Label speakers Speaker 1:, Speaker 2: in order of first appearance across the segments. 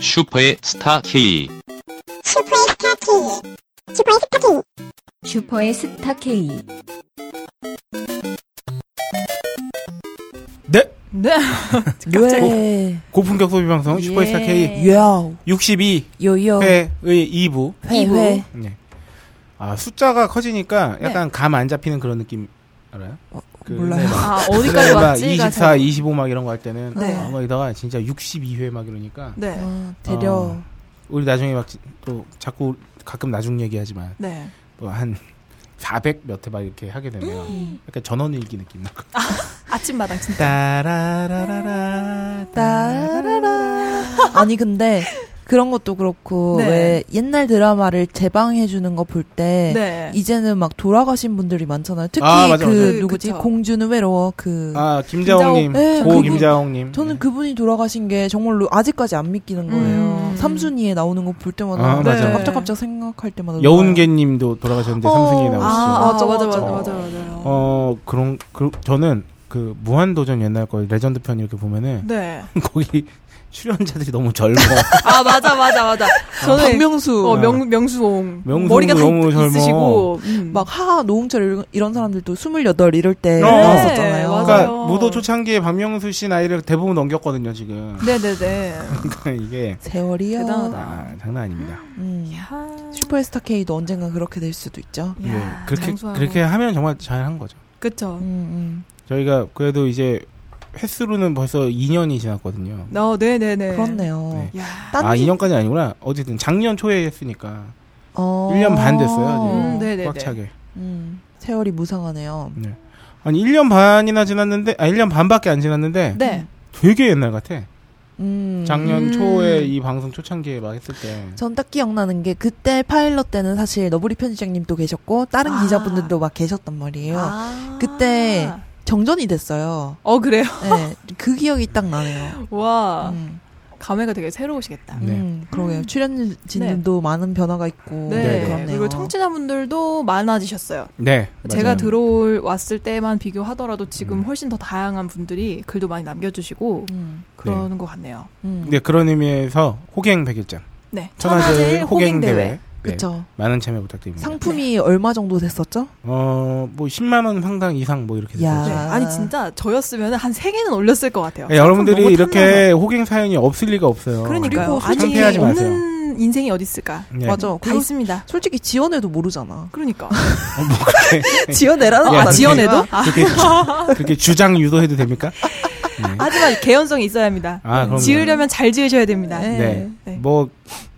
Speaker 1: 슈퍼의 스타 K.
Speaker 2: 슈퍼의 스타 K. 슈퍼의 스타 K.
Speaker 3: 슈퍼의 스타 K.
Speaker 4: 네
Speaker 5: 네.
Speaker 6: 뇌.
Speaker 4: 고품격 소비 방송 슈퍼스타
Speaker 5: 예.
Speaker 4: K
Speaker 6: 야우.
Speaker 4: 62회의
Speaker 6: 요요. 회.
Speaker 4: 2부.
Speaker 6: 회. 회.
Speaker 4: 네. 아 숫자가 커지니까 약간 감 안 잡히는 그런 느낌 알아요? 그
Speaker 6: 몰라요.
Speaker 4: 막 네,
Speaker 5: 아, 어디까지
Speaker 4: 막
Speaker 5: 왔지?
Speaker 4: 24, 25 막 이런 거 할 때는
Speaker 6: 네.
Speaker 4: 아, 막 이러다가 진짜 62회 막 이러니까
Speaker 5: 네.
Speaker 6: 어, 데려.
Speaker 4: 어. 우리 나중에 막 또 자꾸 가끔 나중 얘기하지만
Speaker 5: 네.
Speaker 4: 뭐한 400몇 회 막 이렇게 하게 되면 약간 전원일기 느낌 나.
Speaker 5: 아침마당 진짜.
Speaker 4: 따라라라라
Speaker 6: 따라라. 아니 근데 그런 것도 그렇고
Speaker 5: 네.
Speaker 6: 왜 옛날 드라마를 재방해 주는 거 볼 때
Speaker 5: 네.
Speaker 6: 이제는 막 돌아가신 분들이 많잖아요. 특히
Speaker 4: 아, 맞아,
Speaker 6: 그
Speaker 5: 맞아.
Speaker 6: 누구지?
Speaker 5: 그쵸.
Speaker 6: 공주는 외로워 그
Speaker 4: 아 네. 김자홍님
Speaker 5: 김자홍.
Speaker 6: 네,
Speaker 4: 고
Speaker 6: 그분-
Speaker 4: 김자홍님
Speaker 6: 저는 그분이 돌아가신 게 정말로 아직까지 안 믿기는 거예요.
Speaker 5: 음.
Speaker 6: 삼순이에 나오는 거 볼 때마다
Speaker 4: 아, 맞아.
Speaker 6: 깜짝깜짝 생각할 때마다
Speaker 4: 여운개님도 돌아가셨는데 삼승이
Speaker 5: 아,
Speaker 4: 나오시죠.
Speaker 5: 아, 맞아, 맞아,
Speaker 6: 맞아,
Speaker 5: 맞아,
Speaker 4: 맞아.
Speaker 5: 맞아, 맞아요.
Speaker 4: 어 그런 그 저는 그 무한도전 옛날 거 레전드 편 이렇게 보면은
Speaker 5: 네.
Speaker 4: 거기 출연자들이 너무 젊어.
Speaker 5: 아, 맞아, 맞아, 맞아. 저는
Speaker 6: 박명수 아.
Speaker 5: 어, 명, 명수홍.
Speaker 4: 명수홍도
Speaker 5: 머리가 다
Speaker 4: 너무 젊어.
Speaker 5: 있으시고. 음.
Speaker 6: 막 하하 노홍철 이런, 이런 사람들도 스물여덟 이럴 때
Speaker 4: 어.
Speaker 6: 나왔었잖아요.
Speaker 5: 네,
Speaker 4: 그러니까
Speaker 5: 맞아요.
Speaker 4: 무도 초창기에 박명수 씨 나이를 대부분 넘겼거든요 지금.
Speaker 5: 네네네.
Speaker 4: 그러니까 이게
Speaker 6: 세월이요.
Speaker 5: 대단하다.
Speaker 4: 아 장난 아닙니다.
Speaker 6: 음.
Speaker 5: 이야.
Speaker 6: 슈퍼스타 K도 언젠가 그렇게 될 수도 있죠.
Speaker 4: 예,
Speaker 5: 이야,
Speaker 4: 그렇게
Speaker 5: 장수하고.
Speaker 4: 그렇게 하면 정말 잘한 거죠.
Speaker 5: 그쵸.
Speaker 6: 음,
Speaker 4: 저희가 그래도 이제 횟수로는 벌써 2년이 지났거든요.
Speaker 5: 어, 네네네.
Speaker 6: 음. 그렇네요.
Speaker 4: 네.
Speaker 5: 야.
Speaker 6: 딴
Speaker 4: 아
Speaker 6: 일-
Speaker 4: 2년까지 아니구나. 어쨌든 작년 초에 했으니까
Speaker 6: 어.
Speaker 4: 1년 반 됐어요. 지금.
Speaker 5: 음, 네네네.
Speaker 4: 꽉 차게.
Speaker 6: 음, 세월이 무상하네요.
Speaker 4: 아니 1년 반이나 지났는데 아 1년 반밖에 안 지났는데
Speaker 5: 네.
Speaker 4: 되게 옛날 같아.
Speaker 6: 음.
Speaker 4: 작년
Speaker 5: 음.
Speaker 4: 초에 이 방송 초창기에 막 했을 때.
Speaker 6: 전 딱 기억나는 게 그때 파일럿 때는 사실 너브리 편집장님도 계셨고 다른
Speaker 5: 아.
Speaker 6: 기자분들도 막 계셨단 말이에요.
Speaker 5: 아.
Speaker 6: 음. 그때 정전이 됐어요.
Speaker 5: 어, 그래요?
Speaker 6: 네, 그 기억이 딱 나네요.
Speaker 5: 와.
Speaker 6: 음,
Speaker 5: 감회가 되게 새로우시겠다.
Speaker 4: 네.
Speaker 6: 음, 그러게요. 출연진들도 많은 변화가 있고
Speaker 5: 네.
Speaker 6: 그렇네요.
Speaker 5: 그리고 청취자분들도 많아지셨어요.
Speaker 4: 네.
Speaker 5: 제가
Speaker 4: 맞아요.
Speaker 5: 들어올 왔을 때만 비교하더라도 지금
Speaker 4: 음.
Speaker 5: 훨씬 더 다양한 분들이 글도 많이 남겨주시고
Speaker 6: 음,
Speaker 5: 그러는 것 같네요.
Speaker 6: 음.
Speaker 4: 네 그런 의미에서 호갱 백일장
Speaker 5: 네.
Speaker 4: 천하제일 호갱 대회.
Speaker 5: 호갱대회.
Speaker 4: 네,
Speaker 6: 그쵸.
Speaker 4: 많은 참여 부탁드립니다.
Speaker 6: 상품이
Speaker 5: 네.
Speaker 6: 얼마 정도 됐었죠?
Speaker 4: 어뭐 10만 원 상당 이상 뭐 이렇게
Speaker 6: 야.
Speaker 5: 네.
Speaker 4: 됐어요.
Speaker 5: 아니 진짜 저였으면 한 세 개는 올렸을 것 같아요.
Speaker 4: 네, 여러분들이 이렇게 호갱 사연이 없을 리가 없어요.
Speaker 5: 뭐 그러니까
Speaker 6: 그리고
Speaker 5: 아니
Speaker 4: 창피하지 마세요.
Speaker 5: 없는 인생이 어디 있을까?
Speaker 4: 네.
Speaker 6: 맞아.
Speaker 5: 다
Speaker 6: 그리고
Speaker 5: 있습니다.
Speaker 6: 솔직히 지원해도 모르잖아.
Speaker 5: 그러니까
Speaker 4: 어, 뭐 그렇게 예,
Speaker 6: 지원해라는
Speaker 4: 야,
Speaker 6: 건 아니지.
Speaker 5: 지원해도 아,
Speaker 4: 그렇게, 주- 그렇게 주장 유도해도 됩니까? 네.
Speaker 5: 하지만 개연성이 있어야 합니다.
Speaker 4: 아 그럼
Speaker 5: 음, 지으려면 잘 지으셔야 됩니다.
Speaker 6: 네.
Speaker 4: 네.
Speaker 5: 네.
Speaker 4: 뭐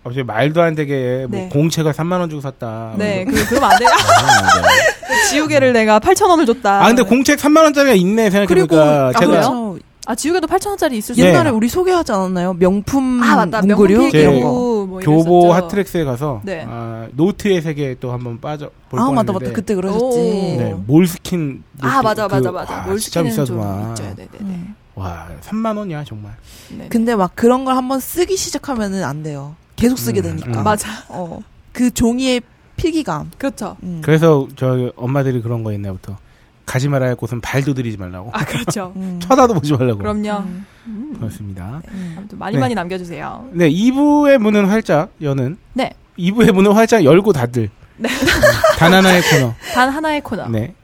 Speaker 4: 갑자기 말도 안 되게 뭐
Speaker 5: 네.
Speaker 4: 공채가 3만 원 주고 샀다.
Speaker 5: 네,
Speaker 4: 뭐
Speaker 5: 그, 그러면 안 돼요.
Speaker 4: 이런 거.
Speaker 5: 지우개를 내가 8천 원을 줬다.
Speaker 4: 아 근데 공책 3만 원짜리가 있네 생각해보니까
Speaker 5: 그리고- 아,
Speaker 4: 제가
Speaker 5: 그래요? 아 지우개도 8천 원짜리 있을 수
Speaker 4: 네.
Speaker 5: 있어요.
Speaker 6: 그렇죠. 옛날에 우리 소개하지 않았나요? 명품
Speaker 5: 아 맞다.
Speaker 6: 음, 문구류 예.
Speaker 5: 명품
Speaker 4: 제
Speaker 6: 이런 거.
Speaker 5: 뭐
Speaker 4: 교보
Speaker 5: 이랬었죠.
Speaker 4: 하트렉스에 가서
Speaker 5: 네.
Speaker 4: 아, 노트의 세계에 또 한번 빠져 볼
Speaker 6: 아 맞다
Speaker 4: 뻔했는데
Speaker 6: 맞다. 그때
Speaker 5: 오.
Speaker 6: 그러셨지.
Speaker 4: 네, 몰스킨
Speaker 5: 아
Speaker 4: 노트
Speaker 5: 맞아
Speaker 4: 그-
Speaker 5: 맞아 맞아.
Speaker 4: 와,
Speaker 5: 뭘
Speaker 4: 진짜
Speaker 5: 시키는 좀
Speaker 4: 비싸구나.
Speaker 5: 있죠. 네네네.
Speaker 6: 음.
Speaker 4: 와 3만 원이야 정말.
Speaker 5: 네.
Speaker 6: 근데 막 그런 걸 한번 쓰기 시작하면은 안 돼요. 계속 쓰게
Speaker 4: 음,
Speaker 6: 되니까.
Speaker 4: 음.
Speaker 5: 맞아.
Speaker 6: 어. 그 종이의 필기감.
Speaker 5: 그렇죠.
Speaker 6: 음.
Speaker 4: 그래서 저 엄마들이 그런 거 옛날부터 가지 말아야 할 곳은 발도 들이지 말라고
Speaker 5: 아 그렇죠.
Speaker 6: 음.
Speaker 4: 쳐다도 보지 말라고.
Speaker 5: 그럼요.
Speaker 6: 음.
Speaker 5: 음.
Speaker 4: 그렇습니다.
Speaker 5: 아무튼 많이
Speaker 4: 네.
Speaker 5: 많이 남겨주세요.
Speaker 4: 네 2부의 문은 활짝 여는
Speaker 5: 네.
Speaker 4: 2부의 문은 활짝 열고 다들
Speaker 5: 네.
Speaker 4: 단 하나의 코너.
Speaker 5: 단 하나의 코너.
Speaker 4: 네.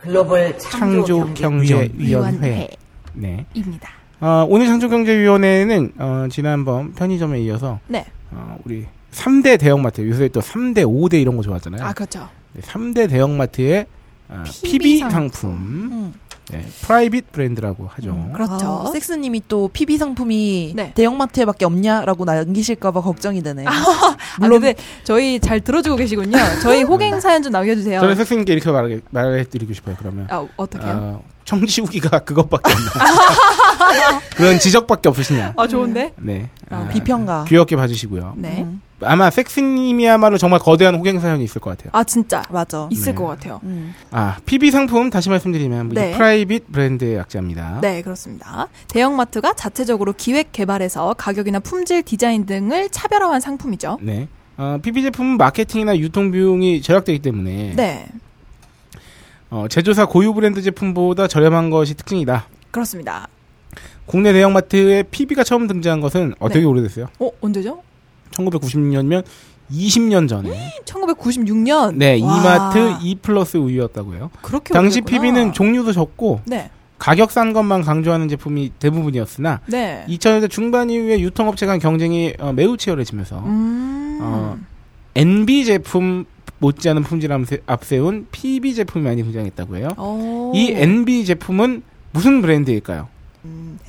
Speaker 7: 글로벌
Speaker 4: 창조 경제 위원회.
Speaker 5: 위원회입니다.
Speaker 4: 네. 어, 오늘 창조경제위원회는 어, 지난번 편의점에 이어서
Speaker 5: 네.
Speaker 4: 어, 우리 3대 대형마트 요새 또 3대 5대 이런 거 좋아하잖아요.
Speaker 5: 아 그렇죠.
Speaker 4: 네, 3대 대형마트의 어, PB
Speaker 5: PB
Speaker 4: 상품,
Speaker 6: 음.
Speaker 4: 네, 프라이빗 브랜드라고 하죠.
Speaker 5: 그렇죠.
Speaker 6: 아, 섹스님이 또 PB 상품이
Speaker 5: 네.
Speaker 6: 대형마트에밖에 없냐라고 남기실까봐 걱정이 되네요.
Speaker 5: 아, 근데 저희 잘 들어주고 계시군요. 저희 호갱 사연 좀
Speaker 4: 네.
Speaker 5: 남겨주세요.
Speaker 4: 저는 선생님께 이렇게 말해, 말해드리고 싶어요. 그러면
Speaker 5: 아 어떻게요?
Speaker 4: 어, 청지우기가 그것밖에 없나 그런 지적밖에 없으시냐.
Speaker 5: 아, 좋은데.
Speaker 4: 네,
Speaker 5: 아,
Speaker 4: 아,
Speaker 6: 비평가.
Speaker 4: 귀엽게 봐주시고요.
Speaker 5: 네.
Speaker 6: 음.
Speaker 4: 아마 섹스님이야말로 정말 거대한 호갱 사연이 있을 것 같아요.
Speaker 5: 아 진짜
Speaker 8: 맞아.
Speaker 5: 있을
Speaker 4: 네.
Speaker 5: 것 같아요.
Speaker 8: 음.
Speaker 4: 아, PB 상품 다시 말씀드리면
Speaker 5: 네.
Speaker 4: 이 프라이빗 브랜드의 약자입니다.
Speaker 5: 네, 그렇습니다. 대형마트가 자체적으로 기획 개발해서 가격이나 품질, 디자인 등을 차별화한 상품이죠.
Speaker 4: 네. 어, PB 제품은 마케팅이나 유통 비용이 절약되기 때문에
Speaker 5: 네,
Speaker 4: 어, 제조사 고유 브랜드 제품보다 저렴한 것이 특징이다.
Speaker 5: 그렇습니다.
Speaker 4: 국내 대형마트에 PB가 처음 등장한 것은 어, 되게
Speaker 5: 네.
Speaker 4: 오래됐어요.
Speaker 5: 어, 언제죠?
Speaker 4: 1990년면 20년 전에.
Speaker 5: 1996년.
Speaker 4: 네,
Speaker 5: 와,
Speaker 4: 이마트 E 플러스 우유였다고요.
Speaker 5: 그렇게
Speaker 4: 당시
Speaker 5: 오래됐구나.
Speaker 4: PB는 종류도 적고
Speaker 5: 네,
Speaker 4: 가격 싼 것만 강조하는 제품이 대부분이었으나
Speaker 5: 네.
Speaker 4: 2000년대 중반 이후에 유통업체 간 경쟁이 어, 매우 치열해지면서
Speaker 5: 음,
Speaker 4: 어, NB 제품 못지않은 품질 암세- 앞세운 PB 제품이 많이 등장했다고 해요.
Speaker 5: 어.
Speaker 4: 이 NB 제품은 무슨 브랜드일까요?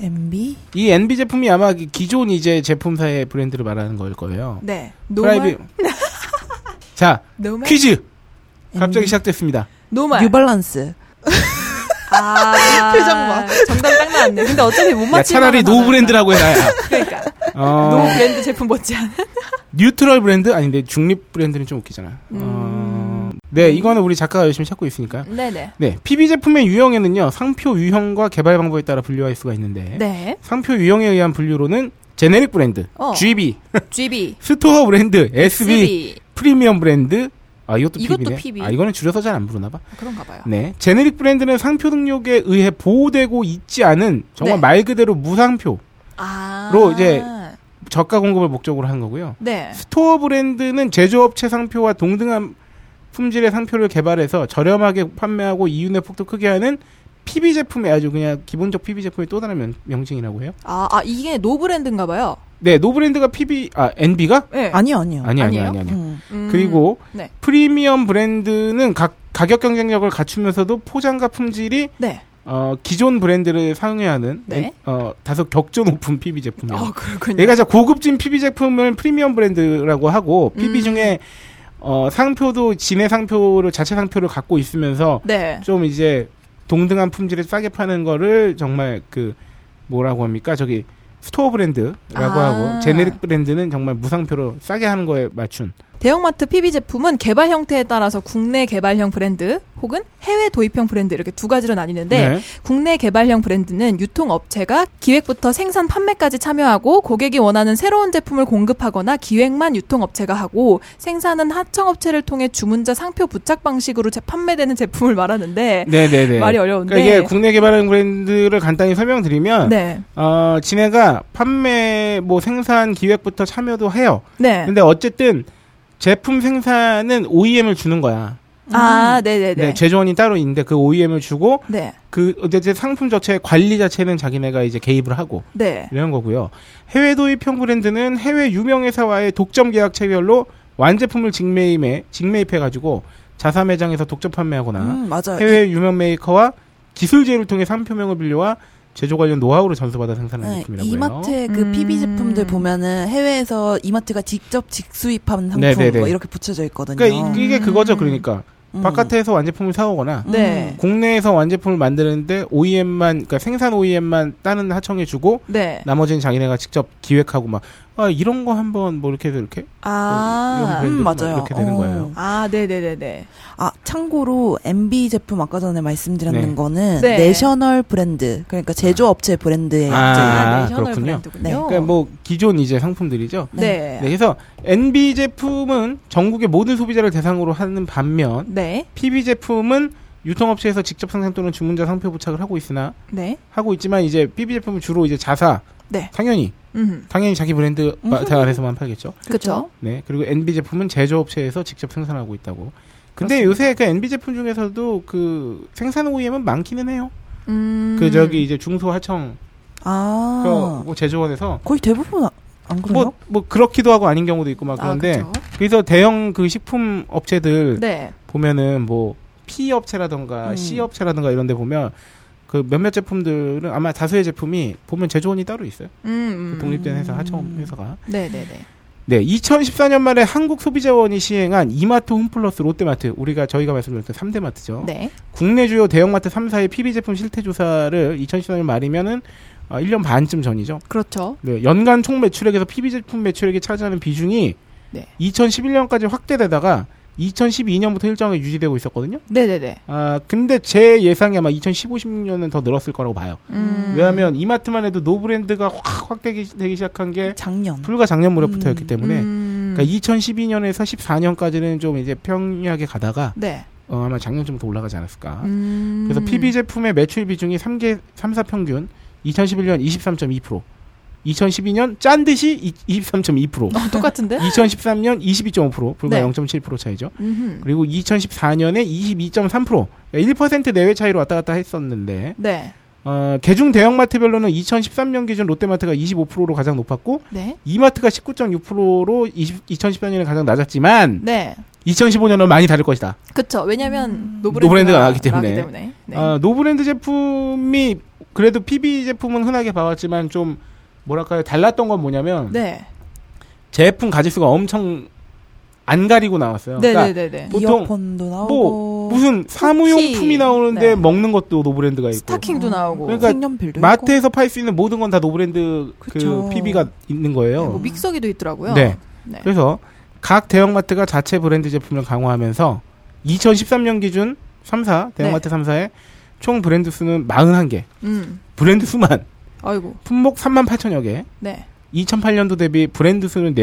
Speaker 8: MB?
Speaker 4: 이 NB 제품이 아마 기- 기존 이제 제품사의 브랜드를 말하는 걸 거예요.
Speaker 5: 네,
Speaker 4: 프라이빗. 자,
Speaker 5: 노말,
Speaker 4: 퀴즈!
Speaker 8: MB?
Speaker 4: 갑자기 시작됐습니다.
Speaker 5: 노말.
Speaker 8: 뉴발란스.
Speaker 5: 아,
Speaker 8: 표정 봐.
Speaker 5: 정답 딱 나왔네. 근데 어차피 못
Speaker 4: 야,
Speaker 5: 맞히면
Speaker 4: 차라리 노 브랜드라고 해놔야.
Speaker 5: 그러니까
Speaker 4: 어,
Speaker 5: 노 브랜드 제품 못지않아.
Speaker 4: 뉴트럴 브랜드? 아닌데, 중립 브랜드는 좀 웃기잖아.
Speaker 5: 음.
Speaker 4: 어, 네, 이거는 우리 작가가 열심히 찾고 있으니까.
Speaker 5: 네네.
Speaker 4: 네, PB 제품의 유형에는요, 상표 유형과 개발 방법에 따라 분류할 수가 있는데,
Speaker 5: 네.
Speaker 4: 상표 유형에 의한 분류로는 제네릭 브랜드,
Speaker 5: 어.
Speaker 4: GB,
Speaker 5: GB,
Speaker 4: 스토어 브랜드, SB,
Speaker 5: CB
Speaker 4: 프리미엄 브랜드, 아 이것도
Speaker 5: 이것도
Speaker 4: PB네.
Speaker 5: PB.
Speaker 4: 아 이거는 줄여서 잘 안 부르나 봐.
Speaker 5: 아, 그런가 봐요.
Speaker 4: 네, 제네릭 브랜드는 상표 등록에 의해 보호되고 있지 않은 정말
Speaker 5: 네.
Speaker 4: 말 그대로 무상표
Speaker 5: 아.
Speaker 4: 로 이제- 저가 공급을 목적으로 한 거고요.
Speaker 5: 네.
Speaker 4: 스토어 브랜드는 제조업체 상표와 동등한 품질의 상표를 개발해서 저렴하게 판매하고 이윤의 폭도 크게 하는 PB 제품의 아주 그냥 기본적 PB 제품의 또 다른 명, 명칭이라고 해요.
Speaker 5: 아, 아 이게 노 브랜드인가 봐요.
Speaker 4: 네, 노브랜드가 PB 아 NB가
Speaker 5: 네.
Speaker 8: 아니요, 아니요.
Speaker 4: 아니 아니
Speaker 5: 아니에요?
Speaker 4: 아니 아니.
Speaker 8: 음.
Speaker 5: 음,
Speaker 4: 그리고
Speaker 5: 네.
Speaker 4: 프리미엄 브랜드는 가, 가격 경쟁력을 갖추면서도 포장과 품질이
Speaker 5: 네.
Speaker 4: 어, 기존 브랜드를 상회하는
Speaker 5: 네.
Speaker 4: 어, 다소 격조 높은 PB 제품이에요.
Speaker 5: 어, 그렇군요.
Speaker 4: 얘가 진 고급진 PB 제품을 프리미엄 브랜드라고 하고 PB
Speaker 5: 음.
Speaker 4: 중에 어, 상표도 진해 상표를 자체 상표를 갖고 있으면서
Speaker 5: 네.
Speaker 4: 좀 이제 동등한 품질을 싸게 파는 거를 정말 그 뭐라고 합니까? 저기 스토어 브랜드라고
Speaker 5: 아.
Speaker 4: 하고 제네릭 브랜드는 정말 무상표로 싸게 하는 거에 맞춘
Speaker 5: 대형마트 PB 제품은 개발 형태에 따라서 국내 개발형 브랜드 혹은 해외 도입형 브랜드 이렇게 두 가지로 나뉘는데
Speaker 4: 네.
Speaker 5: 국내 개발형 브랜드는 유통업체가 기획부터 생산 판매까지 참여하고 고객이 원하는 새로운 제품을 공급하거나 기획만 유통업체가 하고 생산은 하청업체를 통해 주문자 상표 부착 방식으로 재- 판매되는 제품을 말하는데
Speaker 4: 네네네.
Speaker 5: 말이 어려운데
Speaker 4: 그러니까 이게 국내 개발형 브랜드를 간단히 설명드리면
Speaker 5: 네.
Speaker 4: 어, 진해가 판매 뭐 생산 기획부터 참여도 해요.
Speaker 5: 네.
Speaker 4: 근데 어쨌든 제품 생산은 OEM을 주는 거야.
Speaker 5: 아, 네, 네, 네.
Speaker 4: 네, 제조원이 따로 있는데 그 OEM을 주고
Speaker 5: 네.
Speaker 4: 그 어쨌든 상품 자체 관리 자체는 자기네가 이제 개입을 하고
Speaker 5: 네.
Speaker 4: 이런 거고요. 해외 도입형 브랜드는 해외 유명 회사와의 독점 계약 체결로 완제품을 직매입해 직매입해 가지고 자사 매장에서 독점 판매하거나
Speaker 8: 음, 맞아요.
Speaker 4: 해외 유명 메이커와 기술 제휴를 통해 상표명을 빌려와 제조 관련 노하우를 전수받아 생산한
Speaker 8: 네,
Speaker 4: 제품이라고 해요.
Speaker 8: 이마트의 그
Speaker 5: 음.
Speaker 8: PB 제품들 보면은 해외에서 이마트가 직접 직수입한 상품
Speaker 4: 네네네.
Speaker 8: 뭐 이렇게 붙여져 있거든요.
Speaker 4: 그러니까 이, 게 그거죠. 그러니까
Speaker 8: 음.
Speaker 4: 바깥에서 완제품을 사오거나
Speaker 8: 음.
Speaker 5: 네.
Speaker 4: 국내에서 완제품을 만드는데 OEM만 그러니까 생산 OEM만 따는 하청해 주고
Speaker 5: 네.
Speaker 4: 나머지는 자기네가 직접 기획하고 막 아, 이런 거 한번 뭐 이렇게 해서 이렇게 이런
Speaker 5: 아.
Speaker 4: 브랜드
Speaker 8: 음,
Speaker 4: 막
Speaker 8: 맞아요.
Speaker 4: 이렇게 되는
Speaker 8: 어.
Speaker 4: 거예요.
Speaker 5: 아, 네, 네, 네, 네.
Speaker 8: 아 참고로 MB 제품 아까 전에 말씀드렸는
Speaker 4: 네.
Speaker 8: 거는
Speaker 5: 네.
Speaker 8: 내셔널 브랜드 그러니까 제조업체 브랜드예요.
Speaker 4: 아,
Speaker 5: 내셔널
Speaker 4: 그렇군요.
Speaker 5: 브랜드군요.
Speaker 8: 네.
Speaker 4: 그러니까 뭐 기존 이제 상품들이죠.
Speaker 5: 네.
Speaker 4: 네,
Speaker 5: 네.
Speaker 4: 그래서 NB 제품은 전국의 모든 소비자를 대상으로 하는 반면
Speaker 5: 네.
Speaker 4: PB 제품은 유통업체에서 직접 생산 또는 주문자 상표 부착을 하고 있으나
Speaker 5: 네.
Speaker 4: 하고 있지만 이제 PB 제품은 주로 이제 자사
Speaker 5: 네.
Speaker 4: 당연히
Speaker 5: 음.
Speaker 4: 당연히 자기 브랜드 마- 자사에서만 팔겠죠.
Speaker 5: 그렇죠.
Speaker 4: 네 그리고 NB 제품은 제조업체에서 직접 생산하고 있다고. 근데 요새 그 NB 제품 중에서도 그 생산 OEM은 많기는 해요.
Speaker 5: 음.
Speaker 4: 그 저기 이제 중소 하청
Speaker 8: 아
Speaker 6: 어.
Speaker 4: 그뭐 제조원에서
Speaker 8: 거의 대부분 아- 안 그래요?
Speaker 4: 뭐 뭐 그렇기도 하고 아닌 경우도 있고 막
Speaker 5: 아,
Speaker 4: 그런데
Speaker 5: 그쵸.
Speaker 4: 그래서 대형 그 식품 업체들
Speaker 5: 네.
Speaker 4: 보면은 뭐 P 업체라던가
Speaker 8: 음.
Speaker 4: C 업체라던가 이런 데 보면 그 몇몇 제품들은 아마 다수의 제품이 보면 제조원이 따로 있어요.
Speaker 5: 음. 음.
Speaker 4: 독립된 회사, 하청 회사가.
Speaker 5: 네, 네, 네.
Speaker 4: 네, 2014년 말에 한국 소비자원이 시행한 이마트 홈플러스 롯데마트 우리가 저희가 말씀드렸던 3대 마트죠.
Speaker 5: 네.
Speaker 4: 국내 주요 대형마트 3사의 PB 제품 실태 조사를 2014년 말이면은 어, 1년 반쯤 전이죠.
Speaker 5: 그렇죠.
Speaker 4: 네, 연간 총 매출액에서 PB 제품 매출액이 차지하는 비중이
Speaker 5: 네.
Speaker 4: 2011년까지 확대되다가 2012년부터 일정에 유지되고 있었거든요.
Speaker 5: 네네네.
Speaker 4: 아 근데 제 예상이 아마 2015, 16년은 더 늘었을 거라고 봐요.
Speaker 5: 음.
Speaker 4: 왜냐하면 이마트만 해도 노브랜드가 확 확대되기 시작한 게
Speaker 6: 작년.
Speaker 4: 불과 작년 무렵부터였기 때문에
Speaker 5: 음.
Speaker 4: 그러니까 2012년에서 14년까지는 좀 이제 평이하게 가다가
Speaker 5: 네.
Speaker 4: 어, 아마 작년쯤부터 올라가지 않았을까.
Speaker 5: 음.
Speaker 4: 아, 그래서 PB 제품의 매출 비중이 3개 3, 4 평균 2011년 23.2%, 2012년 짠 듯이 23.2%,
Speaker 5: 어, 똑같은데?
Speaker 4: 2013년 22.5% 불과
Speaker 5: 네.
Speaker 4: 0.7% 차이죠.
Speaker 5: 음흠.
Speaker 4: 그리고 2014년에 22.3% 그러니까 1% 내외 차이로 왔다 갔다 했었는데
Speaker 5: 네.
Speaker 4: 어, 개중 대형마트별로는 2013년 기준 롯데마트가 25%로 가장 높았고
Speaker 5: 네.
Speaker 4: 이마트가 19.6%로 20, 2014년에 가장 낮았지만
Speaker 5: 네.
Speaker 4: 2015년은 많이 다를 것이다.
Speaker 5: 그쵸. 왜냐면 노브랜드가,
Speaker 4: 노브랜드가 나기 때문에.
Speaker 5: 나기 때문에. 네.
Speaker 4: 아, 노브랜드 제품이 그래도 PB 제품은 흔하게 봐왔지만 좀 뭐랄까요 달랐던 건 뭐냐면
Speaker 5: 네.
Speaker 4: 제품 가짓수가 엄청 안 가리고 나왔어요. 그러니까
Speaker 5: 네네네네.
Speaker 4: 보통
Speaker 6: 이어폰도 나오고
Speaker 4: 뭐 무슨 사무용품이
Speaker 5: 쿠키,
Speaker 4: 나오는데
Speaker 5: 네.
Speaker 4: 먹는 것도 노브랜드가 있고
Speaker 5: 스타킹도 나오고.
Speaker 4: 그러니까
Speaker 6: 색연필도 있고.
Speaker 4: 마트에서 팔 수 있는 모든 건 다 노브랜드 그
Speaker 6: 그쵸.
Speaker 4: PB가 있는 거예요.
Speaker 5: 뭐 믹서기도 있더라고요.
Speaker 4: 네.
Speaker 5: 네.
Speaker 4: 그래서 각 대형마트가 자체 브랜드 제품을 강화하면서 2013년 기준 3사
Speaker 5: 네.
Speaker 4: 대형마트 3사의 총 브랜드 수는 41개.
Speaker 5: 음.
Speaker 4: 브랜드 수만
Speaker 5: 아이고.
Speaker 4: 품목 3만 8천여 개.
Speaker 5: 네.
Speaker 4: 2008년도 대비 브랜드 수는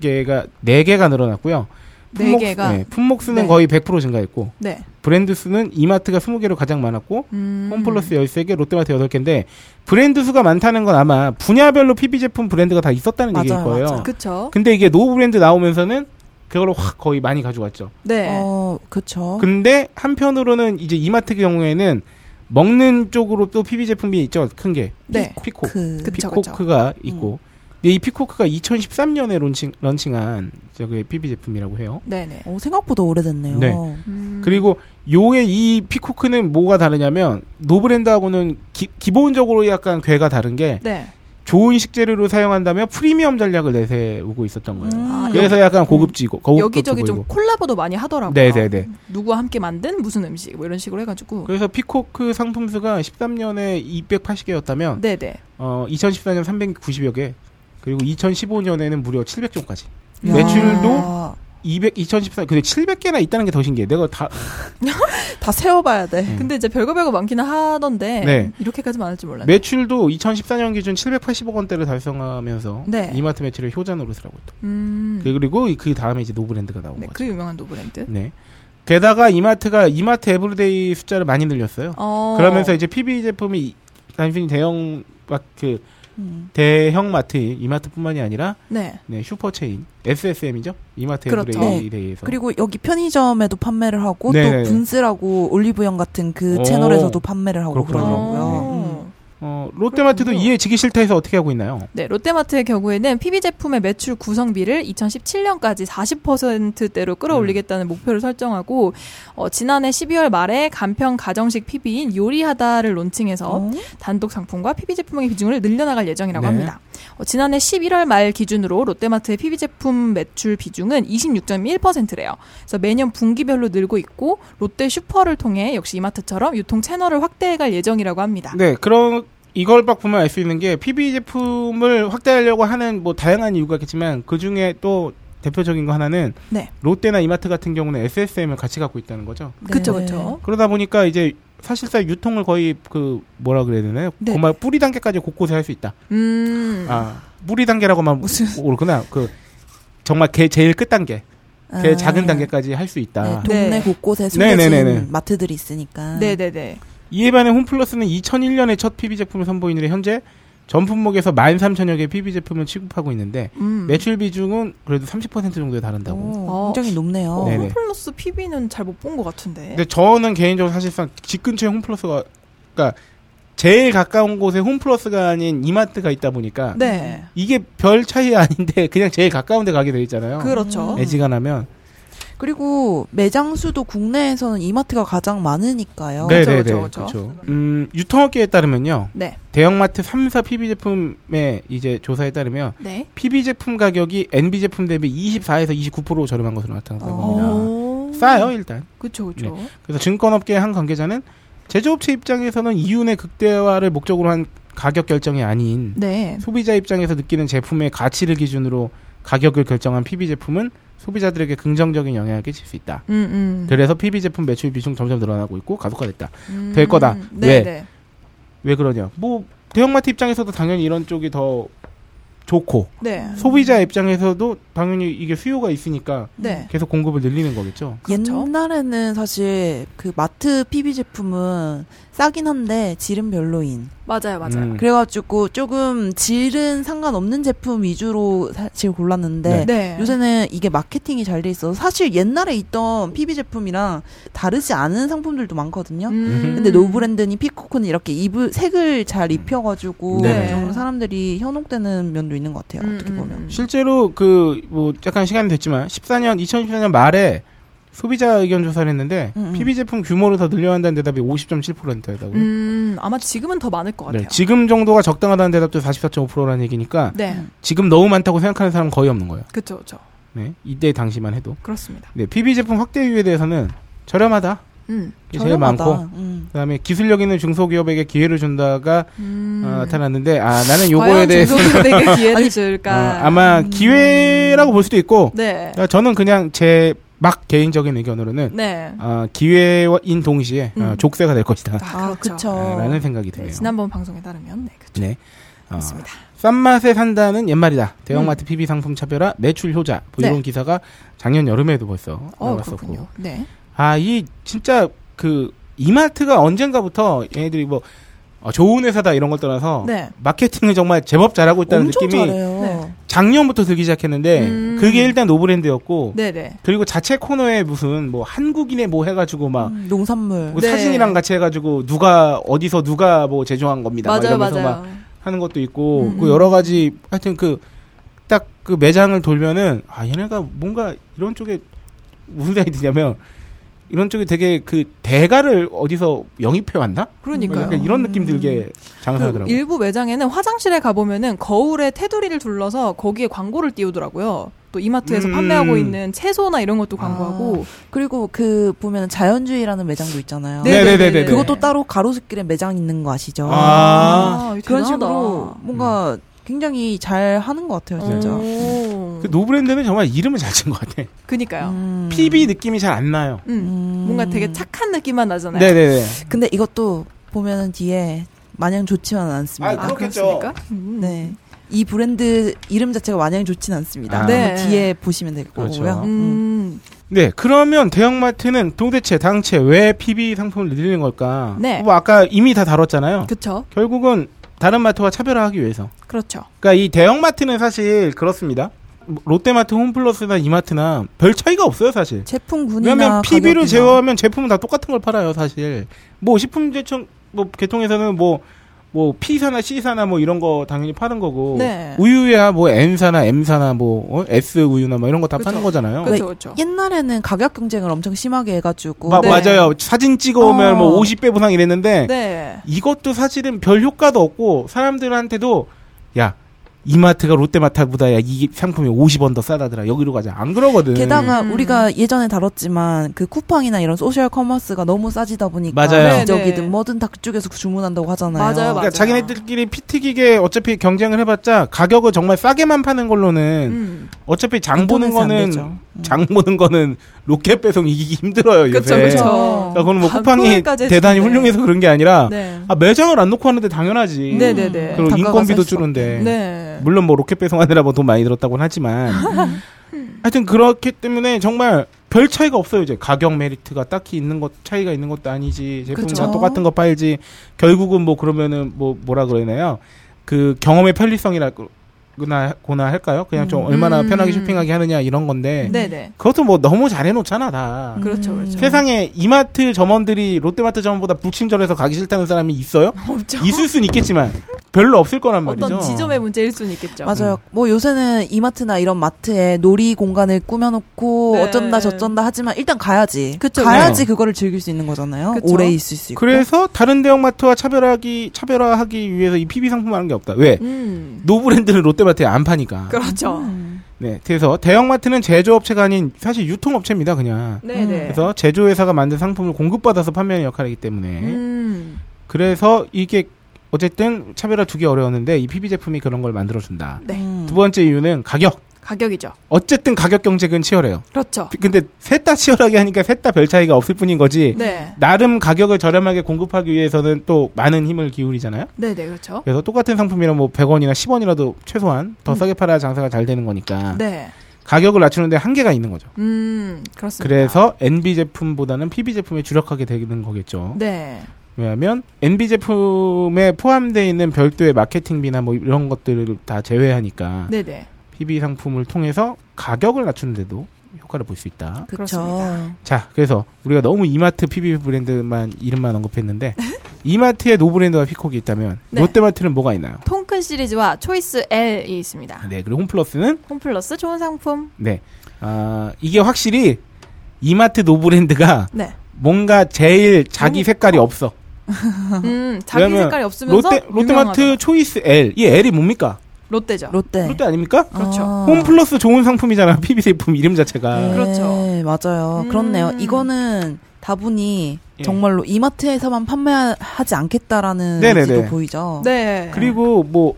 Speaker 4: 4개가 4개가 늘어났고요.
Speaker 5: 네 개가.
Speaker 4: 네, 품목 수는
Speaker 5: 네.
Speaker 4: 거의 100% 증가했고
Speaker 5: 네.
Speaker 4: 브랜드 수는 이마트가 20개로 가장 많았고
Speaker 5: 음.
Speaker 4: 홈플러스 13개, 롯데마트 8개인데 브랜드 수가 많다는 건 아마 분야별로 PB 제품 브랜드가 다 있었다는
Speaker 6: 맞아요,
Speaker 4: 얘기일 거예요.
Speaker 6: 맞아요.
Speaker 5: 그쵸.
Speaker 4: 근데 이게 노 브랜드 나오면서는 그걸로 확 거의 많이 가져갔죠.
Speaker 5: 네.
Speaker 6: 어, 그쵸.
Speaker 4: 근데 한편으로는 이제 이마트 경우에는 먹는 쪽으로 또 PB 제품이 있죠. 큰 게.
Speaker 5: 네.
Speaker 4: 피코.
Speaker 6: 그
Speaker 5: 그쵸,
Speaker 4: 피코크가 있고. 근데 이 피코크가 2013년에 런칭, 런칭한 저기 PB 제품이라고 해요.
Speaker 5: 네네.
Speaker 6: 어, 생각보다 오래됐네요.
Speaker 4: 네.
Speaker 5: 음.
Speaker 4: 그리고 요의 이 피코크는 뭐가 다르냐면 노브랜드하고는 기, 기본적으로 약간 괴가 다른 게
Speaker 5: 네.
Speaker 4: 좋은 식재료를 사용한다며 프리미엄 전략을 내세우고 있었던 거예요.
Speaker 6: 음.
Speaker 5: 아,
Speaker 4: 그래서 약간 고급지고 거급도
Speaker 5: 여기저기 좀 뭐.
Speaker 4: 보이고.
Speaker 5: 콜라보도 많이 하더라고요.
Speaker 4: 네네네.
Speaker 5: 누구와 함께 만든 무슨 음식 뭐 이런 식으로 해가지고.
Speaker 4: 그래서 피코크 상품 수가 13년에 280개였다면
Speaker 5: 네네.
Speaker 4: 어 2014년 390여 개 그리고 2015년에는 무려 700종까지
Speaker 6: 야.
Speaker 4: 매출도 200 2014 근데 700개나 있다는 게 더 신기해. 내가 다
Speaker 6: 다 세워봐야 돼.
Speaker 5: 근데 이제 별거 별거 많기는 하던데
Speaker 4: 음. 네.
Speaker 5: 이렇게까지 많을 줄 몰랐네.
Speaker 4: 매출도 2014년 기준 780억 원대를 달성하면서
Speaker 5: 네.
Speaker 4: 이마트 매출을 효자 노릇을 하고 있다.
Speaker 5: 음.
Speaker 4: 그리고 이- 그 다음에 이제 노브랜드가 나온
Speaker 5: 네,
Speaker 4: 거죠.
Speaker 5: 그 유명한 노브랜드.
Speaker 4: 네. 게다가 이마트가 이마트 에브리데이 숫자를 많이 늘렸어요.
Speaker 5: 어.
Speaker 4: 그러면서 이제 PB 제품이 단순히 대형 막 그
Speaker 6: 음.
Speaker 4: 대형 마트 이마트뿐만이 아니라
Speaker 5: 네.
Speaker 4: 네, 슈퍼체인 SSM이죠. 이마트
Speaker 5: 그렇죠.
Speaker 4: 에브레이데이에서
Speaker 6: 그리고 여기 편의점에도 판매를 하고
Speaker 4: 네네네.
Speaker 6: 또 분스라고 올리브영 같은 그
Speaker 4: 오.
Speaker 6: 채널에서도 판매를 하고
Speaker 4: 그렇군요.
Speaker 6: 그러더라고요. 음.
Speaker 5: 어.
Speaker 4: 어, 롯데마트도
Speaker 5: 그렇군요.
Speaker 4: 이해지기 싫다 해서 어떻게 하고 있나요?
Speaker 5: 네, 롯데마트의 경우에는 PB 제품의 매출 구성비를 2017년까지 40%대로 끌어올리겠다는 목표를 설정하고 어, 지난해 12월 말에 간편 가정식 PB인 요리하다를 론칭해서
Speaker 6: 어?
Speaker 5: 단독 상품과 PB 제품의 비중을 늘려나갈 예정이라고
Speaker 4: 네.
Speaker 5: 합니다. 어, 지난해 11월 말 기준으로 롯데마트의 PB 제품 매출 비중은 26.1%래요. 그래서 매년 분기별로 늘고 있고 롯데 슈퍼를 통해 역시 이마트처럼 유통 채널을 확대해갈 예정이라고 합니다.
Speaker 4: 네, 그런 이걸 딱 보면 알 수 있는 게 PB 제품을 확대하려고 하는 뭐 다양한 이유가 있겠지만 그 중에 또 대표적인 거 하나는
Speaker 5: 네.
Speaker 4: 롯데나 이마트 같은 경우는 SSM을 같이 갖고 있다는 거죠.
Speaker 5: 그쵸
Speaker 6: 네.
Speaker 5: 그쵸.
Speaker 4: 그러다 보니까 이제 사실상 유통을 거의 그 뭐라 그래야 되나요?
Speaker 5: 네.
Speaker 4: 정말 뿌리 단계까지 곳곳에 할 수 있다.
Speaker 5: 음.
Speaker 4: 아, 뿌리 단계라고만 옳구나. 그 정말 걔 제일 끝 단계, 걔
Speaker 6: 아.
Speaker 4: 작은 단계까지 할 수
Speaker 6: 네,
Speaker 4: 있다.
Speaker 6: 동네
Speaker 5: 네.
Speaker 6: 곳곳에 숨겨진
Speaker 4: 네네네네.
Speaker 6: 마트들이 있으니까.
Speaker 5: 네네네.
Speaker 4: 이에 반해 홈플러스는 2001년에 첫 PB 제품을 선보인 이래 현재 전 품목에서 13,000여 개 PB 제품을 취급하고 있는데
Speaker 5: 음.
Speaker 4: 매출 비중은 그래도 30% 정도에 달한다고.
Speaker 6: 오,
Speaker 5: 어.
Speaker 6: 굉장히 높네요.
Speaker 5: 어,
Speaker 4: 네네. 네.
Speaker 5: 홈플러스 PB는 잘 못 본 것 같은데.
Speaker 4: 근데 저는 개인적으로 사실상 집 근처에 홈플러스가 그러니까 제일 가까운 곳에 홈플러스가 아닌 이마트가 있다 보니까
Speaker 5: 네.
Speaker 4: 이게 별 차이 아닌데 그냥 제일 가까운 데 가게 돼 있잖아요.
Speaker 5: 그렇죠.
Speaker 6: 음.
Speaker 4: 애지간하면
Speaker 6: 그리고 매장 수도 국내에서는 이마트가 가장 많으니까요.
Speaker 4: 네,
Speaker 5: 그렇죠,
Speaker 4: 네, 네.
Speaker 5: 그렇죠,
Speaker 4: 그렇죠. 음, 유통업계에 따르면요.
Speaker 5: 네.
Speaker 4: 대형마트 3사 PB 제품의 이제 조사에 따르면
Speaker 5: 네.
Speaker 4: PB 제품 가격이 NB 제품 대비 24에서 29% 저렴한 것으로 나타났다고 합니다.
Speaker 5: 오.
Speaker 4: 싸요 일단.
Speaker 5: 어. 그쵸 그쵸.
Speaker 4: 그래서 증권업계의 한 관계자는 제조업체 입장에서는 이윤의 극대화를 목적으로 한 가격 결정이 아닌
Speaker 5: 네.
Speaker 4: 소비자 입장에서 느끼는 제품의 가치를 기준으로 가격을 결정한 PB 제품은 소비자들에게 긍정적인 영향을 끼칠 수 있다.
Speaker 5: 음, 음.
Speaker 4: 그래서 PB 제품 매출 비중 점점 늘어나고 있고 가속화됐다.
Speaker 5: 음,
Speaker 4: 될 거다.
Speaker 5: 네,
Speaker 4: 왜?
Speaker 5: 네.
Speaker 4: 왜 그러냐? 뭐 대형마트 입장에서도 당연히 이런 쪽이 더 좋고
Speaker 5: 네.
Speaker 6: 음.
Speaker 4: 소비자 입장에서도 당연히 이게 수요가 있으니까
Speaker 5: 네.
Speaker 4: 계속 공급을 늘리는 거겠죠.
Speaker 5: 그렇죠.
Speaker 6: 옛날에는 사실 그 마트 PB 제품은 싸긴 한데 질은 별로인.
Speaker 5: 맞아요, 맞아요.
Speaker 4: 음.
Speaker 6: 그래가지고 조금 질은 상관없는 제품 위주로 사실 골랐는데
Speaker 5: 네.
Speaker 6: 요새는 이게 마케팅이 잘 돼 있어서 사실 옛날에 있던 PB 제품이랑 다르지 않은 상품들도 많거든요.
Speaker 5: 음.
Speaker 6: 근데 노브랜드니 피코코는 이렇게 입을 색을 잘 입혀가지고
Speaker 4: 음. 네.
Speaker 6: 좀 사람들이 현혹되는 면도 있는 것
Speaker 5: 음,
Speaker 6: 같아요. 어떻게 보면.
Speaker 4: 실제로 그 뭐 약간 시간이 됐지만 14년 2014년 말에 소비자 의견 조사를 했는데
Speaker 6: 음, 음.
Speaker 4: PB 제품 규모를 더 늘려야 한다는 대답이 50.7%였다고요.
Speaker 5: 음, 아마 지금은 더 많을 것 같아요.
Speaker 4: 네, 지금 정도가 적당하다는 대답도 44.5%라는 얘기니까
Speaker 5: 네.
Speaker 4: 지금 너무 많다고 생각하는 사람은 거의 없는 거예요.
Speaker 5: 그쵸, 그쵸.
Speaker 4: 네, 이때 당시만 해도.
Speaker 5: 그렇습니다.
Speaker 4: 네, PB 제품 확대 이유에 대해서는 저렴하다.
Speaker 5: 음.
Speaker 4: 이게 제일
Speaker 6: 저렴하다.
Speaker 4: 많고
Speaker 6: 음.
Speaker 4: 그다음에 기술력 있는 중소기업에게 기회를 준다가
Speaker 5: 음.
Speaker 4: 어, 나타났는데 아 나는 요거에
Speaker 5: 과연
Speaker 4: 대해서
Speaker 5: 중소기업에게 기회를
Speaker 4: 어,
Speaker 5: 줄까?
Speaker 4: 아마 기회라고 볼 수도 있고
Speaker 5: 네.
Speaker 4: 그러니까 저는 그냥 제 막 개인적인 의견으로는
Speaker 5: 네.
Speaker 4: 아, 기회인 동시에 아,
Speaker 5: 음.
Speaker 4: 족쇄가 될 것이다.
Speaker 5: 아, 그렇죠.
Speaker 6: 그쵸.
Speaker 4: 아, 라는 생각이
Speaker 5: 네,
Speaker 4: 드네요.
Speaker 5: 지난번 방송에 따르면 네, 그렇죠.
Speaker 4: 네. 어,
Speaker 5: 맞습니다. 음.
Speaker 4: 싼 맛에 산다는 옛말이다. 대형마트 PB 상품 차별화 매출 효자. 뭐
Speaker 5: 네.
Speaker 4: 이런 기사가 작년 여름에도 벌써
Speaker 5: 어,
Speaker 4: 아, 나왔었고.
Speaker 5: 그렇군요. 네.
Speaker 4: 아, 이 진짜 그 이마트가 언젠가부터 얘네들이 뭐 어, 좋은 회사다 이런 걸 떠나서
Speaker 5: 네.
Speaker 4: 마케팅을 정말 제법 잘하고 있다는
Speaker 6: 엄청
Speaker 4: 느낌이
Speaker 6: 잘해요.
Speaker 5: 네.
Speaker 4: 작년부터 들기 시작했는데
Speaker 5: 음.
Speaker 4: 그게 일단 노브랜드였고
Speaker 5: 네, 네.
Speaker 4: 그리고 자체 코너에 무슨 뭐 한국인의 뭐 해가지고 막
Speaker 6: 음, 농산물.
Speaker 4: 뭐
Speaker 5: 네.
Speaker 4: 사진이랑 같이 해가지고 누가 어디서 누가 뭐 제조한 겁니다. 막
Speaker 5: 맞아요,
Speaker 4: 이러면서 막
Speaker 5: 맞아요.
Speaker 4: 하는 것도 있고
Speaker 5: 음,
Speaker 4: 그
Speaker 5: 음.
Speaker 4: 여러 가지 하여튼 그 딱 그 매장을 돌면은 아 얘네가 뭔가 이런 쪽에 무슨 생각이 드냐면 이런 쪽에 되게 그 대가를 어디서 영입해 왔나?
Speaker 5: 그러니까요.
Speaker 4: 약간 이런 느낌 들게
Speaker 5: 그
Speaker 4: 장사하더라고요.
Speaker 5: 일부 매장에는 화장실에 가보면은 거울에 테두리를 둘러서 거기에 광고를 띄우더라고요. 또 이마트에서
Speaker 4: 음.
Speaker 5: 판매하고 있는 채소나 이런 것도 광고하고.
Speaker 6: 그리고 그 보면 자연주의라는 매장도 있잖아요.
Speaker 4: 네. 네네네네.
Speaker 6: 그것도 따로 가로수길에 매장 있는 거 아시죠?
Speaker 4: 아.
Speaker 5: 이거
Speaker 6: 그런
Speaker 5: 음, 대단하다.
Speaker 6: 식으로 뭔가 굉장히 잘 하는 것 같아요, 진짜.
Speaker 5: 오.
Speaker 4: 네, 그 노브랜드는 정말 이름을 잘 지은 것 같아.
Speaker 5: 그니까요.
Speaker 6: 음.
Speaker 4: PB 느낌이 잘 안 나요.
Speaker 5: 음.
Speaker 6: 음.
Speaker 5: 뭔가 되게 착한 느낌만 나잖아요.
Speaker 4: 네네네.
Speaker 6: 근데 이것도 보면은 뒤에 마냥 좋지만은 않습니다.
Speaker 4: 아,
Speaker 5: 아,
Speaker 4: 그렇겠죠.
Speaker 5: 그렇습니까? 음.
Speaker 6: 네. 이 브랜드 이름 자체가 마냥 좋진 않습니다.
Speaker 4: 아.
Speaker 5: 네.
Speaker 6: 한번 뒤에 보시면 될
Speaker 4: 그렇죠.
Speaker 6: 거고요. 음.
Speaker 5: 음.
Speaker 4: 네, 그러면 대형마트는 도대체 당체 왜 PB 상품을 늘리는 걸까?
Speaker 5: 네.
Speaker 4: 뭐 아까 이미 다 다뤘잖아요.
Speaker 5: 그쵸.
Speaker 4: 결국은 다른 마트와 차별화하기 위해서.
Speaker 5: 그렇죠.
Speaker 4: 그러니까 이 대형마트는 사실 그렇습니다. 롯데마트, 홈플러스나 이마트나 별 차이가 없어요, 사실.
Speaker 6: 제품 군이나
Speaker 4: 왜냐면
Speaker 6: 가격이나.
Speaker 4: PB를 제외하면 제품은 다 똑같은 걸 팔아요, 사실. 뭐 식품 제청 뭐 개통에서는 뭐 뭐 P사나 C사나 뭐 이런 거 당연히 파는 거고
Speaker 5: 네.
Speaker 4: 우유야 뭐 N사나 M사나 뭐 어? S 우유나 뭐 이런 거 다
Speaker 5: 그쵸.
Speaker 4: 파는 거잖아요.
Speaker 6: 네.
Speaker 5: 그렇죠. 그렇죠.
Speaker 6: 옛날에는 가격 경쟁을 엄청 심하게 해가지고
Speaker 4: 마-
Speaker 5: 네.
Speaker 4: 맞아요. 사진 찍어오면
Speaker 5: 어.
Speaker 4: 뭐 50배 보상 이랬는데
Speaker 5: 네.
Speaker 4: 이것도 사실은 별 효과도 없고 사람들한테도 야 이마트가 롯데마트보다 야이 상품이 50원 더 싸다더라 여기로 가자 안 그러거든.
Speaker 6: 게다가
Speaker 5: 음.
Speaker 6: 우리가 예전에 다뤘지만 그 쿠팡이나 이런 소셜 커머스가 너무 싸지다 보니까
Speaker 4: 맞아요.
Speaker 5: 네네.
Speaker 6: 기적이든 뭐든 다 그쪽에서 주문한다고 하잖아요.
Speaker 5: 맞아요, 맞아요.
Speaker 4: 그러니까 자기네들끼리 피 튀기게 어차피 경쟁을 해봤자 가격을 정말 싸게만 파는 걸로는
Speaker 5: 음.
Speaker 4: 어차피 장 보는
Speaker 6: 인터넷에 안
Speaker 4: 거는
Speaker 6: 되죠. 음.
Speaker 4: 장 보는 거는 로켓 배송 이기기 힘들어요 요새.
Speaker 5: 그쵸, 그쵸.
Speaker 4: 그거는뭐 쿠팡이
Speaker 5: 반품까지
Speaker 4: 대단히
Speaker 5: 해주는데.
Speaker 4: 훌륭해서 그런 게 아니라
Speaker 5: 네.
Speaker 4: 아, 매장을 안 놓고 하는데 당연하지.
Speaker 5: 네, 네, 네.
Speaker 4: 그리고
Speaker 6: 단가가
Speaker 4: 인건비도
Speaker 6: 쌀 수밖에.
Speaker 4: 줄은데.
Speaker 5: 네.
Speaker 4: 물론 뭐 로켓 배송하느라 뭐 돈 많이 들었다고는 하지만 하여튼 그렇기 때문에 정말 별 차이가 없어요 이제 가격 메리트가 딱히 있는 것 차이가 있는 것도 아니지 제품 다
Speaker 6: 그쵸.
Speaker 4: 똑같은 거 팔지 결국은 뭐 그러면은 뭐 뭐라 그러나요 그 경험의 편리성이라거나 고나 할까요 그냥 좀
Speaker 6: 음.
Speaker 4: 얼마나
Speaker 5: 음.
Speaker 4: 편하게 쇼핑하게 하느냐 이런 건데
Speaker 5: 네, 네.
Speaker 4: 그것도 뭐 너무 잘해놓잖아 다
Speaker 6: 음.
Speaker 5: 그렇죠, 그렇죠.
Speaker 4: 세상에 이마트 점원들이 롯데마트 점원보다 불친절해서 가기 싫다는 사람이 있어요
Speaker 5: 없죠.
Speaker 4: 있을 순 있겠지만 별로 없을 거란 말이죠
Speaker 5: 어떤 지점의 문제일 수는 있겠죠.
Speaker 6: 맞아요. 뭐 요새는 이마트나 이런 마트에 놀이 공간을 꾸며놓고
Speaker 5: 네.
Speaker 6: 어쩐다 저쩐다 하지만 일단 가야지.
Speaker 5: 그쵸,
Speaker 6: 가야지
Speaker 4: 네.
Speaker 6: 그거를 즐길 수 있는 거잖아요.
Speaker 5: 그쵸.
Speaker 6: 오래 있을 수 있고.
Speaker 4: 그래서 다른 대형마트와 차별하기 차별화하기 위해서 이 PB 상품하는 게 없다. 왜?
Speaker 5: 음.
Speaker 4: 노브랜드는 롯데마트에 안 파니까.
Speaker 5: 그렇죠.
Speaker 6: 음.
Speaker 4: 네. 그래서 대형마트는 제조업체가 아닌 사실 유통업체입니다, 그냥.
Speaker 5: 네, 네.
Speaker 4: 그래서 제조회사가 만든 상품을 공급받아서 판매하는 역할이기 때문에.
Speaker 5: 음.
Speaker 4: 그래서 이게 어쨌든 차별화 두기 어려웠는데 이 PB 제품이 그런 걸 만들어준다.
Speaker 5: 네.
Speaker 6: 음.
Speaker 4: 두 번째 이유는 가격.
Speaker 5: 가격이죠.
Speaker 4: 어쨌든 가격 경쟁은 치열해요.
Speaker 5: 그렇죠.
Speaker 4: 근데 셋 다 치열하게 하니까 셋 다 별 차이가 없을 뿐인 거지.
Speaker 5: 네.
Speaker 4: 나름 가격을 저렴하게 공급하기 위해서는 또 많은 힘을 기울이잖아요.
Speaker 5: 네, 네, 그렇죠.
Speaker 4: 그래서 똑같은 상품이라 뭐 100원이나 10원이라도 최소한 더 싸게 팔아야 장사가 잘 되는 거니까
Speaker 5: 음. 네.
Speaker 4: 가격을 낮추는데 한계가 있는 거죠.
Speaker 5: 음, 그렇습니다.
Speaker 4: 그래서 NB 제품보다는 PB 제품에 주력하게 되는 거겠죠.
Speaker 5: 네.
Speaker 4: 왜냐하면 NB 제품에 포함되어 있는 별도의 마케팅비나 뭐 이런 것들을 다 제외하니까
Speaker 5: 네, 네.
Speaker 4: PB 상품을 통해서 가격을 낮추는데도 효과를 볼 수 있다.
Speaker 5: 그렇습니다.
Speaker 8: 그렇죠.
Speaker 4: 자, 그래서 우리가 너무 이마트 PB 브랜드만 이름만 언급했는데 이마트에 노브랜드와 피콕이 있다면
Speaker 5: 네.
Speaker 4: 롯데마트는 뭐가 있나요?
Speaker 5: 통큰 시리즈와 초이스 L이 있습니다.
Speaker 4: 네, 그리고 홈플러스는
Speaker 5: 홈플러스 좋은 상품.
Speaker 4: 네, 아 이게 확실히 이마트 노브랜드가
Speaker 5: 네.
Speaker 4: 뭔가 제일 자기
Speaker 5: 너무
Speaker 4: 색깔이 없어.
Speaker 5: 음, 자기
Speaker 4: 왜냐면
Speaker 5: 색깔이 없으면서
Speaker 4: 롯데 롯데마트
Speaker 5: 유명하죠.
Speaker 4: 초이스 L, 이 L이 뭡니까?
Speaker 5: 롯데죠.
Speaker 8: 롯데.
Speaker 4: 롯데 아닙니까?
Speaker 5: 그렇죠.
Speaker 8: 아.
Speaker 4: 홈플러스 좋은 상품이잖아. PB 제품 이름 자체가.
Speaker 8: 네,
Speaker 5: 그렇죠.
Speaker 8: 맞아요.
Speaker 5: 음.
Speaker 8: 그렇네요. 이거는 다분히
Speaker 4: 예.
Speaker 8: 정말로 이마트에서만 판매하지 않겠다라는
Speaker 4: 네네네.
Speaker 8: 의지도 보이죠.
Speaker 5: 네.
Speaker 4: 그리고 뭐.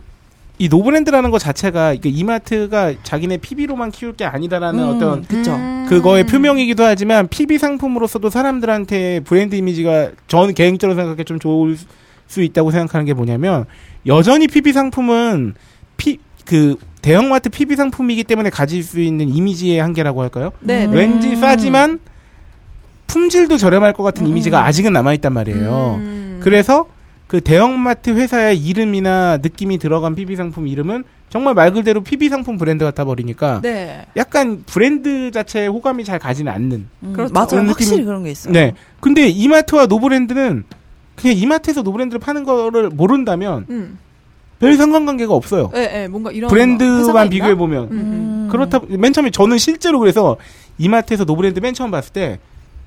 Speaker 4: 이 노브랜드라는 것 자체가 이게 이마트가 자기네 PB로만 키울 게 아니다라는
Speaker 8: 음,
Speaker 4: 어떤
Speaker 8: 그쵸.
Speaker 5: 음.
Speaker 4: 그거의 표명이기도 하지만 PB 상품으로서도 사람들한테 브랜드 이미지가 전 개인적으로 생각해 좀 좋을 수 있다고 생각하는 게 뭐냐면 여전히 PB 상품은 피, 그 대형마트 PB 상품이기 때문에 가질 수 있는 이미지의 한계라고 할까요?
Speaker 5: 네. 네.
Speaker 4: 왠지 싸지만 품질도 저렴할 것 같은
Speaker 8: 음.
Speaker 4: 이미지가 아직은 남아 있단 말이에요.
Speaker 5: 음.
Speaker 4: 그래서 그 대형마트 회사의 이름이나 느낌이 들어간 PB 상품 이름은 정말 말 그대로 PB 상품 브랜드 같아 버리니까
Speaker 5: 네.
Speaker 4: 약간 브랜드 자체에 호감이 잘 가지는 않는.
Speaker 8: 음,
Speaker 5: 그렇죠.
Speaker 8: 맞아요.
Speaker 4: 그런
Speaker 8: 확실히
Speaker 4: 느낌이-
Speaker 8: 그런 게 있어요.
Speaker 4: 네. 근데 이마트와 노브랜드는 그냥 이마트에서 노브랜드를 파는 거를 모른다면
Speaker 5: 음.
Speaker 4: 별 상관관계가 없어요.
Speaker 5: 예, 예. 뭔가 이런 회사가
Speaker 4: 브랜드만
Speaker 5: 있나?
Speaker 4: 비교해 보면
Speaker 5: 음, 음.
Speaker 4: 그렇다. 맨 처음에 저는 실제로 그래서 이마트에서 노브랜드 맨 처음 봤을 때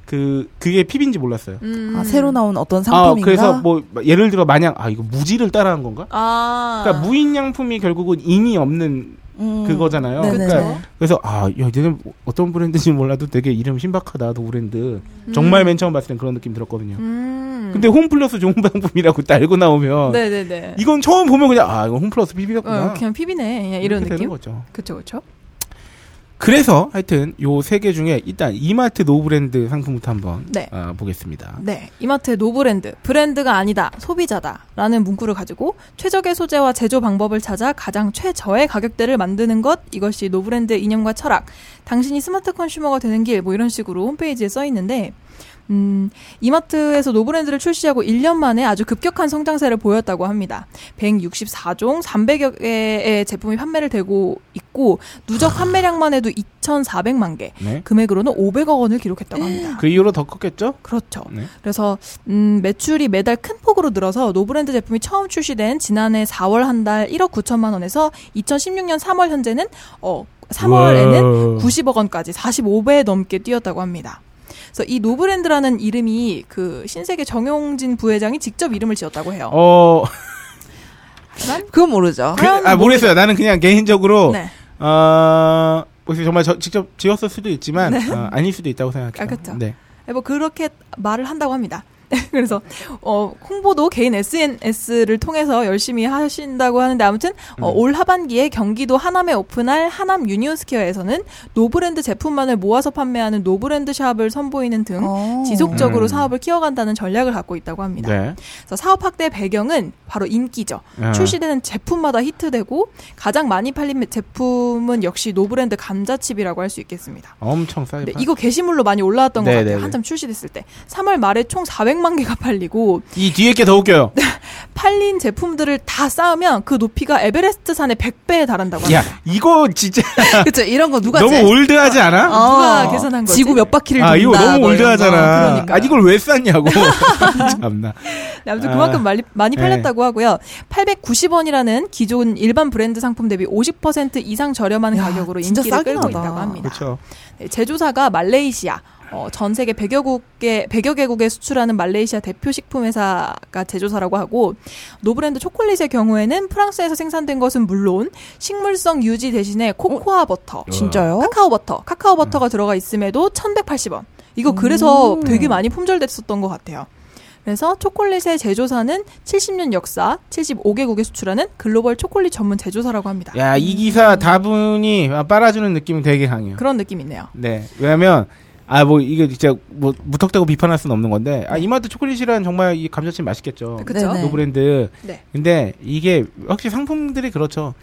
Speaker 4: 그 그게 핍인지 몰랐어요.
Speaker 5: 음.
Speaker 8: 아, 새로 나온 어떤
Speaker 4: 아
Speaker 8: 상품인가?
Speaker 4: 그래서 뭐 예를 들어 만약 아 이거 무지를 따라한 건가?
Speaker 5: 아.
Speaker 4: 그러니까 무인양품이 결국은 인이 없는
Speaker 8: 음.
Speaker 4: 그거잖아요.
Speaker 8: 네네네.
Speaker 4: 그러니까 그래서 아, 야, 얘는 어떤 브랜드인지 몰라도 되게 이름 신박하다, 노브랜드. 정말 맨 처음 봤을 땐 그런 느낌 들었거든요.
Speaker 5: 음.
Speaker 4: 근데 홈플러스 좋은 방법이라고 딱 알고 나오면
Speaker 5: 네, 네, 네.
Speaker 4: 이건 처음 보면 그냥 아, 이거 홈플러스
Speaker 5: 어,
Speaker 4: PB였구나.
Speaker 5: 그냥 피비네. 그냥 이런
Speaker 4: 되는
Speaker 5: 느낌.
Speaker 4: 거죠.
Speaker 5: 그렇죠. 그렇죠.
Speaker 4: 그래서 하여튼 요 세 개 중에 일단 이마트 노브랜드 상품부터 한번
Speaker 5: 네.
Speaker 4: 아, 보겠습니다.
Speaker 5: 네, 이마트의 노브랜드, 브랜드가 아니다, 소비자다라는 문구를 가지고 최적의 소재와 제조 방법을 찾아 가장 최저의 가격대를 만드는 것, 이것이 노브랜드의 이념과 철학, 당신이 스마트 컨슈머가 되는 길, 뭐 이런 식으로 홈페이지에 써 있는데, 음, 이마트에서 노브랜드를 출시하고 1년 만에 아주 급격한 성장세를 보였다고 합니다. 164종, 300여 개의 제품이 판매를 되고 있고, 누적 판매량만 해도 2,400만 개,
Speaker 4: 네.
Speaker 5: 금액으로는 500억 원을 기록했다고 합니다.
Speaker 4: 그 이후로 더 컸겠죠?
Speaker 5: 그렇죠.
Speaker 4: 네.
Speaker 5: 그래서 음, 매출이 매달 큰 폭으로 늘어서 노브랜드 제품이 처음 출시된 지난해 4월 한 달 1억 9천만 원에서 2016년 3월 현재는 어 3월에는 90억 원까지 45배 넘게 뛰었다고 합니다. 그래서 이 노브랜드라는 이름이 그 신세계 정용진 부회장이 직접 이름을 지었다고 해요.
Speaker 4: 어,
Speaker 5: 하지만
Speaker 8: 그건 모르죠.
Speaker 4: 그, 아, 모르겠어요. 나는 그냥 개인적으로,
Speaker 5: 네,
Speaker 4: 어, 혹시 정말 저, 직접 지었을 수도 있지만, 어, 아닐 수도 있다고 생각해요.
Speaker 5: 네. 아, 그쵸.
Speaker 4: 네.
Speaker 5: 뭐 그렇게 말을 한다고 합니다. 그래서 어 홍보도 개인 SNS를 통해서 열심히 하신다고 하는데 아무튼 어,
Speaker 4: 음.
Speaker 5: 올 하반기에 경기도 하남에 오픈할 하남 유니온스퀘어에서는 노브랜드 제품만을 모아서 판매하는 노브랜드 샵을 선보이는 등
Speaker 8: 어.
Speaker 5: 음? 지속적으로
Speaker 4: 음.
Speaker 5: 사업을 키워간다는 전략을 갖고 있다고 합니다.
Speaker 4: 네.
Speaker 5: 그래서 사업 확대 배경은 바로 인기죠.
Speaker 4: 어.
Speaker 5: 출시되는 제품마다 히트되고 가장 많이 팔린 제품은 역시 노브랜드 감자칩이라고 할 수 있겠습니다.
Speaker 4: 엄청 싸게
Speaker 5: 네,
Speaker 4: 팔-
Speaker 5: 이거 게시물로 많이 올라왔던 것
Speaker 4: 네네네.
Speaker 5: 같아요. 한참 출시됐을 때. 3월 말에 총 400만 개가 팔리고
Speaker 4: 이 뒤에 게 더 웃겨요.
Speaker 5: 팔린 제품들을 다 쌓으면 그 높이가 에베레스트산의 100배에 달한다고 합니다.
Speaker 4: 야, 아, 이거 진짜
Speaker 8: 그쵸. 이런 거 누가
Speaker 4: 아. 너무
Speaker 8: 제-
Speaker 4: 올드하지 않아?
Speaker 5: 누가 계산한 거지?
Speaker 8: 어. 지구 몇 바퀴를 돈다.
Speaker 4: 아, 이거 너무
Speaker 8: 뭐 이런 거.
Speaker 4: 올드하잖아.
Speaker 5: 그러니까요.
Speaker 4: 아, 이걸 왜 쌌냐고. 참나.
Speaker 5: 네, 아무튼
Speaker 4: 아.
Speaker 5: 그만큼 많이, 많이
Speaker 4: 네.
Speaker 5: 팔렸다고 하고요. 890원이라는 기존 일반 브랜드 상품 대비 50% 이상 저렴한
Speaker 8: 야,
Speaker 5: 가격으로
Speaker 8: 진짜
Speaker 5: 인기를
Speaker 8: 싸긴
Speaker 5: 끌고
Speaker 8: 하다.
Speaker 5: 있다고 합니다.
Speaker 4: 그렇죠.
Speaker 5: 네, 제조사가 말레이시아 어, 전 세계 100여 국에 100여 개국에 수출하는 말레이시아 대표 식품 회사가 제조사라고 하고 노브랜드 초콜릿의 경우에는 프랑스에서 생산된 것은 물론 식물성 유지 대신에 코코아
Speaker 4: 어?
Speaker 5: 버터,
Speaker 8: 진짜요?
Speaker 5: 카카오 버터,
Speaker 4: 음.
Speaker 5: 카카오
Speaker 4: 음.
Speaker 5: 버터가 들어가 있음에도 1,180원. 이거 그래서 되게 많이 품절됐었던 것 같아요. 그래서 초콜릿의 제조사는 70년 역사, 75개국에 수출하는 글로벌 초콜릿 전문 제조사라고 합니다.
Speaker 4: 야, 이 기사 다분히 아, 빨아주는 느낌이 되게 강해요.
Speaker 5: 그런 느낌이네요.
Speaker 4: 네. 왜냐면, 아, 뭐, 이게 진짜, 뭐, 무턱대고 비판할 수는 없는 건데, 아, 이마트 초콜릿이란 정말 이 감자칩 맛있겠죠.
Speaker 5: 그쵸?
Speaker 8: 네네.
Speaker 4: 어. 노브랜드.
Speaker 5: 네.
Speaker 4: 근데 이게, 역시 상품들이 그렇죠.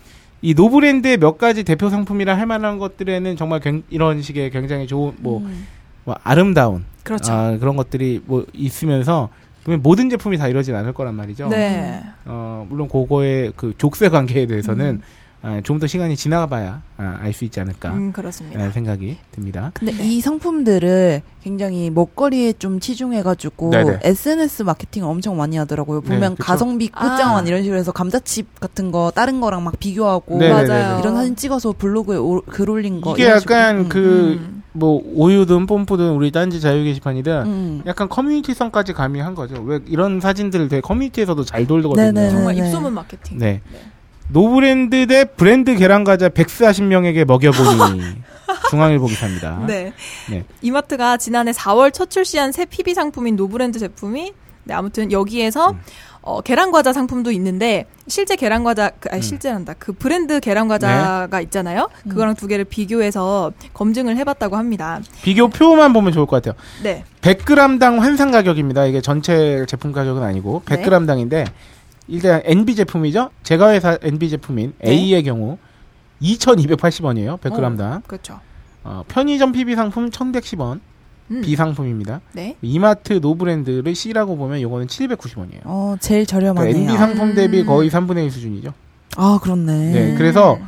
Speaker 4: 이 노브랜드의 몇 가지 대표 상품이라 할 만한 것들에는 정말 굉- 이런 식의 굉장히 좋은, 뭐,
Speaker 8: 음.
Speaker 4: 뭐 아름다운.
Speaker 5: 그렇죠.
Speaker 4: 아, 그런 것들이 뭐, 있으면서, 분명 모든 제품이 다 이러진 않을 거란 말이죠.
Speaker 5: 네.
Speaker 4: 어, 물론 그거의 그 족쇄 관계에 대해서는 아, 좀 더 시간이 지나가봐야 아, 알 수 있지 않을까
Speaker 5: 음, 그렇습니다.
Speaker 4: 아, 생각이 듭니다.
Speaker 6: 근데 이 상품들을 굉장히 먹거리에 좀 치중해가지고
Speaker 4: 네네.
Speaker 6: SNS 마케팅을 엄청 많이 하더라고요.
Speaker 4: 네,
Speaker 6: 보면
Speaker 4: 그쵸.
Speaker 6: 가성비
Speaker 5: 아.
Speaker 6: 꽃장원 이런 식으로 해서 감자칩 같은 거 다른 거랑 막 비교하고
Speaker 4: 네, 네,
Speaker 5: 맞아요.
Speaker 6: 이런 사진 찍어서 블로그에 오- 글 올린 거
Speaker 4: 이게
Speaker 6: 이런 식으로.
Speaker 4: 약간
Speaker 6: 음,
Speaker 4: 그
Speaker 5: 음.
Speaker 4: 뭐 오유든 뽐뿌든 우리 딴지 자유 게시판이든
Speaker 6: 음.
Speaker 4: 약간 커뮤니티성까지 가미한 거죠. 왜 이런 사진들을 되게 커뮤니티에서도 잘 돌거든요.
Speaker 6: 네네.
Speaker 5: 정말
Speaker 6: 네네.
Speaker 5: 입소문 마케팅.
Speaker 4: 네. 노브랜드 대 브랜드 계란과자 140명에게 먹여보니 중앙일보 기사입니다.
Speaker 5: 네.
Speaker 4: 네.
Speaker 5: 이마트가 지난해 4월 첫 출시한 새 PB 상품인 노브랜드 제품이 네, 아무튼 여기에서
Speaker 4: 음.
Speaker 5: 어, 계란 과자 상품도 있는데 실제 계란 과자 그, 아니
Speaker 4: 음. 네.
Speaker 5: 실제란다. 그 브랜드 계란 과자가 있잖아요.
Speaker 6: 음.
Speaker 5: 그거랑 두 개를 비교해서 검증을 해 봤다고 합니다.
Speaker 4: 비교표만 보면 좋을 것 같아요.
Speaker 5: 네.
Speaker 4: 100g당 환산 가격입니다. 이게 전체 제품 가격은 아니고
Speaker 5: 네.
Speaker 4: 100g당인데 일단 NB 제품이죠. 제가 회사 NB 제품인
Speaker 5: 네.
Speaker 4: A의 경우 2,280원이에요. 100g당.
Speaker 5: 그렇죠.
Speaker 4: 어, 편의점 PB 상품 1,110원.
Speaker 5: 음.
Speaker 4: B 상품입니다.
Speaker 5: 네.
Speaker 4: 이마트 노브랜드를 C라고 보면 요거는 790원이에요.
Speaker 6: 어 제일 저렴하네요.
Speaker 4: 그러니까 NB 상품 대비
Speaker 5: 음.
Speaker 4: 거의 3분의 1 수준이죠.
Speaker 6: 아 그렇네.
Speaker 4: 네, 그래서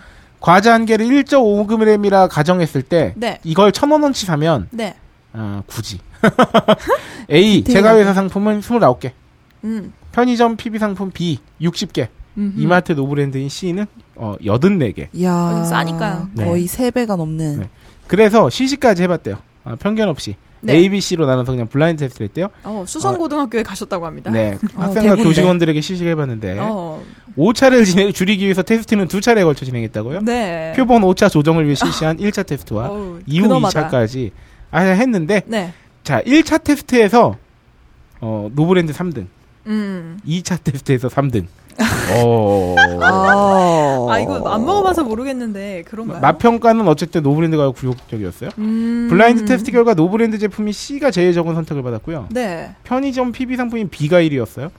Speaker 4: 과자 한 개를 1.5g이라 가정했을 때
Speaker 5: 네.
Speaker 4: 이걸 1,000원어치 사면
Speaker 5: 네.
Speaker 4: 아, 굳이 A 제가 회사 상품은 29개.
Speaker 5: 음.
Speaker 4: 편의점 PB 상품 B 60개,
Speaker 5: 음흠.
Speaker 4: 이마트 노브랜드인 C는 어, 84개.
Speaker 6: 이야
Speaker 5: 어, 싸니까요.
Speaker 4: 네.
Speaker 6: 거의 세 배가 넘는.
Speaker 4: 네. 그래서 시시까지 해봤대요. 아, 편견 없이
Speaker 5: 네.
Speaker 4: A, B, C로 나눠서 그냥 블라인드 테스트를 했대요.
Speaker 5: 어, 수성 고등학교에 가셨다고 합니다.
Speaker 4: 네,
Speaker 6: 어,
Speaker 4: 학생과
Speaker 6: 대박이네.
Speaker 4: 교직원들에게 시식해봤는데
Speaker 5: 어.
Speaker 4: 오차를 진행- 줄이기 위해서 테스트는 두 차례에 걸쳐 진행했다고요.
Speaker 5: 네.
Speaker 4: 표본 오차 조정을 위해 실시한 1차 테스트와
Speaker 5: 어우,
Speaker 4: 이후
Speaker 5: 그놈하다.
Speaker 4: 2차까지 아, 했는데
Speaker 5: 네.
Speaker 4: 자 1차 테스트에서 어, 노브랜드 3등,
Speaker 5: 음.
Speaker 4: 2차 테스트에서 3등. 어...
Speaker 6: 어.
Speaker 5: 아, 이거 안 먹어봐서 모르겠는데, 그런가요?
Speaker 4: 맛평가는 어쨌든 노브랜드가 굴욕적이었어요.
Speaker 5: 음.
Speaker 4: 블라인드 테스트 결과 노브랜드 제품이 C가 제일 적은 선택을 받았고요.
Speaker 5: 네.
Speaker 4: 편의점 PB 상품인 B가 1위였어요.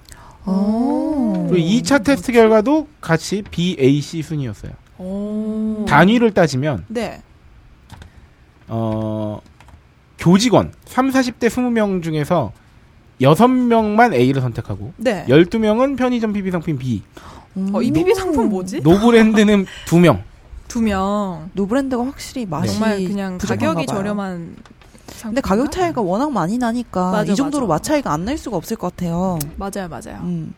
Speaker 5: 오.
Speaker 4: 그리고 2차 테스트 결과도 같이 B, A, C 순이었어요.
Speaker 5: 오.
Speaker 4: 단위를 따지면
Speaker 5: 네.
Speaker 4: 어, 교직원 3, 40대 20명 중에서 6명만 A를 선택하고
Speaker 5: 네.
Speaker 4: 12명은 편의점 PB 상품 B,
Speaker 6: 음.
Speaker 5: 어, 이 PB 상품 뭐지?
Speaker 4: 노브랜드는 2명.
Speaker 5: 두 명.
Speaker 6: 노브랜드가 확실히
Speaker 4: 네.
Speaker 6: 맛이
Speaker 5: 정말 그냥
Speaker 6: 부족한가
Speaker 5: 가격이
Speaker 6: 봐요.
Speaker 5: 저렴한 상품.
Speaker 6: 근데 가격 차이가 워낙 많이 나니까
Speaker 5: 맞아,
Speaker 6: 이 정도로
Speaker 5: 맞아.
Speaker 6: 맛 차이가 안 날 수가 없을 것 같아요.
Speaker 5: 맞아요, 맞아요.
Speaker 6: 음.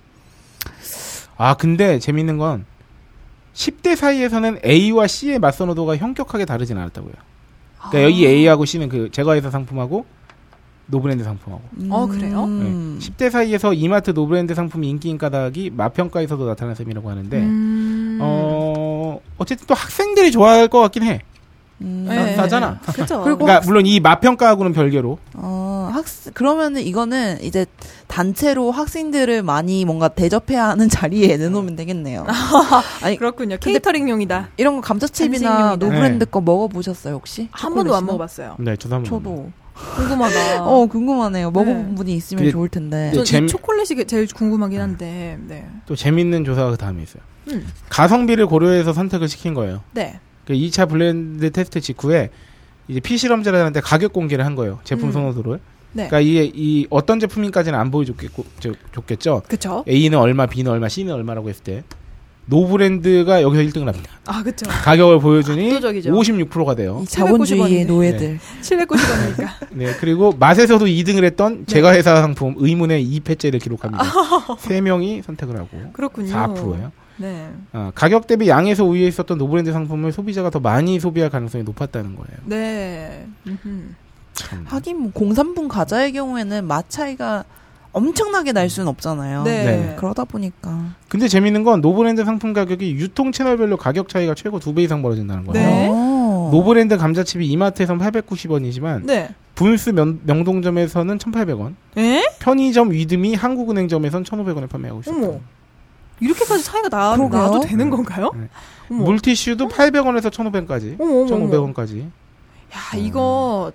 Speaker 4: 아, 근데 재밌는 건 10대 사이에서는 A와 C의 맞선 호도가 형격하게 다르진 않았다고요. 그러니까 여기 A하고 C는 그 제과회사 상품하고 노브랜드 상품하고
Speaker 6: 음.
Speaker 5: 어, 그래요?
Speaker 4: 네. 10대 사이에서 이마트 노브랜드 상품이 인기인 까닭이 마평가에서도 나타난 셈이라고 하는데
Speaker 5: 음.
Speaker 4: 네. 어 어쨌든 또 학생들이 좋아할 것 같긴 해.
Speaker 6: 음.
Speaker 5: 네.
Speaker 4: 싸잖아.
Speaker 5: 그죠.
Speaker 6: 그리고-
Speaker 4: 그러니까 물론 이 마평가하고는 별개로
Speaker 6: 어, 학습 그러면은 이거는 이제 단체로 학생들을 많이 뭔가 대접해야 하는 자리에 내놓으면 되겠네요.
Speaker 5: 아. 그렇군요. 케이터링용이다.
Speaker 6: 이런 거 감자칩이나
Speaker 5: 간식용이다.
Speaker 6: 노브랜드 거 먹어보셨어요 혹시?
Speaker 5: 한 번도
Speaker 6: 초콜릿이나?
Speaker 5: 안 먹어봤어요.
Speaker 4: 네, 저도 한번
Speaker 6: 저도.
Speaker 5: 궁금하다.
Speaker 6: 어 궁금하네요. 먹어본
Speaker 5: 네.
Speaker 6: 분이 있으면
Speaker 4: 그게- 네.
Speaker 6: 좋을 텐데.
Speaker 5: 전 이
Speaker 4: 재미-
Speaker 5: 초콜릿이 제일 궁금하긴 한데, 네.
Speaker 4: 또 재밌는 조사가 그 다음에 있어요.
Speaker 5: 음.
Speaker 4: 가성비를 고려해서 선택을 시킨 거예요.
Speaker 5: 네.
Speaker 4: 그 2차 블렌드 테스트 직후에 이제 피실험자들한테 가격 공개를 한 거예요. 제품
Speaker 5: 음.
Speaker 4: 선호도를.
Speaker 5: 네.
Speaker 4: 그러니까 이게 이 어떤 제품인까지는 안 보여줬겠고 저- 좋겠죠.
Speaker 5: 그쵸.
Speaker 4: A는 얼마, B는 얼마, C는 얼마라고 했을 때 노브랜드가 여기서 1등을 합니다.
Speaker 5: 아, 그쵸.
Speaker 4: 가격을 보여주니
Speaker 5: 압도적이죠.
Speaker 4: 56%가 돼요.
Speaker 6: 이 자본주의의
Speaker 5: 750원인데.
Speaker 6: 노예들.
Speaker 5: 790원이니까.
Speaker 4: 네, 그리고 맛에서도 2등을
Speaker 5: 네.
Speaker 4: 했던 제가 회사 상품 의문의 2패째를 기록합니다. 세명이 선택을 하고
Speaker 5: 그렇군요.
Speaker 4: 4%예요. 어,
Speaker 5: 네.
Speaker 4: 가격 대비 양에서 우위에 있었던 노브랜드 상품을 소비자가 더 많이 소비할 가능성이 높았다는 거예요.
Speaker 5: 네. 음흠.
Speaker 4: 참.
Speaker 6: 하긴 뭐 공산품 과자의 경우에는 맛 차이가 엄청나게 날 수는 없잖아요.
Speaker 5: 네.
Speaker 4: 네.
Speaker 6: 그러다 보니까
Speaker 4: 근데 재밌는 건 노브랜드 상품 가격이 유통 채널별로 가격 차이가 최고 2배 이상 벌어진다는 거예요.
Speaker 5: 네.
Speaker 6: 어.
Speaker 4: 노브랜드 감자칩이 이마트에선 890원이지만
Speaker 5: 네.
Speaker 4: 분수 명, 명동점에서는 1,800원,
Speaker 5: 에?
Speaker 4: 편의점 위드미 한국은행점에선 1,500원에 판매하고 있습니다.
Speaker 5: 어머. 이렇게까지 차이가 나,
Speaker 8: 그러게요.
Speaker 5: 나도 되는 건가요?
Speaker 4: 네.
Speaker 5: 어머.
Speaker 4: 물티슈도 800원에서 1,500원까지,
Speaker 5: 어머, 어머, 어머.
Speaker 4: 1,500원까지. 음.
Speaker 5: 야, 이거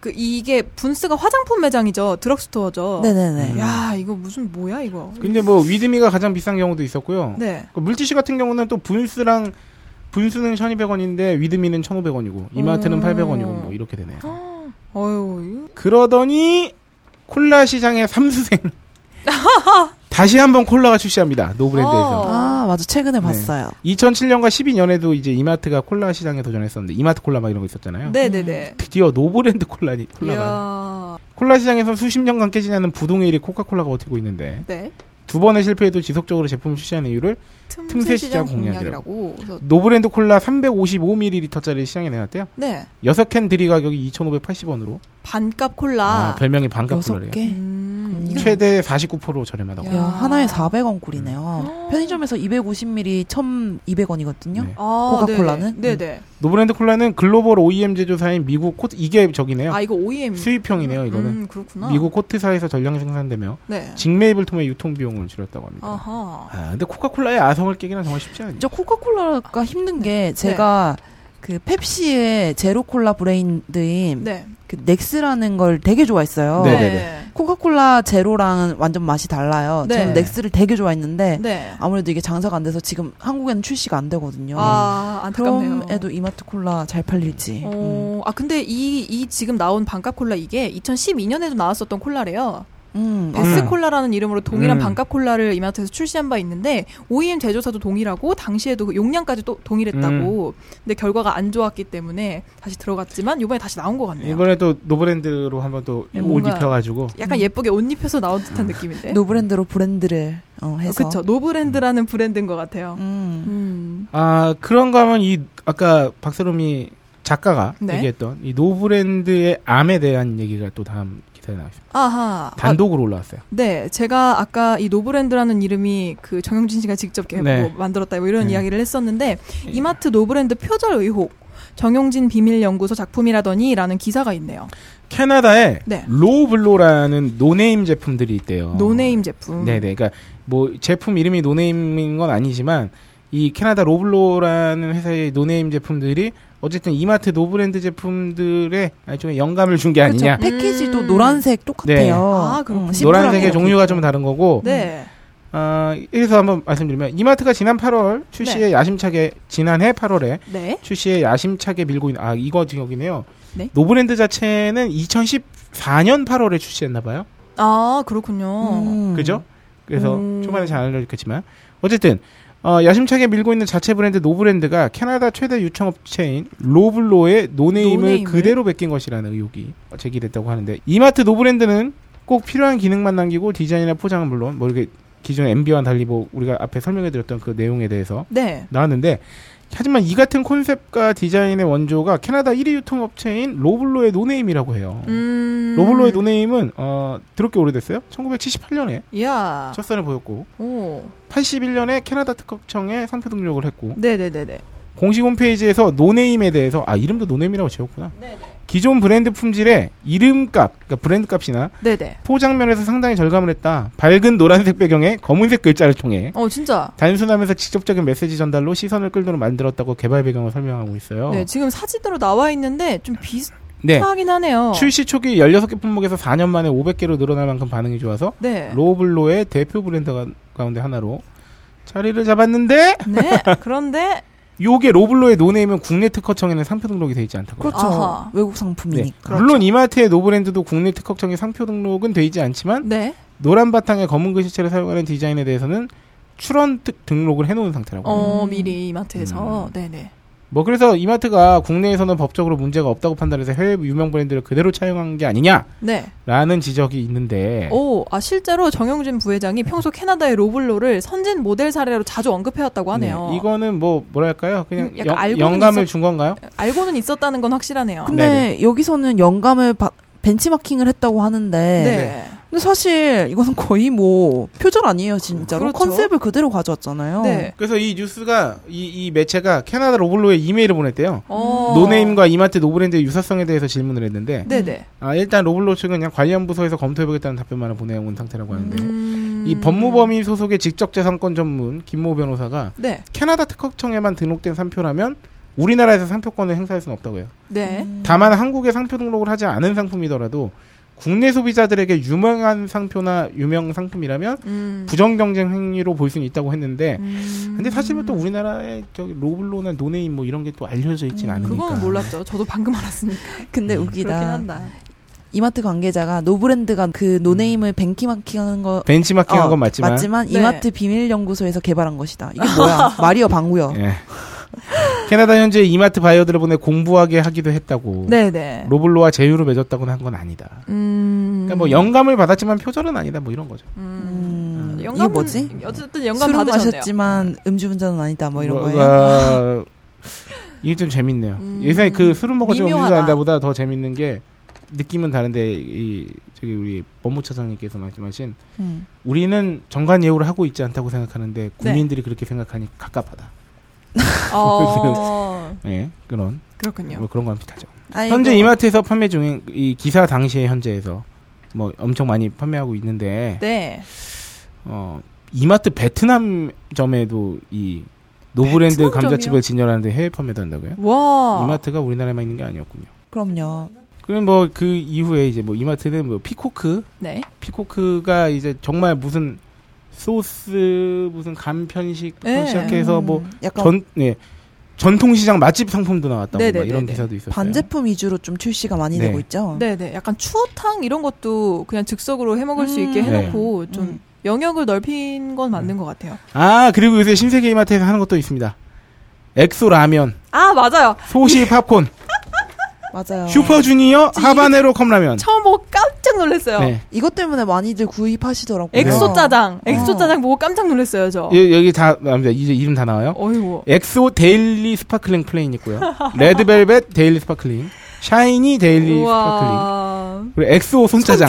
Speaker 5: 그 이게 분스가 화장품 매장이죠. 드럭스토어죠.
Speaker 8: 네네네.
Speaker 5: 야, 이거 무슨 뭐야 이거.
Speaker 4: 근데 뭐 위드미가 가장 비싼 경우도 있었고요.
Speaker 5: 네.
Speaker 4: 그 물티슈 같은 경우는 또 분수랑 분수는 1,200원인데 위드미는 1,500원이고 이마트는
Speaker 5: 음.
Speaker 4: 800원이고 뭐 이렇게 되네요.
Speaker 5: 어유.
Speaker 4: 그러더니 콜라 시장의 삼수생 다시 한번 콜라가 출시합니다. 노브랜드에서.
Speaker 6: 어.
Speaker 8: 아, 맞아. 최근에
Speaker 4: 네.
Speaker 8: 봤어요.
Speaker 4: 2007년과 12년에도 이제 이마트가 콜라 시장에 도전했었는데 이마트 콜라 막 이런 거 있었잖아요.
Speaker 5: 네, 네, 네.
Speaker 4: 드디어 노브랜드 콜라니 콜라가
Speaker 5: 이야.
Speaker 4: 콜라 시장에서 수십 년간 깨지지 않는 부동의 1위 코카콜라가 버티고 있는데
Speaker 5: 네.
Speaker 4: 두 번의 실패에도 지속적으로 제품을 출시하는 이유를 틈새 시장
Speaker 5: 공략이라고. 그래서
Speaker 4: 노브랜드 콜라 355ml짜리 시장에 내놨대요.
Speaker 5: 네.
Speaker 4: 여섯 캔 들이 가격이 2,580원으로
Speaker 5: 반값
Speaker 4: 아,
Speaker 5: 콜라.
Speaker 4: 별명이 반값
Speaker 8: 여섯
Speaker 4: 콜라래요.
Speaker 8: 개.
Speaker 5: 음, 이거
Speaker 4: 최대 49% 저렴하다고.
Speaker 5: 야.
Speaker 8: 야, 하나에 400원 꿀이네요.
Speaker 5: 음.
Speaker 8: 편의점에서 250ml 1,200원이거든요.
Speaker 4: 네.
Speaker 5: 아,
Speaker 8: 코카콜라는?
Speaker 5: 네,
Speaker 4: 음.
Speaker 5: 네.
Speaker 4: 노브랜드 콜라는 글로벌 OEM 제조사인 미국 코트 이게 저기네요.
Speaker 5: 아, 이거 OEM.
Speaker 4: 수입형이네요, 이거는.
Speaker 5: 음, 그렇구나.
Speaker 4: 미국 코트사에서 전량 생산되며
Speaker 5: 네.
Speaker 4: 직매입을 통해 유통 비용을 줄였다고 합니다.
Speaker 5: 어. 아하.
Speaker 4: 아, 근데 코카콜라의 아성을 깨기는 정말 쉽지 않죠.
Speaker 8: 저 코카콜라가 힘든
Speaker 5: 네.
Speaker 8: 게 제가 그 펩시의 제로콜라 브랜드인
Speaker 5: 네.
Speaker 8: 그 넥스라는 걸 되게 좋아했어요.
Speaker 4: 네.
Speaker 8: 코카콜라 제로랑 완전 맛이 달라요.
Speaker 5: 네.
Speaker 8: 저는 넥스를 되게 좋아했는데
Speaker 5: 네. 네.
Speaker 8: 아무래도 이게 장사가 안 돼서 지금 한국에는 출시가 안 되거든요.
Speaker 5: 아, 안타깝네요.
Speaker 8: 그럼에도 이마트 콜라 잘
Speaker 6: 음.
Speaker 8: 팔릴지.
Speaker 5: 어, 아 근데 이, 이 지금 나온 반값 콜라 이게 2012년에도 나왔었던 콜라래요.
Speaker 8: 음, 아,
Speaker 5: 베스 콜라라는 이름으로 동일한
Speaker 4: 음.
Speaker 5: 반값 콜라를 이마트에서 출시한 바 있는데 OEM 제조사도 동일하고 당시에도 그 용량까지 또 동일했다고. 근데 결과가 안 좋았기 때문에 다시 들어갔지만 이번에 다시 나온 것 같네요.
Speaker 4: 이번에 또 노브랜드로 한번 또 옷
Speaker 5: 네, 뭔가-
Speaker 4: 입혀가지고
Speaker 5: 약간 예쁘게 옷 입혀서 나온 듯한 느낌인데.
Speaker 8: 노브랜드로 브랜드를 어, 해서.
Speaker 5: 네. 그쵸 노브랜드라는 브랜드인 것 같아요.
Speaker 8: 음.
Speaker 5: 음.
Speaker 4: 아 그런가 하면 이 아까 박세롬이 작가가
Speaker 5: 네.
Speaker 4: 얘기했던 이 노브랜드의 암에 대한 얘기가 또 다음 기사에 나왔습니다.
Speaker 5: 아하. 아,
Speaker 4: 단독으로 올라왔어요.
Speaker 5: 네, 제가 아까 이 노브랜드라는 이름이 그 정영진 씨가 직접 이렇게
Speaker 4: 네.
Speaker 5: 뭐 만들었다 뭐 이런
Speaker 4: 네.
Speaker 5: 이야기를 했었는데 이마트 노브랜드 표절 의혹 정용진 비밀 연구소 작품이라더니라는 기사가 있네요.
Speaker 4: 캐나다에
Speaker 5: 네.
Speaker 4: 로블로라는 노네임 제품들이 있대요.
Speaker 5: 노네임
Speaker 8: 음.
Speaker 5: 제품.
Speaker 4: 어. 네네. 그러니까 뭐 제품 이름이 노네임인 건 아니지만 이 캐나다 로블로라는 회사의 노네임 제품들이 어쨌든 이마트 노브랜드 제품들의 일종의 영감을 준 게 아니냐.
Speaker 6: 그렇죠.
Speaker 8: 그쵸. 패키지도
Speaker 5: 음.
Speaker 8: 노란색 똑같아요.
Speaker 4: 네.
Speaker 5: 아,
Speaker 6: 음.
Speaker 5: 그렇군요.
Speaker 8: 그렇죠. 심플하게 그렇죠.
Speaker 4: 노란색의
Speaker 8: 이렇게.
Speaker 4: 종류가 좀 다른 거고.
Speaker 5: 네.
Speaker 4: 아, 이래서 한번 말씀드리면 이마트가 지난 8월 출시에
Speaker 8: 네.
Speaker 4: 야심차게 지난해 8월에
Speaker 5: 네.
Speaker 4: 출시에 야심차게 밀고 있는 아 이거 지금 여기네요.
Speaker 5: 네.
Speaker 4: 노브랜드 자체는 2014년 8월에 출시했나 봐요.
Speaker 5: 아, 그렇군요.
Speaker 8: 음.
Speaker 4: 그죠? 그래서
Speaker 5: 음.
Speaker 4: 초반에 잘 알려줬겠지만 어쨌든 어, 야심차게 밀고 있는 자체 브랜드 노브랜드가 캐나다 최대 유통업체인 로블로의 노네임을,
Speaker 5: 노네임을?
Speaker 4: 그대로 베낀 것이라는 의혹이 제기됐다고 하는데 이마트 노브랜드는 꼭 필요한 기능만 남기고 디자인이나 포장은 물론 뭐 이렇게 기존 MB와 달리 뭐 우리가 앞에 설명해드렸던 그 내용에 대해서
Speaker 5: 네.
Speaker 4: 나왔는데 하지만 이 같은 콘셉트와 디자인의 원조가 캐나다 1위 유통업체인 로블로의 노네임이라고 해요.
Speaker 5: 음.
Speaker 4: 로블로의 노네임은 어, 드럽게 오래됐어요. 1978년에
Speaker 5: 야.
Speaker 4: 첫선을 보였고
Speaker 5: 오.
Speaker 4: 81년에 캐나다 특허청에 상표 등록을 했고
Speaker 5: 네, 네, 네, 네.
Speaker 4: 공식 홈페이지에서 노네임에 대해서 아 이름도 노네임이라고 지었구나 기존 브랜드 품질에 이름값 그러니까 브랜드 값이나
Speaker 5: 네, 네.
Speaker 4: 포장면에서 상당히 절감을 했다 밝은 노란색 배경에 검은색 글자를 통해
Speaker 5: 어, 진짜.
Speaker 4: 단순하면서 직접적인 메시지 전달로 시선을 끌도록 만들었다고 개발 배경을 설명하고 있어요
Speaker 5: 네, 아. 지금 사진으로 나와 있는데 좀 비슷하긴
Speaker 4: 네.
Speaker 5: 하네요.
Speaker 4: 출시 초기 16개 품목에서 4년 만에 500개로 늘어날 만큼 반응이 좋아서
Speaker 5: 네.
Speaker 4: 로블로의 대표 브랜드 가- 가운데 하나로 자리를 잡았는데
Speaker 5: 네. 그런데
Speaker 4: 요게 로블로의 노네임은 국내 특허청에는 상표 등록이 돼 있지 않다고.
Speaker 8: 그렇죠.
Speaker 5: 아하.
Speaker 8: 외국
Speaker 4: 네.
Speaker 8: 상품이니까.
Speaker 5: 그렇죠.
Speaker 4: 물론 이마트의 노브랜드도 국내 특허청에 상표 등록은 돼 있지 않지만
Speaker 5: 네.
Speaker 4: 노란 바탕에 검은 글씨체를 사용하는 디자인에 대해서는 출원 특- 등록을 해놓은 상태라고. 해요.
Speaker 5: 어, 미리 이마트에서.
Speaker 4: 음.
Speaker 5: 네, 네.
Speaker 4: 뭐 그래서 이마트가 국내에서는 법적으로 문제가 없다고 판단해서 해외 유명 브랜드를 그대로 차용한 게 아니냐라는
Speaker 5: 네.
Speaker 4: 지적이 있는데.
Speaker 5: 오, 아 실제로 정영진 부회장이 평소 캐나다의 로블로를 선진 모델 사례로 자주 언급해왔다고 하네요.
Speaker 4: 네, 이거는 뭐 뭐랄까요? 그냥
Speaker 5: 음, 약간 네.
Speaker 4: 영,
Speaker 5: 알고는
Speaker 4: 영감을
Speaker 5: 있었-
Speaker 4: 준 건가요?
Speaker 5: 알고는 있었다는 건 확실하네요.
Speaker 8: 근데 여기서는 영감을 받- 벤치마킹을 했다고 하는데
Speaker 5: 네.
Speaker 6: 근데 사실 이거는 거의 뭐 표절 아니에요 진짜로
Speaker 5: 그렇죠.
Speaker 6: 컨셉을 그대로 가져왔잖아요.
Speaker 5: 네.
Speaker 4: 그래서 이 뉴스가 이, 이 매체가 캐나다 로블로에 이메일을 보냈대요.
Speaker 5: 어.
Speaker 4: 노네임과 이마트 노브랜드의 유사성에 대해서 질문을 했는데
Speaker 5: 네네.
Speaker 4: 아, 일단 로블로 측은 그냥 관련 부서에서 검토해보겠다는 답변만을 보내온 상태라고 하는데
Speaker 5: 음.
Speaker 4: 이 법무범인 소속의 직접재산권 전문 김모 변호사가
Speaker 5: 네.
Speaker 4: 캐나다 특허청에만 등록된 상표라면 우리나라에서 상표권을 행사할 수는 없다고 해요.
Speaker 5: 네.
Speaker 4: 다만 한국에 상표 등록을 하지 않은 상품이더라도 국내 소비자들에게 유명한 상표나 유명 상품이라면
Speaker 5: 음.
Speaker 4: 부정 경쟁 행위로 볼 수는 있다고 했는데
Speaker 5: 음.
Speaker 4: 근데 사실은 또 우리나라에 저기 로블로나 노네임 뭐 이런 게 또 알려져 있진 않으니까.
Speaker 5: 음, 그건 몰랐죠. 저도 방금 알았으니까.
Speaker 6: 근데
Speaker 4: 음.
Speaker 5: 그렇긴
Speaker 6: 웃기다.
Speaker 5: 한다.
Speaker 6: 이마트 관계자가 노브랜드가 그 노네임을 뱅키마킹한 거
Speaker 4: 음. 벤치마킹한
Speaker 6: 어,
Speaker 4: 건 맞지만.
Speaker 6: 맞지만
Speaker 5: 네.
Speaker 6: 이마트 비밀연구소에서 개발한 것이다. 이게 뭐야? 말이여 방구여.
Speaker 4: 예. 캐나다 현재 이마트 바이어들을 보내 공부하게 하기도 했다고.
Speaker 5: 네네.
Speaker 4: 로블로와 제휴를 맺었다고는 한 건 아니다.
Speaker 5: 음.
Speaker 4: 그러니까 뭐 영감을 받았지만 표절은 아니다 뭐 이런 거죠.
Speaker 6: 음,
Speaker 5: 음. 영감은-
Speaker 6: 이게 뭐지?
Speaker 5: 어쨌든 영감
Speaker 6: 술은
Speaker 5: 받으셨네요.
Speaker 6: 마셨지만 음주운전은 아니다. 뭐 이런
Speaker 4: 뭐,
Speaker 6: 거예요.
Speaker 4: 아, 이게 좀 재밌네요.
Speaker 5: 음.
Speaker 4: 예전에 그 술은 먹었지만
Speaker 6: 미묘하다.
Speaker 4: 음주도 안다보다 더 재밌는 게 느낌은 다른데 이 저기 우리 법무처장님께서 말씀하신
Speaker 6: 음.
Speaker 4: 우리는 정관 예우를 하고 있지 않다고
Speaker 6: 네.
Speaker 4: 생각하는데 국민들이 그렇게 생각하니 갑갑하다.
Speaker 5: 어.
Speaker 4: 예, 그런
Speaker 5: 그렇군요.
Speaker 4: 뭐 그런 거랑 비슷하죠.
Speaker 6: 아이고.
Speaker 4: 현재 이마트에서 판매 중인 이 기사 당시에 현재에서 뭐 엄청 많이 판매하고 있는데
Speaker 5: 네.
Speaker 4: 어, 이마트 베트남점에도 이 노브랜드
Speaker 5: 베트남점이요?
Speaker 4: 감자칩을 진열하는데 해외 판매도 한다고요?
Speaker 5: 와.
Speaker 4: 이마트가 우리나라에만 있는 게 아니었군요.
Speaker 6: 그럼요.
Speaker 4: 그럼 뭐 그 이후에 이제 뭐 이마트는 뭐 피코크,
Speaker 5: 네.
Speaker 4: 피코크가 이제 정말 무슨 소스 무슨 간편식부터
Speaker 5: 네.
Speaker 4: 시작해서
Speaker 6: 음, 약간
Speaker 4: 뭐 전 예. 전통시장 맛집 상품도 나왔다고 막
Speaker 5: 네네네네.
Speaker 4: 이런 기사도 있었어요.
Speaker 6: 반제품 위주로 좀 출시가 많이
Speaker 4: 네.
Speaker 6: 되고 있죠.
Speaker 5: 네네. 약간 추어탕 이런 것도 그냥 즉석으로 해 먹을 수 있게
Speaker 6: 음.
Speaker 5: 해놓고 좀
Speaker 6: 음.
Speaker 5: 영역을 넓힌 건 맞는 것 같아요.
Speaker 4: 아 그리고 요새 신세계 이마트에서 하는 것도 있습니다. 엑소 라면,
Speaker 5: 아 맞아요.
Speaker 4: 소시 팝콘,
Speaker 6: 맞아요.
Speaker 4: 슈퍼주니어
Speaker 5: 지-
Speaker 4: 네. 하바네로 컵라면.
Speaker 5: 처음 보고 깜짝 놀랐어요.
Speaker 4: 네.
Speaker 6: 이것 때문에 많이들 구입하시더라고요.
Speaker 5: 엑소 짜장, 엑소
Speaker 6: 어.
Speaker 5: 짜장 보고 깜짝 놀랐어요 저.
Speaker 4: 여, 여기 다 나옵니다. 이제 이름 다 나와요.
Speaker 5: 어이구.
Speaker 4: 엑소 데일리 스파클링 플레인 있고요. 레드벨벳 데일리 스파클링, 샤이니 데일리 스파클링,
Speaker 5: 우와.
Speaker 4: 그리고 엑소 손짜장,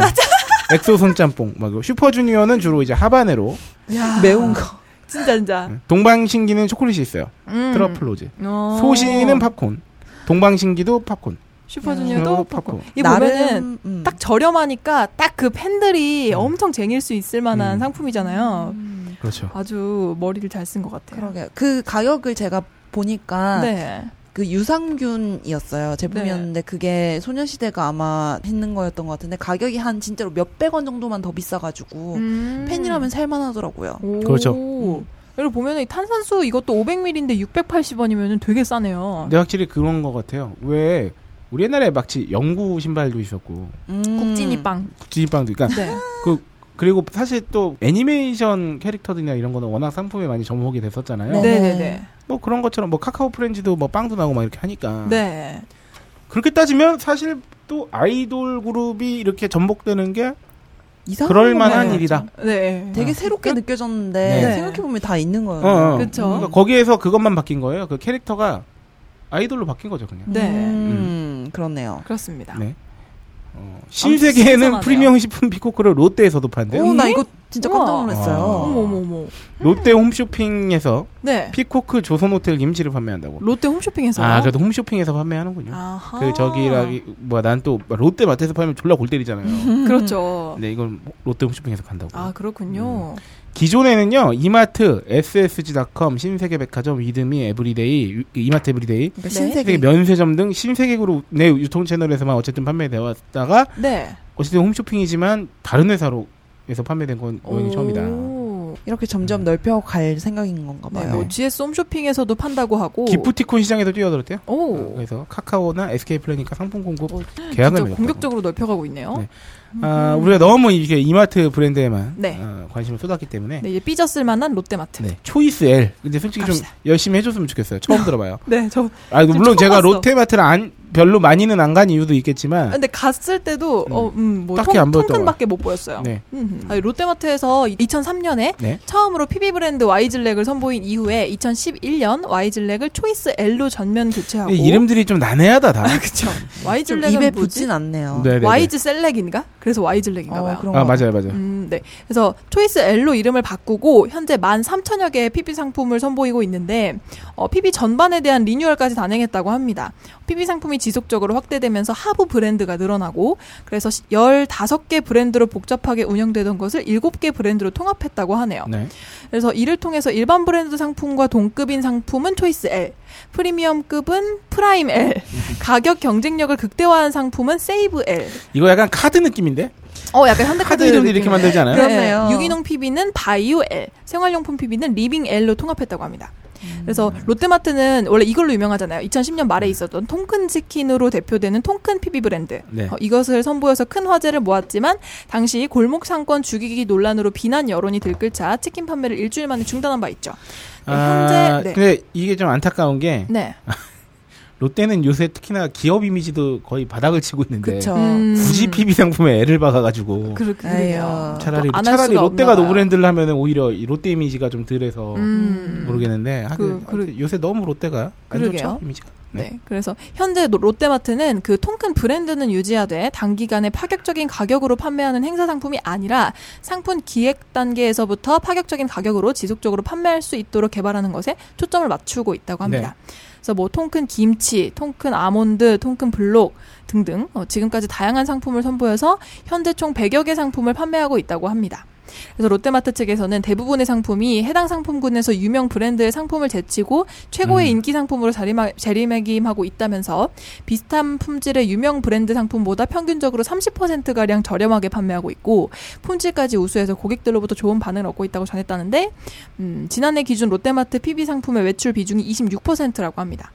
Speaker 4: 엑소 손짬뽕, 막 이거. 슈퍼주니어는 주로 이제 하바네로,
Speaker 5: 야.
Speaker 6: 매운 거.
Speaker 5: 진짜
Speaker 4: 네.
Speaker 5: 진짜.
Speaker 4: 동방신기는 초콜릿이 있어요.
Speaker 5: 음.
Speaker 4: 음. 트러플로즈.
Speaker 5: 어.
Speaker 4: 소시는 팝콘, 동방신기도 팝콘,
Speaker 5: 슈퍼주니어도
Speaker 4: 음.
Speaker 5: 팝콘.
Speaker 4: 팝콘.
Speaker 5: 이 보면은
Speaker 6: 음.
Speaker 5: 딱 저렴하니까 딱 그 팬들이 엄청 쟁일 수 있을 만한
Speaker 4: 음.
Speaker 5: 상품이잖아요.
Speaker 4: 그렇죠.
Speaker 5: 아주 머리를 잘 쓴 것 같아요.
Speaker 6: 그러게 그 가격을 제가 보니까
Speaker 5: 네.
Speaker 6: 그 유산균이었어요 제품이었는데 그게 소녀시대가 아마 했는 거였던 것 같은데 가격이 한 진짜로 몇백 원 정도만 더 비싸가지고
Speaker 5: 음.
Speaker 6: 어. 팬이라면 살만하더라고요.
Speaker 5: 오.
Speaker 4: 그렇죠.
Speaker 5: 여기 보면은 이 탄산수 이것도 500ml인데 680원이면은 되게 싸네요.
Speaker 4: 근데 확실히 그런 것 같아요. 왜 우리 옛날에 막지 영구 신발도 있었고
Speaker 6: 음.
Speaker 5: 국진이빵.
Speaker 4: 지지빵도, 그러니까
Speaker 5: 네.
Speaker 4: 그 그리고 사실 또 애니메이션 캐릭터들이나 이런 거는 워낙 상품에 많이 접목이 됐었잖아요.
Speaker 6: 네.
Speaker 5: 네, 네, 네.
Speaker 4: 뭐 그런 것처럼 뭐 카카오 프렌즈도 뭐 빵도 나오고 막 이렇게 하니까
Speaker 5: 네.
Speaker 4: 그렇게 따지면 사실 또 아이돌 그룹이 이렇게 접목되는 게
Speaker 6: 이상한
Speaker 4: 그럴
Speaker 6: 거네요.
Speaker 4: 만한 일이다.
Speaker 5: 네.
Speaker 6: 되게
Speaker 4: 어.
Speaker 6: 새롭게 느껴졌는데
Speaker 4: 네.
Speaker 6: 생각해 보면 다 있는 거예요.
Speaker 4: 어, 어.
Speaker 5: 그쵸. 네.
Speaker 4: 그러니까 거기에서 그것만 바뀐 거예요. 그 캐릭터가 아이돌로 바뀐 거죠, 그냥.
Speaker 5: 네.
Speaker 6: 음, 그렇네요.
Speaker 5: 그렇습니다.
Speaker 4: 네. 어, 신세계에는
Speaker 5: 신선하네요.
Speaker 4: 프리미엄 식품 피코코를 롯데에서 도 판대요.
Speaker 6: 오 나 이거 진짜 깜짝
Speaker 5: 음? 우와.
Speaker 6: 놀랐어요.
Speaker 4: 네. 아.
Speaker 5: 어머 어머 어머.
Speaker 4: 롯데 홈쇼핑에서
Speaker 5: 네.
Speaker 4: 피코크 조선호텔 임시를 판매한다고.
Speaker 5: 롯데 홈쇼핑에서.
Speaker 4: 아, 그래도 홈쇼핑에서 판매하는군요.
Speaker 5: 아하.
Speaker 4: 그 저기라기 뭐야 난 또 롯데 마트에서 팔면 졸라 골
Speaker 6: 음.
Speaker 4: 때리잖아요.
Speaker 5: 그렇죠.
Speaker 4: 근데 이건 롯데 홈쇼핑에서 판다고.
Speaker 5: 아 그렇군요.
Speaker 4: 음. 기존에는요 이마트, ssg.com, 신세계백화점, 위드미, 에브리데이, 유- 이마트 에브리데이,
Speaker 6: 그러니까
Speaker 5: 네.
Speaker 6: 신세계
Speaker 4: 신세계 면세점 등 신세계 그룹 내 유통 채널에서만 어쨌든 판매되어 왔다가
Speaker 5: 네.
Speaker 4: 어쨌든 홈쇼핑이지만 다른 회사로에서 판매된 건 이번이 처음이다.
Speaker 5: 오.
Speaker 6: 이렇게 점점 넓혀갈 생각인 건가
Speaker 5: 네.
Speaker 6: 봐요.
Speaker 5: 뭐 GS 홈쇼핑에서도 판다고 하고.
Speaker 4: 기프티콘 시장에도 뛰어들었대요.
Speaker 5: 오.
Speaker 4: 그래서 카카오나 SK 플래닛과 상품 공급
Speaker 5: 어,
Speaker 4: 계약을
Speaker 5: 진짜
Speaker 4: 맺었다고.
Speaker 5: 공격적으로 넓혀가고 있네요.
Speaker 4: 네. 아, 우리가 너무 이게 이마트 브랜드에만
Speaker 5: 네.
Speaker 4: 어, 관심을 쏟았기 때문에
Speaker 5: 네, 이제 삐졌을 만한 롯데마트.
Speaker 4: 네. 초이스 L. 근데 솔직히
Speaker 5: 갑시다.
Speaker 4: 좀 열심히 해줬으면 좋겠어요. 처음 들어봐요.
Speaker 5: 네, 저
Speaker 4: 아,
Speaker 5: 지금
Speaker 4: 물론
Speaker 5: 처음
Speaker 4: 제가
Speaker 5: 봤어.
Speaker 4: 롯데마트를 안, 별로 많이는 안 간 이유도 있겠지만.
Speaker 5: 아, 근데 갔을 때도
Speaker 4: 음.
Speaker 5: 어, 음, 뭐
Speaker 4: 딱히 안
Speaker 5: 통,
Speaker 4: 보였던
Speaker 5: 통큰밖에 못 보였어요.
Speaker 4: 네.
Speaker 5: 음, 아니, 롯데마트에서 2003년에
Speaker 4: 네.
Speaker 5: 처음으로 PB 브랜드 Y질렉을 선보인 이후에 2011년 Y질렉을 초이스 L로 전면 교체하고 아,
Speaker 4: 이름들이 좀 난해하다, 다.
Speaker 5: 그쵸
Speaker 6: 좀
Speaker 5: Y질렉은
Speaker 6: 입에
Speaker 5: 뭐지?
Speaker 6: 붙진 않네요. 어,
Speaker 4: 네네네.
Speaker 5: 와이즈 셀렉인가? 그래서 Y질렉인가 봐요.
Speaker 6: 그런
Speaker 4: 아
Speaker 6: 거.
Speaker 4: 맞아요, 맞아요.
Speaker 5: 음, 네. 그래서 초이스 L로 이름을 바꾸고 현재 13,000여 개의 PB 상품을 선보이고 있는데 어, PB 전반에 대한 리뉴얼까지 단행했다고 합니다. PB 상품이 지속적으로 확대되면서 하부 브랜드가 늘어나고 그래서 15개 브랜드로 복잡하게 운영되던 것을 7개 브랜드로 통합했다고 하네요.
Speaker 4: 네.
Speaker 5: 그래서 이를 통해서 일반 브랜드 상품과 동급인 상품은 초이스 L, 프리미엄급은 프라임 L, 가격 경쟁력을 극대화한 상품은 세이브 L.
Speaker 4: 이거 약간 카드 느낌인데?
Speaker 5: 어, 약간 현대카드
Speaker 4: 카드 이름도 이렇게
Speaker 5: 느낌이네.
Speaker 4: 만들지 않아요?
Speaker 6: 네. 그렇네요.
Speaker 5: 유기농 PB는 바이오 L, 생활용품 PB는 리빙 L로 통합했다고 합니다.
Speaker 6: 음.
Speaker 5: 그래서 롯데마트는 원래 이걸로 유명하잖아요. 2010년 말에 있었던 통큰 치킨으로 대표되는 통큰 PB 브랜드.
Speaker 4: 네.
Speaker 5: 어, 이것을 선보여서 큰 화제를 모았지만 당시 골목 상권 죽이기 논란으로 비난 여론이 들끓자 치킨 판매를 일주일 만에 중단한 바 있죠. 네,
Speaker 4: 아,
Speaker 5: 현재 네.
Speaker 4: 근데 이게 좀 안타까운 게
Speaker 5: 네.
Speaker 4: 롯데는 요새 특히나 기업 이미지도 거의 바닥을 치고 있는데
Speaker 6: 그쵸.
Speaker 5: 음,
Speaker 4: 굳이 PB 상품에 애를 박아가지고
Speaker 5: 그렇- 그러네요.
Speaker 6: 에휴.
Speaker 4: 차라리
Speaker 5: 또안할
Speaker 4: 차라리
Speaker 5: 수가
Speaker 4: 롯데가
Speaker 5: 없나 봐요.
Speaker 4: 노브랜드를 하면은 오히려 이 롯데 이미지가 좀 덜해서
Speaker 5: 음.
Speaker 4: 모르겠는데 하여튼
Speaker 5: 그- 그러-
Speaker 4: 요새 너무 롯데가 안
Speaker 5: 그러게요.
Speaker 4: 좋죠 이미지가.
Speaker 5: 네. 그래서 현재 노- 롯데마트는 그 통큰 브랜드는 유지하되 단기간에 파격적인 가격으로 판매하는 행사 상품이 아니라 상품 기획 단계에서부터 파격적인 가격으로 지속적으로 판매할 수 있도록 개발하는 것에 초점을 맞추고 있다고 합니다. 그래서 뭐 통큰 김치, 통큰 아몬드, 통큰 블록 등등 어, 지금까지 다양한 상품을 선보여서 현재 총 100여 개 상품을 판매하고 있다고 합니다. 그래서 롯데마트 측에서는 대부분의 상품이 해당 상품군에서 유명 브랜드의 상품을 제치고 최고의
Speaker 4: 음.
Speaker 5: 인기 상품으로 자리마, 자리매김하고 있다면서 비슷한 품질의 유명 브랜드 상품보다 평균적으로 30%가량 저렴하게 판매하고 있고 품질까지 우수해서 고객들로부터 좋은 반응을 얻고 있다고 전했다는데 음, 지난해 기준 롯데마트 PB 상품의 외출 비중이 26%라고 합니다.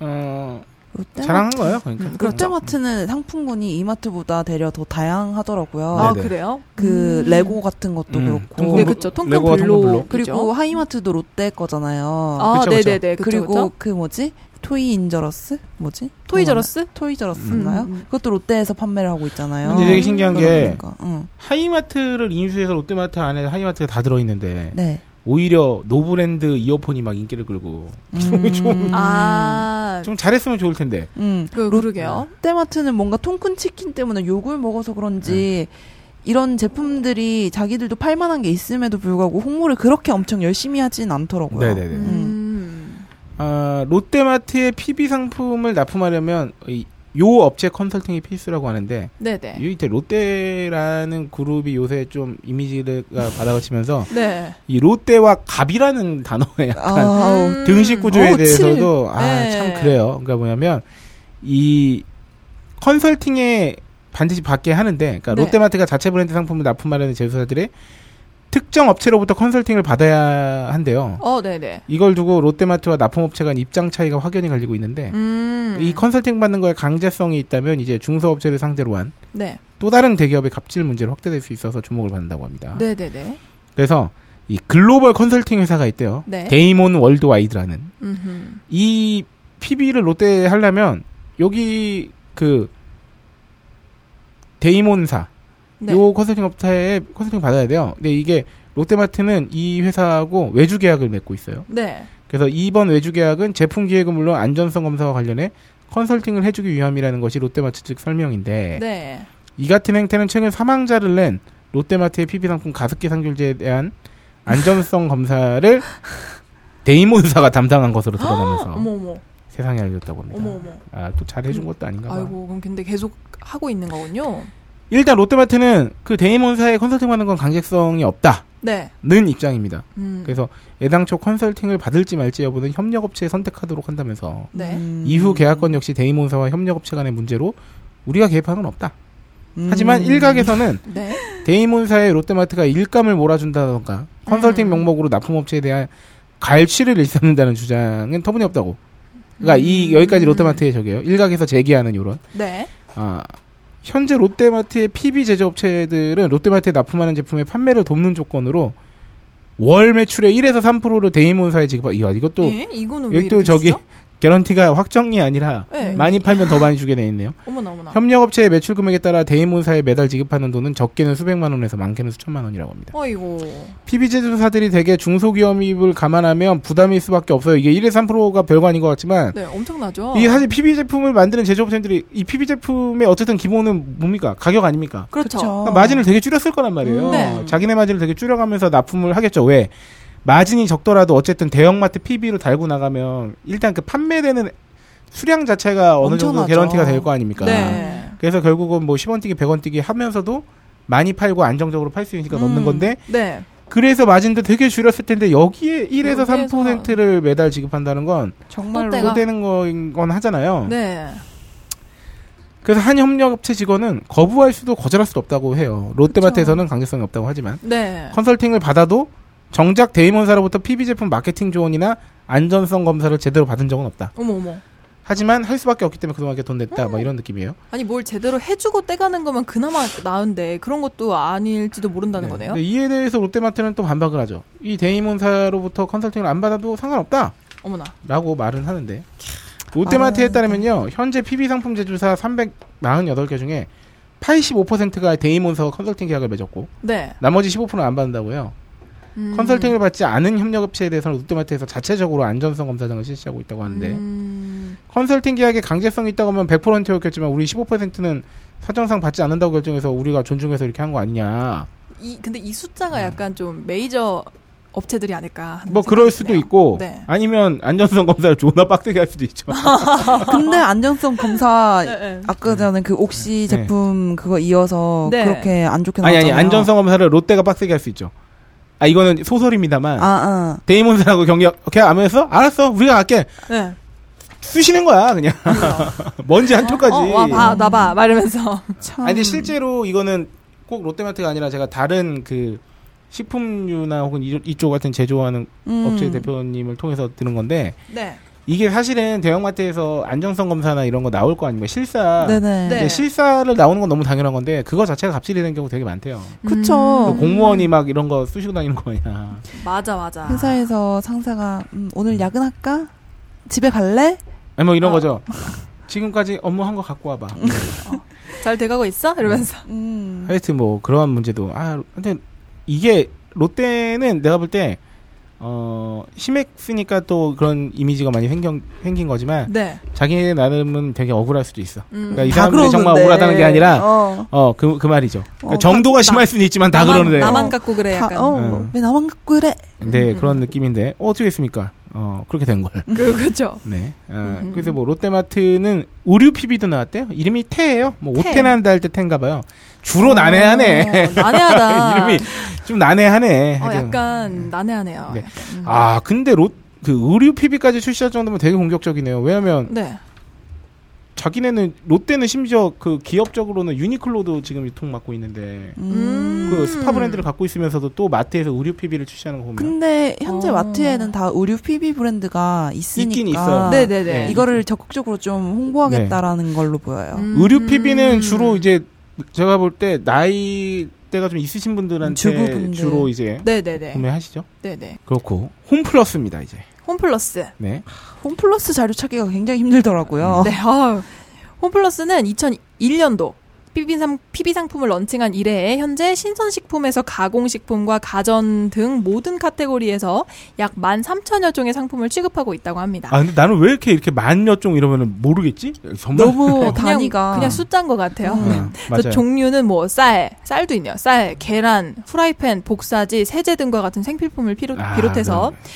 Speaker 4: 어,
Speaker 6: 롯데
Speaker 4: 자랑한 거예요, 그러니까.
Speaker 5: 네, 음,
Speaker 4: 그렇죠.
Speaker 6: 롯데마트는 상품군이 이마트보다 대려 더 다양하더라고요.
Speaker 5: 아
Speaker 4: 어. 네네.
Speaker 5: 그래요?
Speaker 6: 그
Speaker 5: 음.
Speaker 6: 레고 같은 것도
Speaker 4: 음,
Speaker 6: 그렇고
Speaker 5: 네
Speaker 4: 통금-
Speaker 5: 그렇죠. 통큰
Speaker 4: 레고와
Speaker 5: 블록,
Speaker 4: 통큰 블록.
Speaker 6: 그리고 하이마트도 롯데 거잖아요.
Speaker 5: 아
Speaker 4: 어, 그쵸, 그쵸.
Speaker 5: 네네네 그쵸,
Speaker 6: 그리고
Speaker 5: 그쵸?
Speaker 6: 그 뭐지 토이 인저러스 뭐지
Speaker 4: 음.
Speaker 5: 토이저러스
Speaker 6: 토이저러스인가요?
Speaker 5: 음, 음.
Speaker 6: 그것도 롯데에서 판매를 하고 있잖아요.
Speaker 4: 근데 되게 신기한 게
Speaker 6: 그러니까, 응.
Speaker 4: 하이마트를 인수해서 롯데마트 안에 하이마트가 다 들어있는데
Speaker 6: 네.
Speaker 4: 오히려 노브랜드 이어폰이 막 인기를 끌고
Speaker 6: 음,
Speaker 4: 좀-
Speaker 5: 아
Speaker 4: 좀 잘했으면 좋을 텐데
Speaker 6: 음.
Speaker 5: 그, 그러게요.
Speaker 6: 롯데마트는 뭔가 통큰 치킨 때문에 욕을 먹어서 그런지
Speaker 4: 네.
Speaker 6: 이런 제품들이 자기들도 팔만한 게 있음에도 불구하고 홍보를 그렇게 엄청 열심히 하진 않더라고요.
Speaker 4: 네네네.
Speaker 5: 음.
Speaker 4: 아, 롯데마트의 PB 상품을 납품하려면 이, 요 업체 컨설팅이 필수라고 하는데
Speaker 5: 네네.
Speaker 4: 이때 롯데라는 그룹이 요새 좀 이미지가 바닥을 치면서
Speaker 5: 네.
Speaker 4: 이 롯데와 갑이라는 단어에 약간
Speaker 6: 아우.
Speaker 5: 음.
Speaker 4: 등식 구조에
Speaker 5: 어,
Speaker 4: 대해서도
Speaker 5: 칠.
Speaker 4: 아
Speaker 5: 네.
Speaker 4: 참 그래요. 그러니까 뭐냐면 이 컨설팅에 반드시 받게 하는데, 그러니까
Speaker 5: 네.
Speaker 4: 롯데마트가 자체 브랜드 상품을 납품하려는 제조사들의 특정 업체로부터 컨설팅을 받아야 한대요.
Speaker 5: 어, 네네.
Speaker 4: 이걸 두고 롯데마트와 납품업체 간 입장 차이가 확연히 갈리고 있는데
Speaker 5: 음.
Speaker 4: 이 컨설팅 받는 거에 강제성이 있다면 이제 중소업체를 상대로 한 또
Speaker 5: 네.
Speaker 4: 다른 대기업의 갑질 문제를 확대될 수 있어서 주목을 받는다고 합니다.
Speaker 5: 네네네.
Speaker 4: 그래서 이 글로벌 컨설팅 회사가 있대요.
Speaker 5: 네.
Speaker 4: 데이몬 월드와이드라는
Speaker 5: 음흠.
Speaker 4: 이 PB를 롯데에 하려면 여기 그 데이몬사
Speaker 5: 네.
Speaker 4: 요 컨설팅 업체에 컨설팅 받아야 돼요. 근데 이게 롯데마트는 이 회사하고 외주 계약을 맺고 있어요.
Speaker 5: 네.
Speaker 4: 그래서 이번 외주 계약은 제품 기획은 물론 안전성 검사와 관련해 컨설팅을 해주기 위함이라는 것이 롯데마트 측 설명인데
Speaker 5: 네.
Speaker 4: 이 같은 행태는 최근 사망자를 낸 롯데마트의 PB 상품 가습기 상률제에 대한 안전성 검사를 데이몬사가 담당한 것으로 드러나면서
Speaker 5: 어머, 어머.
Speaker 4: 세상에 알렸다고 합니다.
Speaker 5: 어머, 어머.
Speaker 4: 아, 또 잘해준 것도 아닌가 봐.
Speaker 5: 아이고, 그럼 근데 계속 하고 있는 거군요.
Speaker 4: 일단 롯데마트는 그 데이몬사의 컨설팅 받는 건 강제성이 없다는
Speaker 5: 네.
Speaker 4: 입장입니다.
Speaker 5: 음.
Speaker 4: 그래서 애당초 컨설팅을 받을지 말지 여부는 협력업체에 선택하도록 한다면서
Speaker 5: 네.
Speaker 6: 음.
Speaker 4: 이후 계약권 역시 데이몬사와 협력업체 간의 문제로 우리가 개입한 건 없다.
Speaker 6: 음.
Speaker 4: 하지만 일각에서는
Speaker 5: 네.
Speaker 4: 데이몬사의 롯데마트가 일감을 몰아준다던가 컨설팅 명목으로 납품업체에 대한 갈취를 일삼는다는 주장은 터무니없다고. 그러니까 이 여기까지 롯데마트의 저게요. 일각에서 제기하는 요런
Speaker 5: 네.
Speaker 4: 아, 현재 롯데마트의 PB 제조업체들은 롯데마트에 납품하는 제품의 판매를 돕는 조건으로 월 매출의 1에서 3%를 데이몬사에 지급. 이야 이것도
Speaker 5: 예? 이거는 왜
Speaker 4: 이것도
Speaker 5: 이렇게
Speaker 4: 저기
Speaker 5: 주죠?
Speaker 4: 개런티가 확정이 아니라
Speaker 5: 네.
Speaker 4: 많이 팔면 더 많이 주게 돼 있네요.
Speaker 5: 어머나 어머나.
Speaker 4: 협력업체의 매출 금액에 따라 대인문사에 매달 지급하는 돈은 적게는 수백만 원에서 많게는 수천만 원이라고 합니다.
Speaker 5: 어이고.
Speaker 4: PB 제조사들이 대개 중소기업입을 감안하면 부담일 수밖에 없어요. 이게 1에서 3%가 별거 아닌 것 같지만
Speaker 5: 네, 엄청나죠.
Speaker 4: 이게 사실 PB 제품을 만드는 제조업체들이 이 PB 제품의 어쨌든 기본은 뭡니까? 가격 아닙니까?
Speaker 5: 그렇죠.
Speaker 6: 어.
Speaker 4: 그러니까 마진을 되게 줄였을 거란 말이에요.
Speaker 5: 음, 네.
Speaker 4: 자기네 마진을 되게 줄여가면서 납품을 하겠죠. 왜? 마진이 적더라도 어쨌든 대형마트 PB로 달고 나가면 일단 그 판매되는 수량 자체가 어느 정도
Speaker 6: 엄청나죠.
Speaker 4: 개런티가 될 거 아닙니까?
Speaker 5: 네.
Speaker 4: 그래서 결국은 뭐 10원 뛰기, 100원 뛰기 하면서도 많이 팔고 안정적으로 팔 수 있으니까 넣는
Speaker 5: 음.
Speaker 4: 건데
Speaker 5: 네.
Speaker 4: 그래서 마진도 되게 줄였을 텐데 여기에 1에서
Speaker 5: 여기에서.
Speaker 4: 3%를 매달 지급한다는 건
Speaker 6: 정말로
Speaker 5: 또 때가-
Speaker 4: 되는 거인 건 하잖아요.
Speaker 5: 네.
Speaker 4: 그래서 한 협력업체 직원은 거부할 수도 거절할 수도 없다고 해요. 롯데마트에서는 강제성이 없다고 하지만
Speaker 5: 네.
Speaker 4: 컨설팅을 받아도 정작 대임원사로부터 PB 제품 마케팅 조언이나 안전성 검사를 제대로 받은 적은 없다.
Speaker 5: 어머 어머.
Speaker 4: 하지만 할 수밖에 없기 때문에 그동안 이렇게 돈 냈다.
Speaker 5: 음.
Speaker 4: 막 이런 느낌이에요.
Speaker 5: 아니 뭘 제대로 해주고 떼가는 거면 그나마 나은데 그런 것도 아닐지도 모른다는
Speaker 4: 네.
Speaker 5: 거네요.
Speaker 4: 근데 이에 대해서 롯데마트는 또 반박을 하죠. 이 대임원사로부터 컨설팅을 안 받아도 상관없다.
Speaker 5: 어머나.
Speaker 4: 라고 말은 하는데
Speaker 5: 아.
Speaker 4: 롯데마트에 따르면요. 현재 PB 상품 제조사 348개 중에 85%가 대임원사와 컨설팅 계약을 맺었고
Speaker 5: 네.
Speaker 4: 나머지 15%는 안 받는다고요.
Speaker 5: 음.
Speaker 4: 컨설팅을 받지 않은 협력업체에 대해서는 롯데마트에서 자체적으로 안전성 검사장을 실시하고 있다고 하는데
Speaker 5: 음.
Speaker 4: 컨설팅 계약에 강제성이 있다고 하면 100%였겠지만 우리 15%는 사정상 받지 않는다고 결정해서 우리가 존중해서 이렇게 한 거 아니냐.
Speaker 5: 이 근데 이 숫자가 약간 좀 메이저 업체들이 아닐까. 하는
Speaker 4: 네. 뭐
Speaker 5: 생각이
Speaker 4: 그럴 수도
Speaker 5: 드네요.
Speaker 4: 있고
Speaker 5: 네.
Speaker 4: 아니면 안전성 검사를 존나 빡세게 할 수도 있죠.
Speaker 6: 아, 근데 안전성 검사
Speaker 5: 네, 네.
Speaker 6: 아까 전에 그 옥시
Speaker 4: 네.
Speaker 6: 제품 그거 이어서
Speaker 5: 네.
Speaker 6: 그렇게 안 좋게
Speaker 4: 아니
Speaker 6: 나왔잖아요.
Speaker 4: 아니 안전성 검사를 롯데가 빡세게 할 수 있죠. 아 이거는 소설입니다만
Speaker 6: 아, 아.
Speaker 4: 데이몬사라고 경계하면서 알았어 우리가 갈게
Speaker 5: 네.
Speaker 4: 쑤시는 거야 그냥 먼지 한 톨까지.
Speaker 5: 어, 와 봐, 나 봐, 말하면서.
Speaker 6: 참.
Speaker 4: 아니 근데 실제로 이거는 꼭 롯데마트가 아니라 제가 다른 그 식품류나 혹은 이- 이쪽 같은 제조하는
Speaker 6: 음.
Speaker 4: 업체 대표님을 통해서 들은 건데
Speaker 5: 네.
Speaker 4: 이게 사실은 대형마트에서 안정성 검사나 이런 거 나올 거 아닙니까 실사
Speaker 6: 네네.
Speaker 5: 네.
Speaker 4: 근데 실사를 나오는 건 너무 당연한 건데 그거 자체가 갑질이 되는 경우 되게 많대요
Speaker 6: 그쵸.
Speaker 4: 또 음. 공무원이 막 이런 거 쑤시고 다니는 거 아니야
Speaker 5: 맞아 맞아.
Speaker 6: 회사에서 상사가 음, 오늘 야근할까? 집에 갈래?
Speaker 4: 아니 뭐 이런
Speaker 5: 어.
Speaker 4: 거죠 지금까지 업무한 거 갖고 와봐
Speaker 5: 잘 돼가고 있어? 이러면서.
Speaker 6: 음.
Speaker 4: 하여튼 뭐 그러한 문제도 아 근데 이게 롯데는 내가 볼 때 어 심액 쓰니까 또 그런 이미지가 많이 생긴 생긴 거지만
Speaker 5: 네.
Speaker 4: 자기네 나름은 되게 억울할 수도 있어.
Speaker 5: 음.
Speaker 4: 그러니까 이
Speaker 6: 다
Speaker 4: 사람들이 정말
Speaker 6: 그러는데.
Speaker 4: 억울하다는 게 아니라
Speaker 6: 어.
Speaker 4: 어 그 그 말이죠. 그러니까
Speaker 6: 어,
Speaker 4: 정도가
Speaker 5: 나-
Speaker 4: 심할 수는 있지만 다
Speaker 5: 나만,
Speaker 4: 그러는데
Speaker 5: 나만 음. 갖고 그래
Speaker 6: 다,
Speaker 5: 네, 약간.
Speaker 6: 어,
Speaker 4: 음.
Speaker 6: 왜 나만 갖고 그래?
Speaker 4: 네 그런 느낌인데 어, 어떻게 했습니까? 어 그렇게 된 걸.
Speaker 5: 그 그죠.
Speaker 4: 네. 어,
Speaker 5: 음.
Speaker 4: 그래서 뭐 롯데마트는 의류 PB도 나왔대요. 이름이 태예요. 뭐
Speaker 5: 태.
Speaker 4: 오태난다 할 때 태인가봐요. 주로 난해하네.
Speaker 5: 어, 난해하다.
Speaker 4: 이름이 좀 난해하네.
Speaker 5: 어,
Speaker 4: 하여튼.
Speaker 5: 약간 난해하네요.
Speaker 4: 네.
Speaker 5: 약간. 음.
Speaker 4: 아 근데 롯, 그 의류 PB까지 출시할 정도면 되게 공격적이네요. 왜냐하면
Speaker 5: 네.
Speaker 4: 자기네는 롯데는 심지어 그 기업적으로는 유니클로도 지금 유통 맡고 있는데
Speaker 6: 음.
Speaker 4: 그 스파 브랜드를 갖고 있으면서도 또 마트에서 의류 PB를 출시하는 거 보면
Speaker 6: 근데 현재
Speaker 5: 어.
Speaker 6: 마트에는 다 의류 PB 브랜드가 있으니까
Speaker 4: 있긴 있어요.
Speaker 5: 네네네.
Speaker 4: 네.
Speaker 6: 이거를 적극적으로 좀 홍보하겠다라는 걸로 보여요.
Speaker 5: 음.
Speaker 4: 의류 PB는 주로 이제 제가 볼 때 나이대가 좀 있으신 분들한테
Speaker 6: 주부분들.
Speaker 4: 주로 이제
Speaker 5: 네네네.
Speaker 4: 구매하시죠.
Speaker 5: 네네.
Speaker 4: 그렇고 홈플러스입니다 이제.
Speaker 5: 홈플러스.
Speaker 4: 네.
Speaker 6: 홈플러스 자료 찾기가 굉장히 힘들더라고요.
Speaker 4: 음.
Speaker 5: 네. 아, 홈플러스는 2001년도 PB상, PB상품을 런칭한 이래에 현재 신선식품에서 가공식품과 가전 등 모든 카테고리에서 약 13,000여 종의 상품을 취급하고 있다고 합니다.
Speaker 4: 아 근데 나는 왜 이렇게 이렇게 만 몇 종 이러면은 모르겠지? 정말
Speaker 6: 너무
Speaker 5: 그냥,
Speaker 6: 네, 단위가
Speaker 5: 그냥 숫자인 것 같아요.
Speaker 4: 어,
Speaker 5: 그
Speaker 4: 맞아요.
Speaker 5: 종류는 뭐 쌀, 쌀도 있네요. 쌀, 계란, 후라이팬, 복사지, 세제 등과 같은 생필품을 피로-
Speaker 4: 아,
Speaker 5: 비롯해서
Speaker 4: 그럼. 네.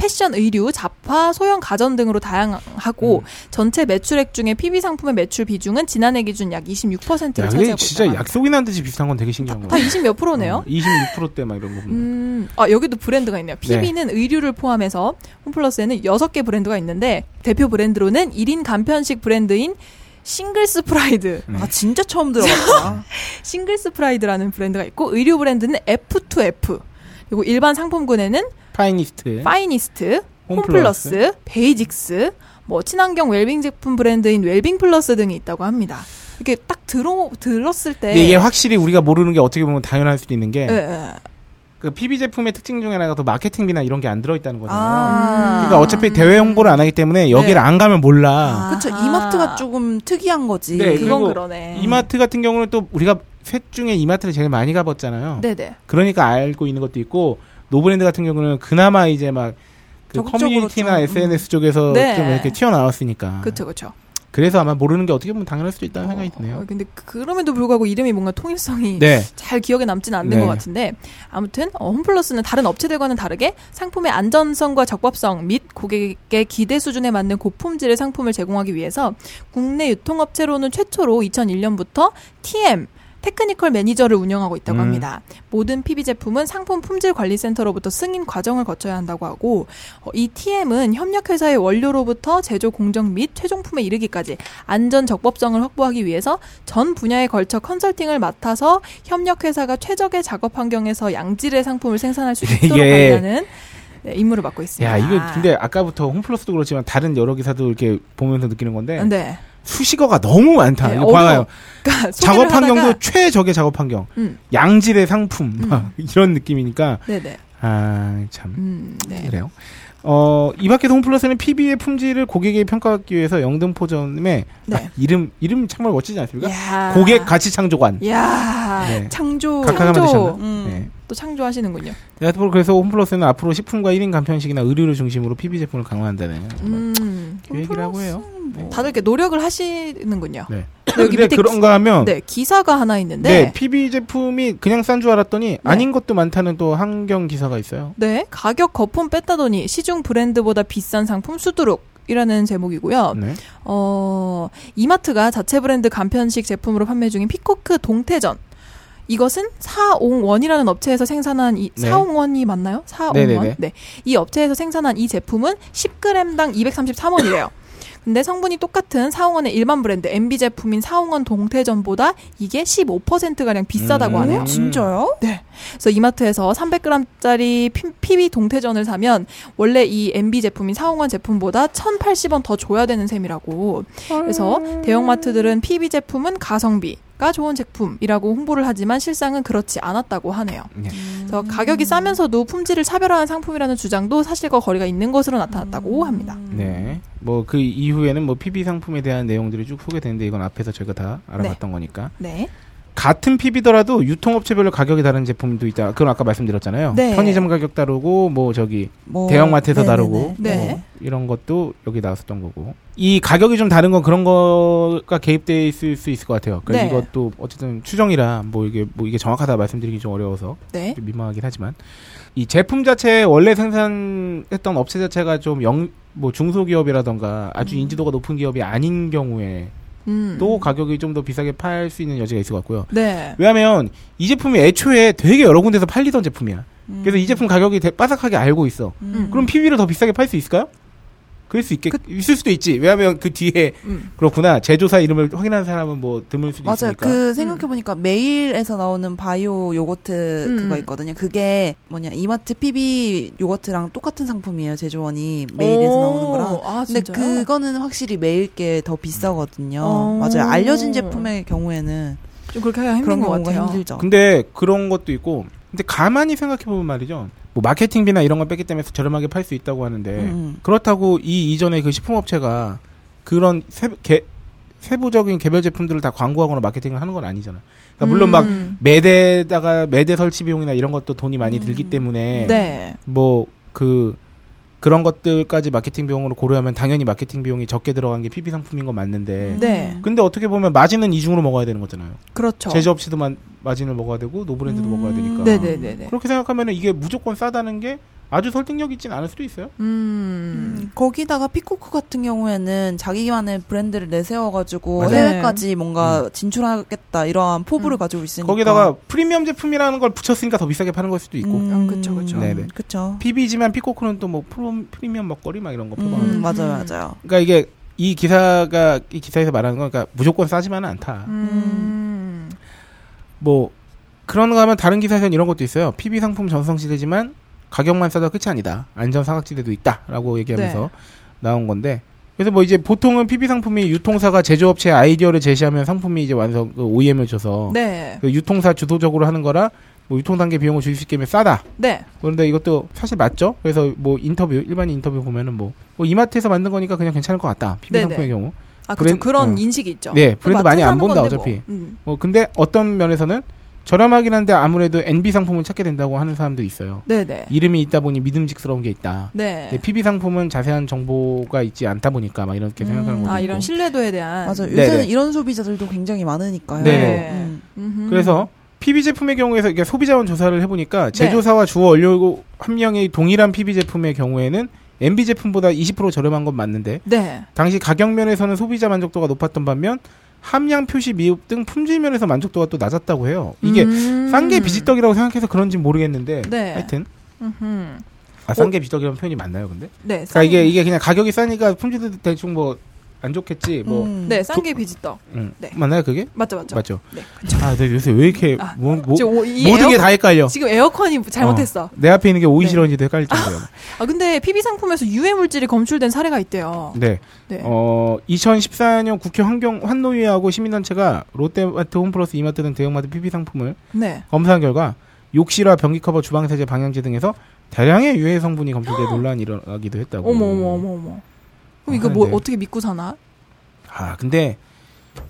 Speaker 5: 패션, 의류, 잡화, 소형 가전
Speaker 4: 음.
Speaker 5: 등으로 다양하고 전체 매출액 중에 PB 상품의 매출 비중은 지난해 기준 약 26%를
Speaker 4: 야, 근데
Speaker 5: 차지하고
Speaker 4: 진짜
Speaker 5: 있다.
Speaker 4: 약속이나 어, 한 듯이 비슷한 건 되게 신기한 거예요.
Speaker 5: 다20몇 프로네요.
Speaker 4: 26%대 막 이런 거 보면.
Speaker 5: 음, 아, 여기도 브랜드가 있네요.
Speaker 4: 네.
Speaker 5: PB는 의류를 포함해서 홈플러스에는 6개 브랜드가 있는데 대표 브랜드로는 1인 간편식 브랜드인 싱글스 프라이드,
Speaker 4: 네.
Speaker 6: 아 진짜 처음 들어봤다.
Speaker 5: 싱글스 프라이드라는 브랜드가 있고 의류 브랜드는 F2F 그리고 일반 상품군에는
Speaker 4: 파이니스트.
Speaker 5: 파이니스트,
Speaker 4: 네. 홈플러스.
Speaker 5: 홈플러스, 베이직스, 뭐 친환경 웰빙 제품 브랜드인 웰빙 플러스 등이 있다고 합니다. 이렇게 딱 들어 들었을 때 네.
Speaker 4: 근데 이게 확실히 우리가 모르는 게 어떻게 보면 당연할 수도 있는 게
Speaker 5: 예, 예.
Speaker 4: 그 PB 제품의 특징 중에 하나가 또 마케팅비나 이런 게 안 들어있다는 거잖아요.
Speaker 5: 아.
Speaker 4: 그러니까 어차피 대외 홍보를 안 하기 때문에 여기를
Speaker 5: 네.
Speaker 4: 안 가면 몰라.
Speaker 6: 그쵸
Speaker 5: 아하.
Speaker 6: 이마트가 조금 특이한 거지.
Speaker 4: 네,
Speaker 5: 그건
Speaker 4: 그리고
Speaker 5: 그러네.
Speaker 4: 이마트 같은 경우는 또 우리가 셋 중에 이마트를 제일 많이 가봤잖아요.
Speaker 5: 네네.
Speaker 4: 그러니까 알고 있는 것도 있고 노브랜드 같은 경우는 그나마 이제 막 그
Speaker 6: 적극적으로
Speaker 4: 커뮤니티나
Speaker 6: 좀, 음.
Speaker 4: SNS 쪽에서
Speaker 5: 네.
Speaker 4: 좀 이렇게 튀어나왔으니까.
Speaker 5: 그쵸 그쵸.
Speaker 4: 그래서 아마 모르는 게 어떻게 보면 당연할 수도 있다는 생각이
Speaker 5: 어,
Speaker 4: 드네요.
Speaker 5: 근데 그럼에도 불구하고 이름이 뭔가 통일성이
Speaker 4: 네.
Speaker 5: 잘 기억에 남진 않는
Speaker 4: 네.
Speaker 5: 것 같은데 아무튼 어, 홈플러스는 다른 업체들과는 다르게 상품의 안전성과 적법성 및 고객의 기대 수준에 맞는 고품질의 상품을 제공하기 위해서 국내 유통업체로는 최초로 2001년부터 TM 테크니컬 매니저를 운영하고 있다고
Speaker 4: 음.
Speaker 5: 합니다. 모든 PB 제품은 상품 품질 관리 센터로부터 승인 과정을 거쳐야 한다고 하고 어, 이 TM은 협력 회사의 원료로부터 제조 공정 및 최종품에 이르기까지 안전 적법성을 확보하기 위해서 전 분야에 걸쳐 컨설팅을 맡아서 협력 회사가 최적의 작업 환경에서 양질의 상품을 생산할 수
Speaker 4: 이게-
Speaker 5: 있도록 관리하는 네, 임무를 맡고 있습니다.
Speaker 4: 예. 야, 이거 근데 아까부터 홈플러스도 그렇지만 다른 여러 기사도 이렇게 보면서 느끼는 건데
Speaker 5: 네.
Speaker 4: 수식어가 너무 많다.
Speaker 5: 네,
Speaker 4: 이거
Speaker 5: 어려워.
Speaker 4: 봐요.
Speaker 5: 그러니까 소개를
Speaker 4: 작업 환경도
Speaker 5: 하다가-
Speaker 4: 최적의 작업 환경.
Speaker 5: 음.
Speaker 4: 양질의 상품
Speaker 5: 음.
Speaker 4: 이런 느낌이니까
Speaker 5: 네네.
Speaker 4: 아, 참.
Speaker 5: 음, 네.
Speaker 4: 그래요. 어, 이 밖에서 홈플러스는 PB의 품질을 고객에게 평가하기 위해서 영등포점에
Speaker 5: 네.
Speaker 4: 아, 이름 이름 정말 멋지지 않습니까?
Speaker 5: 야.
Speaker 4: 고객 가치 창조관.
Speaker 5: 야.
Speaker 4: 네.
Speaker 5: 창조.
Speaker 4: 각하가
Speaker 5: 창조.
Speaker 4: 만드셨나?
Speaker 5: 음,
Speaker 4: 네.
Speaker 5: 또 창조하시는군요.
Speaker 4: 여하튼 뭐 그래서 홈플러스는 앞으로 식품과 1인 간편식이나 의류를 중심으로 PB 제품을 강화한다는
Speaker 5: 음.
Speaker 4: 계획이라고 그 해요. 네.
Speaker 5: 다들 이렇게 노력을 하시는군요.
Speaker 4: 네.
Speaker 5: 여기
Speaker 4: 근데
Speaker 5: 밑에
Speaker 4: 그런가 하면
Speaker 5: 네, 기사가 하나 있는데
Speaker 4: 네, PB 제품이 그냥 싼 줄 알았더니 아닌 것도 많다는 또 한경 기사가 있어요.
Speaker 5: 네, 가격 거품 뺐다더니 시중 브랜드보다 비싼 상품 수두룩. 이라는 제목이고요.
Speaker 4: 네.
Speaker 5: 어, 이마트가 자체 브랜드 간편식 제품으로 판매 중인 피코크 동태전. 이것은 사옹원이라는 업체에서 생산한 이
Speaker 4: 네.
Speaker 5: 사옹원이 맞나요? 사옹원.
Speaker 4: 네네네.
Speaker 5: 네. 이 업체에서 생산한 이 제품은 10g당 233원이래요. 근데 성분이 똑같은 사옹원의 일반 브랜드 MB 제품인 사옹원 동태전보다 이게 15% 가량 비싸다고
Speaker 4: 음.
Speaker 5: 하네요.
Speaker 6: 진짜요?
Speaker 5: 그래서 이마트에서 300g짜리 PB 동태전을 사면 원래 이 MB 제품인 사홍원 제품보다 1,080원 더 줘야 되는 셈이라고. 그래서 대형마트들은 PB 제품은 가성비가 좋은 제품이라고 홍보를 하지만 실상은 그렇지 않았다고 하네요.
Speaker 4: 네.
Speaker 5: 그래서 가격이 싸면서도 품질을 차별화한 상품이라는 주장도 사실과 거리가 있는 것으로
Speaker 6: 음.
Speaker 5: 나타났다고 합니다.
Speaker 4: 네. 뭐 그 이후에는 뭐 PB 상품에 대한 내용들이 쭉 소개되는데 이건 앞에서 저희가 다 알아봤던 거니까.
Speaker 5: 네.
Speaker 4: 같은 PB더라도 유통업체별로 가격이 다른 제품도 있다. 그건 아까 말씀드렸잖아요.
Speaker 5: 네.
Speaker 4: 편의점 가격 다르고 뭐 저기
Speaker 6: 뭐,
Speaker 4: 대형마트에서
Speaker 6: 네네네.
Speaker 4: 다르고
Speaker 5: 어, 네.
Speaker 4: 뭐 이런 것도 여기 나왔었던 거고 이 가격이 좀 다른 건 그런 거가 개입돼 있을 수 있을 것 같아요. 그러니까
Speaker 5: 네.
Speaker 4: 이것도 어쨌든 추정이라 뭐 이게 뭐 이게 정확하다 말씀드리기 좀 어려워서
Speaker 5: 네.
Speaker 4: 좀 민망하긴 하지만 이 제품 자체 원래 생산했던 업체 자체가 좀 영 뭐 중소기업이라던가 아주 인지도가 높은 기업이 아닌 경우에
Speaker 5: 음.
Speaker 4: 또 가격이 좀 더 비싸게 팔 수 있는 여지가 있을 것 같고요.
Speaker 5: 네.
Speaker 4: 왜냐하면 이 제품이 애초에 되게 여러 군데서 팔리던 제품이야. 그래서 이 제품 가격이 되게 빠삭하게 알고 있어.
Speaker 5: 음.
Speaker 4: 그럼 PB를 더 비싸게 팔 수 있을까요? 그럴 수 있겠, 있을 수도 있지. 왜냐하면 그 뒤에
Speaker 5: 음.
Speaker 4: 그렇구나 제조사 이름을 확인한 사람은 뭐 드물 수도
Speaker 6: 맞아요.
Speaker 4: 있으니까.
Speaker 6: 그 생각해 보니까 메일에서 나오는 바이오 요거트
Speaker 5: 음.
Speaker 6: 그거 있거든요. 그게 뭐냐 이마트 PB 요거트랑 똑같은 상품이에요. 제조원이 메일에서
Speaker 5: 오.
Speaker 6: 나오는 거랑.
Speaker 5: 아,
Speaker 6: 근데
Speaker 5: 진짜요?
Speaker 6: 그거는 확실히 메일 게 더 비싸거든요.
Speaker 5: 어.
Speaker 6: 맞아요. 알려진 제품의 경우에는
Speaker 5: 좀 그렇게 하기가
Speaker 6: 그런
Speaker 5: 힘든 것
Speaker 6: 경우가
Speaker 5: 같아요.
Speaker 6: 힘들죠.
Speaker 4: 근데 그런 것도 있고. 근데 가만히 생각해 보면 말이죠. 뭐 마케팅비나 이런 걸 뺐기 때문에 저렴하게 팔 수 있다고 하는데
Speaker 6: 음.
Speaker 4: 그렇다고 이 이전에 그 식품업체가 그런 세, 개, 세부적인 개별 제품들을 다 광고하거나 마케팅을 하는 건 아니잖아. 그러니까 물론 막
Speaker 5: 음.
Speaker 4: 매대다가 매대 설치 비용이나 이런 것도 돈이 많이 들기 때문에
Speaker 5: 네.
Speaker 4: 뭐 그 그런 것들까지 마케팅 비용으로 고려하면 당연히 마케팅 비용이 적게 들어간 게 PB 상품인 건 맞는데
Speaker 6: 음.
Speaker 5: 네.
Speaker 4: 근데 어떻게 보면 마진은 이중으로 먹어야 되는 거잖아요.
Speaker 5: 그렇죠.
Speaker 4: 제조업체도 만- 마진을 먹어야 되고 노브랜드도
Speaker 6: 음,
Speaker 4: 먹어야 되니까
Speaker 5: 네네네네.
Speaker 4: 그렇게 생각하면 이게 무조건 싸다는 게 아주 설득력 있진 않을 수도 있어요.
Speaker 5: 음.
Speaker 6: 음, 거기다가 피코크 같은 경우에는 자기만의 브랜드를 내세워가지고
Speaker 4: 맞아요. 네. 음.
Speaker 6: 해외까지 뭔가 진출하겠다 이러한 포부를
Speaker 5: 음.
Speaker 6: 가지고 있으니까
Speaker 4: 거기다가 프리미엄 제품이라는 걸 붙였으니까 더 비싸게 파는 걸 수도 있고
Speaker 6: 음.
Speaker 5: 아, 그쵸, 그쵸.
Speaker 4: 네네.
Speaker 6: 그쵸.
Speaker 4: PB지만 피코크는 또 뭐 프리미엄 먹거리 막 이런 거
Speaker 6: 음,
Speaker 4: 표방하는
Speaker 6: 맞아요, 맞아요.
Speaker 4: 그러니까 이게 이 기사가 이 기사에서 말하는 건 그러니까 무조건 싸지만은
Speaker 6: 음.
Speaker 4: 않다.
Speaker 5: 음.
Speaker 4: 뭐 그런가 하면 다른 기사에서는 이런 것도 있어요. PB 상품 전성시대지만 가격만 싸다 끝이 아니다. 안전 사각지대도 있다라고 얘기하면서
Speaker 5: 네.
Speaker 4: 나온 건데. 그래서 뭐 이제 보통은 PB 상품이 유통사가 제조업체에 아이디어를 제시하면 상품이 이제 완성 그 OEM을 줘서
Speaker 5: 네.
Speaker 4: 그 유통사 주도적으로 하는 거라 뭐 유통 단계 비용을 줄일 수 있게 하면 싸다.
Speaker 5: 네.
Speaker 4: 그런데 이것도 사실 맞죠. 그래서 뭐 인터뷰 일반 인터뷰 보면은 뭐, 뭐 이마트에서 만든 거니까 그냥 괜찮을 것 같다. PB
Speaker 5: 네네.
Speaker 4: 상품의 경우.
Speaker 5: 아, 그렇죠.
Speaker 4: 브랜-
Speaker 5: 그런
Speaker 4: 어.
Speaker 5: 인식이 있죠.
Speaker 4: 네, 브랜드 많이
Speaker 5: 맞춰서
Speaker 4: 안
Speaker 5: 하는
Speaker 4: 본다,
Speaker 5: 건데
Speaker 4: 어차피.
Speaker 5: 뭐. 음.
Speaker 4: 뭐 근데 어떤 면에서는 저렴하긴 한데 아무래도 NB 상품을 찾게 된다고 하는 사람도 있어요.
Speaker 5: 네네.
Speaker 4: 이름이 있다 보니 믿음직스러운 게 있다.
Speaker 5: 네.
Speaker 4: 근데 PB 상품은 자세한 정보가 있지 않다 보니까 막 이렇게 생각하는 거죠.
Speaker 5: 아, 이런 신뢰도에 대한.
Speaker 6: 맞아요.
Speaker 4: 네네.
Speaker 6: 요새는 이런 소비자들도 굉장히 많으니까요.
Speaker 4: 네.
Speaker 6: 음.
Speaker 5: 음흠.
Speaker 4: 그래서 PB 제품의 경우에서 이게 소비자원 조사를
Speaker 5: 네.
Speaker 4: 해보니까 제조사와 주어 원료 한 명이 동일한 PB 제품의 경우에는 MB 제품보다 20% 저렴한 건 맞는데
Speaker 5: 네.
Speaker 4: 당시 가격 면에서는 소비자 만족도가 높았던 반면 함량 표시 미흡 등 품질 면에서 만족도가 또 낮았다고 해요. 이게 싼 게 비지떡이라고 생각해서 그런지 모르겠는데
Speaker 5: 음. 네.
Speaker 4: 하여튼
Speaker 5: 음흠.
Speaker 4: 아, 싼 게 비지떡이라는 표현이 맞나요, 근데?
Speaker 5: 네.
Speaker 4: 그러니까
Speaker 5: 싼-
Speaker 4: 이게 이게 그냥 가격이 싸니까 품질도 대충 뭐 안 좋겠지 뭐
Speaker 6: 음.
Speaker 5: 네, 싼
Speaker 4: 조-
Speaker 5: 게 비지떡.
Speaker 4: 음.
Speaker 5: 네.
Speaker 4: 맞나요 그게?
Speaker 5: 맞죠, 맞죠.
Speaker 4: 맞죠.
Speaker 5: 네,
Speaker 4: 아, 네, 요새 왜 이렇게
Speaker 5: 아,
Speaker 4: 뭐, 뭐,
Speaker 5: 지금 오- 이
Speaker 4: 모든
Speaker 5: 에어컨-
Speaker 4: 게 다 헷갈려.
Speaker 5: 지금 에어컨이 잘못했어.
Speaker 4: 어, 내 앞에 있는 게 오이
Speaker 5: 네.
Speaker 4: 실언인지도 헷갈릴 정도예요.
Speaker 5: 아 근데 PB 상품에서 유해 물질이 검출된 사례가 있대요.
Speaker 4: 네.
Speaker 5: 네.
Speaker 4: 어, 2014년 국회 환경 환노위하고 시민단체가 롯데마트, 홈플러스, 이마트 등 대형마트 PB 상품을
Speaker 5: 네.
Speaker 4: 검사한 결과 욕실화, 변기 커버, 주방 세제, 방향제 등에서 대량의 유해 성분이 검출돼 논란이 일어나기도 했다고.
Speaker 5: 어머 어머 어머 어머. 그럼 이거 뭐
Speaker 4: 하는데.
Speaker 5: 어떻게 믿고 사나?
Speaker 4: 아, 근데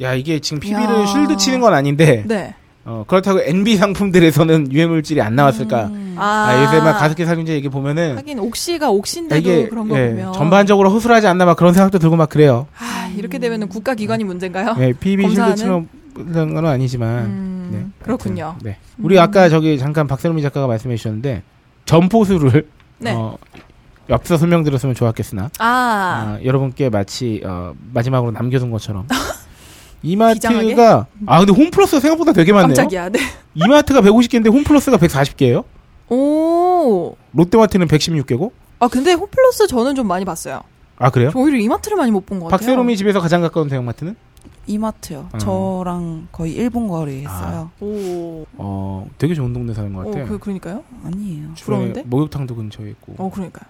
Speaker 4: 야, 이게 지금 PB를
Speaker 5: 야.
Speaker 4: 쉴드 치는 건 아닌데
Speaker 5: 네.
Speaker 4: 어, 그렇다고 NB 상품들에서는 유해 물질이 안 나왔을까?
Speaker 5: 음.
Speaker 4: 아, 요새 막 가습기 살균제 얘기 보면은
Speaker 5: 하긴 옥시가 옥신데도
Speaker 4: 이게
Speaker 5: 그런 거
Speaker 4: 예,
Speaker 5: 보면
Speaker 4: 전반적으로 허술하지 않나 막 그런 생각도 들고 막 그래요.
Speaker 5: 아 이렇게 되면은 국가 기관이 문제인가요?
Speaker 4: 네, PB 실드
Speaker 5: 어, 검사하는?
Speaker 4: 치는 건 아니지만
Speaker 5: 음,
Speaker 4: 네.
Speaker 5: 그렇군요. 음.
Speaker 4: 네. 우리 아까 저기 잠깐 박세롬이 작가가 말씀해 주셨는데 점포수를
Speaker 5: 네.
Speaker 4: 어, 앞서 설명드렸으면 좋았겠으나
Speaker 5: 아,
Speaker 4: 어, 여러분께 마치 어, 마지막으로 남겨둔 것처럼 이마트가
Speaker 5: 비장하게?
Speaker 4: 아 근데 홈플러스 생각보다 되게 많네요.
Speaker 5: 깜짝이야. 네.
Speaker 4: 이마트가 150개인데 홈플러스가 140개예요.
Speaker 5: 오.
Speaker 4: 롯데마트는 116개고
Speaker 5: 아 근데 홈플러스 저는 좀 많이 봤어요.
Speaker 4: 아 그래요?
Speaker 5: 저 오히려 이마트를 많이 못 본 것 같아요.
Speaker 4: 박세롬이 집에서 가장 가까운 대형마트는
Speaker 6: 이마트요.
Speaker 4: 음. 아.
Speaker 6: 저랑 거의 일본 거리에 있어요.
Speaker 5: 오.
Speaker 4: 어 되게 좋은 동네 사는 것
Speaker 5: 오
Speaker 4: 같아요.
Speaker 5: 그, 그러니까요.
Speaker 6: 아. 니에요
Speaker 4: 주변에
Speaker 5: 부러운데?
Speaker 4: 목욕탕도 근처에 있고
Speaker 5: 어 그러니까요.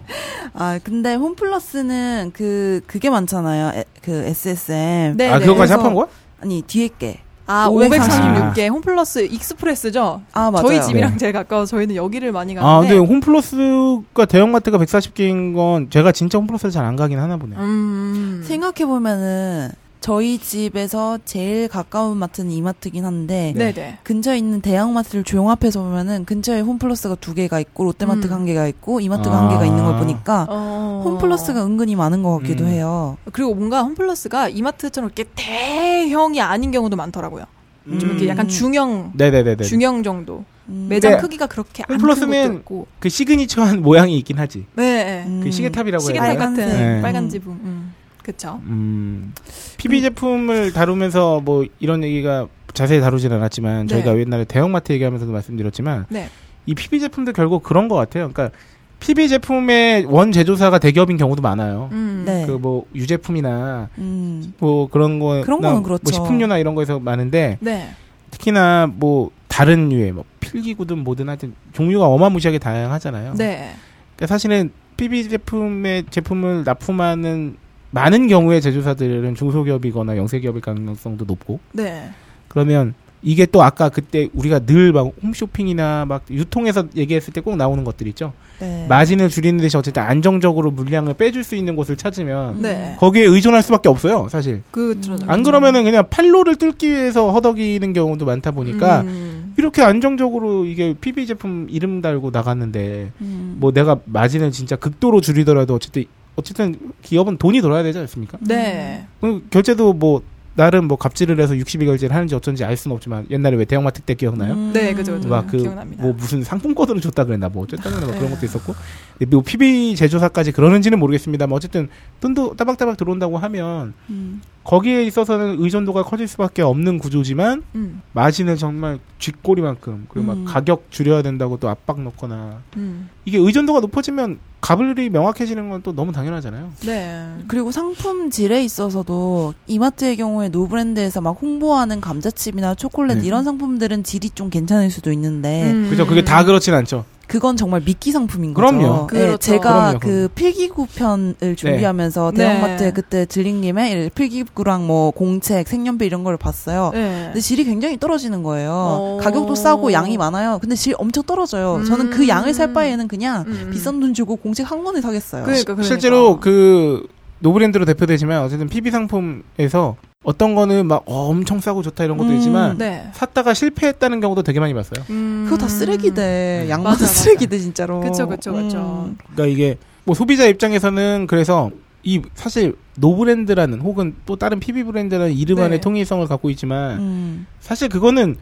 Speaker 6: 아 근데 홈플러스는 그 그게 많잖아요. 에- 그 SSM
Speaker 5: 네.
Speaker 4: 아
Speaker 5: 네.
Speaker 4: 그거까지
Speaker 6: 그래서-
Speaker 4: 합한 거야?
Speaker 6: 아니 뒤에 게.
Speaker 5: 아
Speaker 6: 546
Speaker 5: 546개 홈플러스 익스프레스죠.
Speaker 6: 아 맞아요.
Speaker 5: 저희 집이랑 제일 가까워서 저희는 여기를 많이
Speaker 4: 아, 근데
Speaker 5: 가는데.
Speaker 4: 홈플러스가 대형마트가 140개인 건 제가 진짜 홈플러스를 잘 안 가긴 하나 보네. 요
Speaker 5: 음.
Speaker 6: 생각해 보면은 저희 집에서 제일 가까운 마트는 이마트긴 한데
Speaker 5: 네, 네.
Speaker 6: 근처에 있는 대형마트를 종합해서 보면은 근처에 홈플러스가 두 개가 있고 롯데마트가
Speaker 5: 음.
Speaker 6: 한 개가 있고 이마트가
Speaker 4: 아.
Speaker 6: 한 개가 있는 걸 보니까
Speaker 5: 어.
Speaker 6: 홈플러스가 은근히 많은 것 같기도
Speaker 4: 음.
Speaker 6: 해요.
Speaker 5: 그리고 뭔가 홈플러스가 이마트처럼 이렇게 대형이 아닌 경우도 많더라고요. 음. 좀 이렇게 약간
Speaker 4: 음.
Speaker 5: 중형
Speaker 4: 네네네네.
Speaker 5: 중형 정도.
Speaker 6: 음.
Speaker 5: 매장
Speaker 4: 근데
Speaker 5: 크기가 그렇게 안
Speaker 4: 홈플러스는
Speaker 5: 큰 것도 있고.
Speaker 4: 그 시그니처한 모양이 있긴 하지.
Speaker 5: 네. 네.
Speaker 6: 음.
Speaker 4: 그 시계탑이라고
Speaker 5: 시계탑
Speaker 4: 해야 되나?
Speaker 5: 같은
Speaker 4: 네.
Speaker 5: 빨간 지붕. 음. 그렇죠.
Speaker 4: 음. PB 제품을 다루면서 뭐 이런 얘기가 자세히 다루진 않았지만
Speaker 5: 네.
Speaker 4: 저희가 옛날에 대형마트 얘기하면서도 말씀드렸지만
Speaker 5: 네.
Speaker 4: 이 PB 제품도 결국 그런 것 같아요. 그러니까 PB 제품의 원 제조사가 대기업인 경우도 많아요.
Speaker 5: 음.
Speaker 6: 네.
Speaker 4: 그 뭐 유제품이나
Speaker 6: 음.
Speaker 4: 뭐 그런 거
Speaker 6: 그런 거는 그렇죠.
Speaker 4: 뭐 식품료나 이런 거에서 많은데
Speaker 5: 네.
Speaker 4: 특히나 뭐 다른 유의 뭐 필기구든 뭐든 하여튼 종류가 어마무시하게 다양하잖아요.
Speaker 5: 네.
Speaker 4: 그러니까 사실은 PB 제품의 제품을 납품하는 많은 경우에 제조사들은 중소기업이거나 영세기업일 가능성도 높고
Speaker 5: 네.
Speaker 4: 그러면 이게 또 아까 그때 우리가 늘 막 홈쇼핑이나 막 유통에서 얘기했을 때 꼭 나오는 것들 있죠.
Speaker 6: 네.
Speaker 4: 마진을 줄이는 대신 어쨌든 안정적으로 물량을 빼줄 수 있는 곳을 찾으면
Speaker 5: 네.
Speaker 4: 거기에 의존할 수밖에 없어요, 사실.
Speaker 5: 그렇죠.
Speaker 4: 안 그러면은 그냥 판로를 뚫기 위해서 허덕이는 경우도 많다 보니까
Speaker 5: 음.
Speaker 4: 이렇게 안정적으로 이게 PB 제품 이름 달고 나갔는데
Speaker 6: 음.
Speaker 4: 뭐 내가 마진을 진짜 극도로 줄이더라도 어쨌든 어쨌든 기업은 돈이 돌아야 되지 않습니까?
Speaker 5: 네.
Speaker 4: 그럼 결제도 뭐 나름 뭐 갑질을 해서 60일 결제를 하는지 어쩐지 알 수는 없지만 옛날에 왜 대형마트 때 기억나요?
Speaker 6: 음.
Speaker 5: 네, 그죠, 그죠.
Speaker 4: 막 그
Speaker 5: 기억납니다. 네.
Speaker 4: 뭐 무슨 상품권으로 줬다 그랬나 뭐 어쨌든 막 그런 것도 있었고 근데 뭐 PB 제조사까지 그러는지는 모르겠습니다만 뭐 어쨌든 돈도 따박따박 들어온다고 하면
Speaker 6: 음.
Speaker 4: 거기에 있어서는 의존도가 커질 수밖에 없는 구조지만
Speaker 5: 음.
Speaker 4: 마진을 정말 쥐꼬리만큼 그리고
Speaker 6: 음.
Speaker 4: 막 가격 줄여야 된다고 또 압박 넣거나
Speaker 5: 음.
Speaker 4: 이게 의존도가 높아지면 가불이 명확해지는 건 또 너무 당연하잖아요.
Speaker 5: 네.
Speaker 6: 그리고 상품 질에 있어서도 이마트의 경우에 노브랜드에서 막 홍보하는 감자칩이나 초콜릿
Speaker 4: 네.
Speaker 6: 이런 상품들은 질이 좀 괜찮을 수도 있는데
Speaker 5: 음.
Speaker 4: 그죠? 그게 네. 다 그렇진 않죠.
Speaker 6: 그건 정말 미끼 상품인 거죠.
Speaker 4: 그럼요.
Speaker 6: 네,
Speaker 5: 그렇죠.
Speaker 6: 제가
Speaker 4: 그럼요, 그럼요.
Speaker 6: 그 필기구 편을 준비하면서
Speaker 5: 네.
Speaker 6: 대형마트에
Speaker 5: 네.
Speaker 6: 그때 들링님의 필기구랑 뭐 공책, 색연필 이런 걸
Speaker 4: 그-
Speaker 6: 봤어요.
Speaker 5: 네.
Speaker 6: 근데 질이 굉장히 떨어지는 거예요.
Speaker 5: 어.
Speaker 6: 가격도 싸고 양이 많아요. 근데 질 엄청 떨어져요. 저는
Speaker 5: 음.
Speaker 6: 그 양을 살 바에는 그냥
Speaker 5: 음.
Speaker 6: 비싼 돈 주고 공책 한 권을 사겠어요.
Speaker 5: 그- 그러니까, 그러니까.
Speaker 4: 실제로 그 노브랜드로 대표되지만 어쨌든 PB 상품에서 어떤 거는 막 어, 엄청 싸고 좋다 이런 것도
Speaker 6: 음,
Speaker 4: 있지만
Speaker 5: 네.
Speaker 4: 샀다가 실패했다는 경우도 되게 많이 봤어요.
Speaker 5: 음.
Speaker 6: 그거 다 쓰레기대.
Speaker 4: 음.
Speaker 6: 양말
Speaker 5: 맞아,
Speaker 6: 다
Speaker 5: 맞아.
Speaker 6: 쓰레기대 진짜로.
Speaker 5: 그쵸, 그쵸, 그쵸.
Speaker 6: 음.
Speaker 4: 그러니까 이게 뭐 소비자 입장에서는 그래서 이 사실 노브랜드라는 혹은 또 다른 PB 브랜드라는 이름
Speaker 5: 네.
Speaker 4: 안에 통일성을 갖고 있지만
Speaker 6: 음.
Speaker 4: 사실 그거는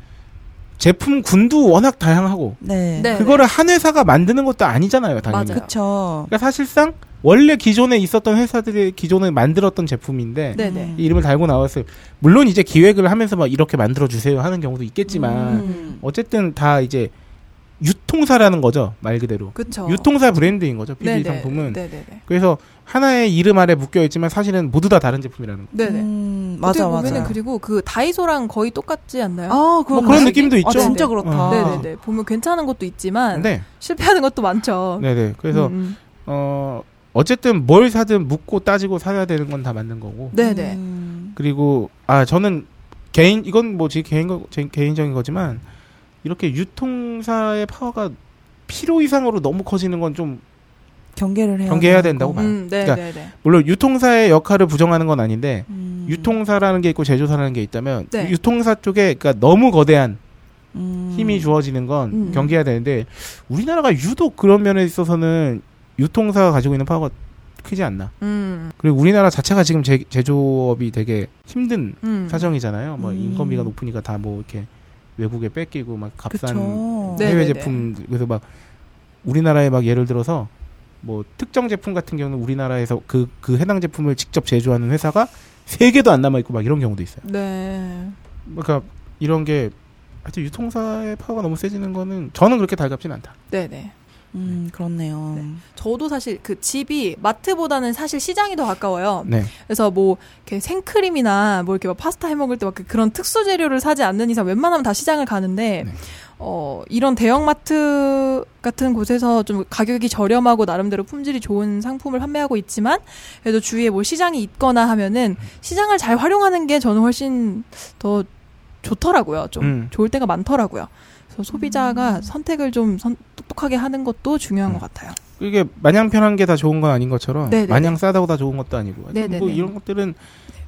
Speaker 4: 제품 군도 워낙 다양하고
Speaker 6: 네.
Speaker 5: 네.
Speaker 4: 그거를 한 회사가 만드는 것도 아니잖아요, 당연히.
Speaker 5: 맞아요.
Speaker 6: 그쵸.
Speaker 4: 그러니까 사실상 원래 기존에 있었던 회사들이 기존에 만들었던 제품인데
Speaker 5: 네, 네.
Speaker 6: 음.
Speaker 4: 이 이름을 달고 나왔어요. 물론 이제 기획을 하면서 막 이렇게 만들어 주세요 하는 경우도 있겠지만
Speaker 6: 음.
Speaker 4: 아, 어쨌든 다 이제 유통사라는 거죠 말 그대로
Speaker 5: 그쵸.
Speaker 4: 유통사 브랜드인 거죠 PB
Speaker 5: 그렇죠. 네네.
Speaker 4: 상품은.
Speaker 5: 네네네.
Speaker 4: 그래서 하나의 이름 아래 묶여 있지만 사실은 모두 다 다른 제품이라는 거.
Speaker 5: 네네.
Speaker 6: 음,
Speaker 5: 어떻게
Speaker 6: 맞아,
Speaker 5: 보면은
Speaker 6: 맞아.
Speaker 5: 그리고 그 다이소랑 거의 똑같지 않나요?
Speaker 6: 아,
Speaker 4: 뭐
Speaker 6: 그런
Speaker 4: 그런 느낌도 있죠.
Speaker 6: 아, 진짜
Speaker 5: 네네.
Speaker 6: 그렇다.
Speaker 4: 아.
Speaker 5: 네네네. 보면 괜찮은 것도 있지만
Speaker 4: 네,
Speaker 5: 실패하는 것도 많죠.
Speaker 4: 네네. 그래서
Speaker 5: 아, 음, 음.
Speaker 4: 어 어쨌든 뭘 사든 묻고 따지고 사야 되는 건 다 맞는 거고.
Speaker 5: 네네.
Speaker 6: 음.
Speaker 4: 그리고 아 저는 개인 이건 뭐 제 개인 거- 제 개인적인 거지만 이렇게 유통사의 파워가 필요 이상으로 너무 커지는 건 좀
Speaker 6: 경계를 해야
Speaker 4: 경계해야
Speaker 6: 되는
Speaker 4: 된다고
Speaker 6: 거.
Speaker 4: 봐요.
Speaker 5: 음, 네네네.
Speaker 4: 그러니까 물론 유통사의 역할을 부정하는 건 아닌데
Speaker 6: 음.
Speaker 4: 유통사라는 게 있고 제조사라는 게 있다면
Speaker 5: 네.
Speaker 4: 유통사 쪽에 그러니까 너무 거대한
Speaker 6: 음.
Speaker 4: 힘이 주어지는 건
Speaker 5: 음.
Speaker 4: 경계해야 되는데 우리나라가 유독 그런 면에 있어서는 유통사가 가지고 있는 파워가 크지 않나.
Speaker 5: 음,
Speaker 4: 그리고 우리나라 자체가 지금 제, 제조업이 되게 힘든
Speaker 5: 음.
Speaker 4: 사정이잖아요. 뭐
Speaker 6: 음.
Speaker 4: 인건비가 높으니까 다 뭐 이렇게 외국에 뺏기고 막 값싼
Speaker 6: 그쵸.
Speaker 5: 네.
Speaker 4: 해외
Speaker 5: 네네네.
Speaker 4: 제품 그래서 막 우리나라에 막 예를 들어서 뭐 특정 제품 같은 경우는 우리나라에서 그 그 해당 제품을 직접 제조하는 회사가 세 개도 안 남아 있고 막 이런 경우도 있어요.
Speaker 5: 네.
Speaker 4: 그러니까 이런 게 하여튼 유통사의 파워가 너무 세지는 거는 저는 그렇게 달갑진 않다.
Speaker 5: 네네.
Speaker 6: 음, 그렇네요.
Speaker 5: 저도 사실 그 집이 마트보다는 사실 시장이 더 가까워요.
Speaker 4: 네.
Speaker 5: 그래서 뭐 이렇게 생크림이나 뭐 이렇게 막 파스타 해 먹을 때 막 그런 특수 재료를 사지 않는 이상 웬만하면 다 시장을 가는데
Speaker 4: 네.
Speaker 5: 어 이런 대형마트 같은 곳에서 좀 가격이 저렴하고 나름대로 품질이 좋은 상품을 판매하고 있지만 그래도 주위에 뭐 시장이 있거나
Speaker 4: 음.
Speaker 5: 하면은 시장을 잘 활용하는 게 저는 훨씬 더 좋더라고요. 좀
Speaker 4: 음.
Speaker 5: 좋을 때가 많더라고요. 그래서 소비자가 선택을 좀 선- 똑똑하게 하는 것도 중요한
Speaker 4: 음.
Speaker 5: 것 같아요.
Speaker 4: 이게 마냥 편한 게 다 좋은 건 아닌 것처럼
Speaker 5: 네네네.
Speaker 4: 마냥 싸다고 다 좋은 것도 아니고
Speaker 5: 네네네.
Speaker 4: 뭐 이런 것들은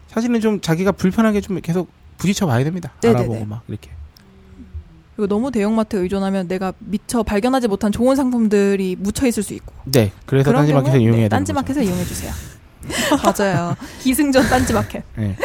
Speaker 4: 사실은 좀 자기가 불편하게 좀 계속 부딪혀 봐야 됩니다.
Speaker 5: 네네네.
Speaker 4: 알아보고 막 이렇게.
Speaker 5: 그리고 너무 대형마트에 의존하면 내가 미처 발견하지 못한 좋은 상품들이 묻혀 있을 수 있고
Speaker 4: 네. 그래서
Speaker 5: 그런
Speaker 4: 딴지마켓에서
Speaker 5: 경우,
Speaker 4: 이용해야 되는
Speaker 5: 네, 딴지마켓에서 이용해 주세요.
Speaker 6: 맞아요.
Speaker 5: 기승전
Speaker 4: 거죠.
Speaker 5: 딴지마켓.
Speaker 4: 네.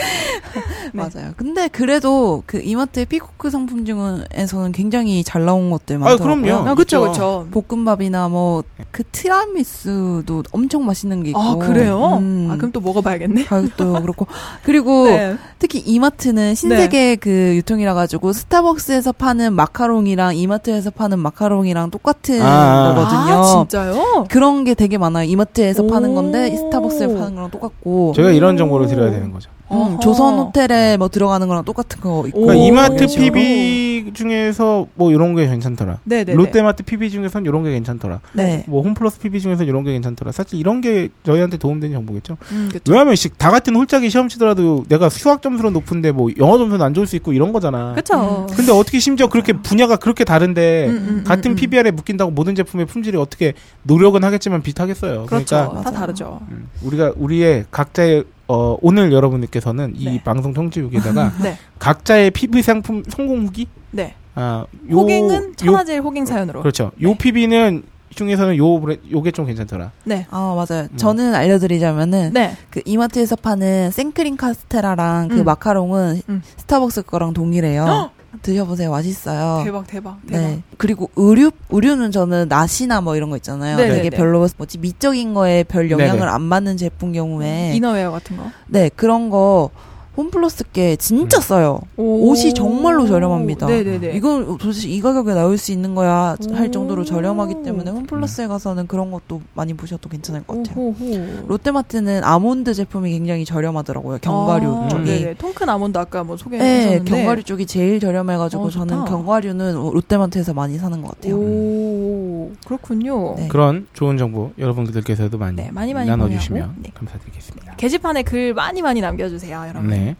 Speaker 6: 맞아요. 근데 그래도 그 이마트의 피코크 상품 중에서는 굉장히 잘 나온 것들
Speaker 4: 아,
Speaker 6: 많더라고요.
Speaker 4: 그럼요. 네.
Speaker 5: 아, 그쵸, 그쵸.
Speaker 6: 볶음밥이나 뭐 그 티라미수도 엄청 맛있는 게 있고.
Speaker 5: 아, 그래요?
Speaker 6: 음,
Speaker 5: 아, 그럼 또 먹어봐야겠네.
Speaker 6: 가격도 그렇고 그리고
Speaker 5: 네.
Speaker 6: 특히 이마트는 신세계
Speaker 4: 네.
Speaker 6: 그 유통이라 가지고 스타벅스에서 파는 마카롱이랑 이마트에서 파는 마카롱이랑 똑같은
Speaker 4: 아.
Speaker 6: 거거든요.
Speaker 5: 아, 진짜요?
Speaker 6: 그런 게 되게 많아요. 이마트에서 파는 건데
Speaker 5: 오.
Speaker 6: 스타벅스에 파는 거랑
Speaker 5: 어.
Speaker 6: 똑같고
Speaker 4: 저희가 이런 정보를 드려야 되는 거죠.
Speaker 6: 음,
Speaker 5: 어허.
Speaker 6: 조선 호텔에 뭐 들어가는 거랑 똑같은 거 있고
Speaker 4: 그러니까
Speaker 5: 오,
Speaker 4: 이마트
Speaker 5: 그렇죠.
Speaker 4: PB 중에서 뭐 이런 게 괜찮더라.
Speaker 5: 네네.
Speaker 4: 롯데마트 PB 중에선 이런 게 괜찮더라.
Speaker 6: 네.
Speaker 4: 뭐 홈플러스 PB 중에선 이런 게 괜찮더라. 사실 이런 게 저희한테 도움되는 정보겠죠.
Speaker 5: 음, 그쵸.
Speaker 4: 왜냐하면 씨, 다 같은 홀짝이 시험 치더라도 내가 수학 점수는 높은데 뭐 영어 점수는 안 좋을 수 있고 이런 거잖아.
Speaker 5: 음, 그쵸.
Speaker 4: 근데 어떻게 심지어 그렇게 분야가 그렇게 다른데
Speaker 5: 음, 음,
Speaker 4: 같은
Speaker 5: 음, 음.
Speaker 4: PBR에 묶인다고 모든 제품의 품질이 어떻게 노력은 하겠지만 비슷하겠어요.
Speaker 5: 그렇죠.
Speaker 4: 러니까
Speaker 5: 다
Speaker 6: 맞아요.
Speaker 5: 다르죠.
Speaker 4: 음. 우리가 우리의 각자의 어, 오늘 여러분들께서는 이
Speaker 5: 네.
Speaker 4: 방송 청취율에다가
Speaker 5: 네.
Speaker 4: 각자의 PB 상품 성공 후기
Speaker 5: 네.
Speaker 4: 아, 요-
Speaker 5: 호갱은
Speaker 4: 요,
Speaker 5: 천하제일 호갱 사연으로.
Speaker 4: 그렇죠. 요 PB는 중에서는 요 브레- 요게 좀 괜찮더라.
Speaker 5: 네.
Speaker 6: 아 맞아요.
Speaker 4: 음.
Speaker 6: 저는 알려드리자면은
Speaker 5: 네.
Speaker 6: 그 이마트에서 파는 생크림 카스테라랑 그
Speaker 5: 음.
Speaker 6: 마카롱은
Speaker 5: 음.
Speaker 6: 스타벅스 거랑
Speaker 5: 어,
Speaker 6: 동일해요. 드셔보세요. 맛있어요.
Speaker 5: 대박, 대박, 대박.
Speaker 6: 네. 그리고 의류 의류는 저는 나시나 뭐 이런 거 있잖아요.
Speaker 5: 네네네.
Speaker 6: 되게 별로 뭐지 미적인 거에 별 영향을
Speaker 4: 네네.
Speaker 6: 안 받는 제품 경우에
Speaker 5: 음, 이너웨어 같은 거.
Speaker 6: 네 그런 거 홈플러스 게 진짜
Speaker 4: 음.
Speaker 6: 싸요. 옷이 정말로 저렴합니다.
Speaker 5: 네네네.
Speaker 6: 이건 도대체 이 가격에 나올 수 있는 거야
Speaker 5: 오.
Speaker 6: 할 정도로 저렴하기 때문에
Speaker 4: 음.
Speaker 6: 홈플러스에 가서는 그런 것도 많이 보셔도 괜찮을 것 같아요.
Speaker 5: 오호호.
Speaker 6: 롯데마트는 아몬드 제품이 굉장히 저렴하더라고요. 견과류
Speaker 5: 아,
Speaker 6: 쪽이.
Speaker 5: 네네. 통큰 아몬드 아까 뭐
Speaker 6: 네,
Speaker 5: 소개했었는데.
Speaker 6: 견과류 쪽이 제일 저렴해가지고
Speaker 5: 어, 좋다.
Speaker 6: 저는 견과류는 롯데마트에서 많이 사는 것 같아요.
Speaker 5: 오. 그렇군요.
Speaker 6: 네.
Speaker 4: 그런 좋은 정보 여러분들께서도 많이,
Speaker 5: 네, 많이 많이
Speaker 4: 나눠주시면
Speaker 5: 공유하고, 네.
Speaker 4: 감사드리겠습니다.
Speaker 5: 게시판에 글 많이 많이 남겨주세요, 여러분.
Speaker 4: 네.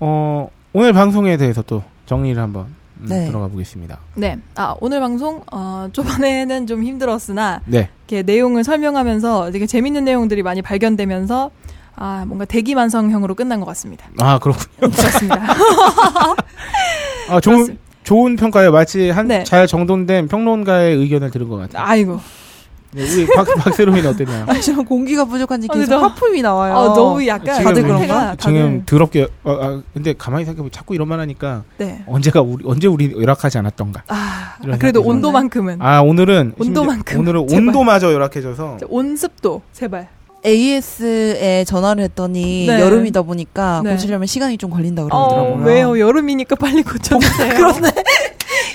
Speaker 4: 어, 오늘 방송에 대해서 또 정리를 한번 음,
Speaker 6: 네.
Speaker 4: 들어가 보겠습니다.
Speaker 5: 네. 아, 오늘 방송, 어, 초반에는 좀 힘들었으나,
Speaker 4: 네.
Speaker 5: 이렇게 내용을 설명하면서 되게 재밌는 내용들이 많이 발견되면서, 아, 뭔가 대기만성형으로 끝난 것 같습니다.
Speaker 4: 아, 그렇군요.
Speaker 5: 그렇습니다.
Speaker 4: 아, 좋은,
Speaker 5: 그렇습니다.
Speaker 4: 좋은 평가예요. 마치 한
Speaker 5: 네.
Speaker 4: 잘 정돈된 평론가의 의견을 들은 것 같아요.
Speaker 5: 아이고.
Speaker 4: 네, 우리 박, 박세롬이는 어땠나요?
Speaker 6: 아, 하지만 공기가 부족한지
Speaker 5: 아,
Speaker 6: 계속
Speaker 5: 근데 나-
Speaker 6: 하품이 나와요.
Speaker 5: 아, 너무 약간.
Speaker 4: 다들
Speaker 5: 상태가
Speaker 6: 그런가?
Speaker 4: 지금 더럽게, 어, 아, 근데 가만히 생각해보면 자꾸 이런 말 하니까
Speaker 5: 네.
Speaker 4: 언제가 우리, 언제 우리 열악하지 않았던가.
Speaker 5: 아,
Speaker 4: 이런
Speaker 5: 아, 그래도
Speaker 4: 생각이
Speaker 5: 온도만큼은.
Speaker 4: 아, 오늘은.
Speaker 5: 온도만큼,
Speaker 4: 심지어 오늘은
Speaker 5: 제발.
Speaker 4: 온도마저 열악해져서.
Speaker 5: 온습도, 제발.
Speaker 6: AS에 전화를 했더니
Speaker 5: 네.
Speaker 6: 여름이다 보니까
Speaker 5: 네.
Speaker 6: 고치려면 시간이 좀 걸린다
Speaker 5: 어,
Speaker 6: 그러더라고요.
Speaker 5: 왜요? 여름이니까 빨리 고쳐주세요.
Speaker 4: 어,
Speaker 5: 그렇네.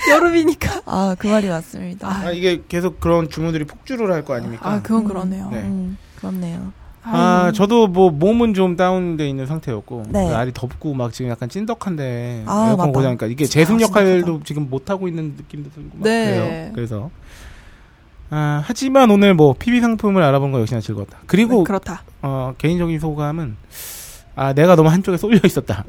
Speaker 5: 여름이니까.
Speaker 6: 아, 그 말이 맞습니다.
Speaker 5: 아,
Speaker 4: 아, 이게 계속 그런 주문들이 폭주를 할 거 아닙니까?
Speaker 5: 아, 그건 그러네요.
Speaker 4: 네.
Speaker 6: 음, 그렇네요.
Speaker 4: 아, 저도 뭐 몸은 좀 다운돼 있는 상태였고
Speaker 6: 네.
Speaker 4: 날이 덥고 막 지금 약간 찐덕한데
Speaker 6: 아,
Speaker 4: 에어컨
Speaker 6: 맞다.
Speaker 4: 고장니까 이게 제습
Speaker 6: 진짜
Speaker 4: 역할도 지금 못 하고 있는 느낌도 들고 막
Speaker 5: 네.
Speaker 4: 그래요. 그래서 아, 하지만 오늘 뭐 PB 상품을 알아본 거 역시나 즐거웠다. 그리고
Speaker 5: 네, 그렇다.
Speaker 4: 어, 개인적인 소감은 아 내가 너무 한쪽에 쏠려 있었다.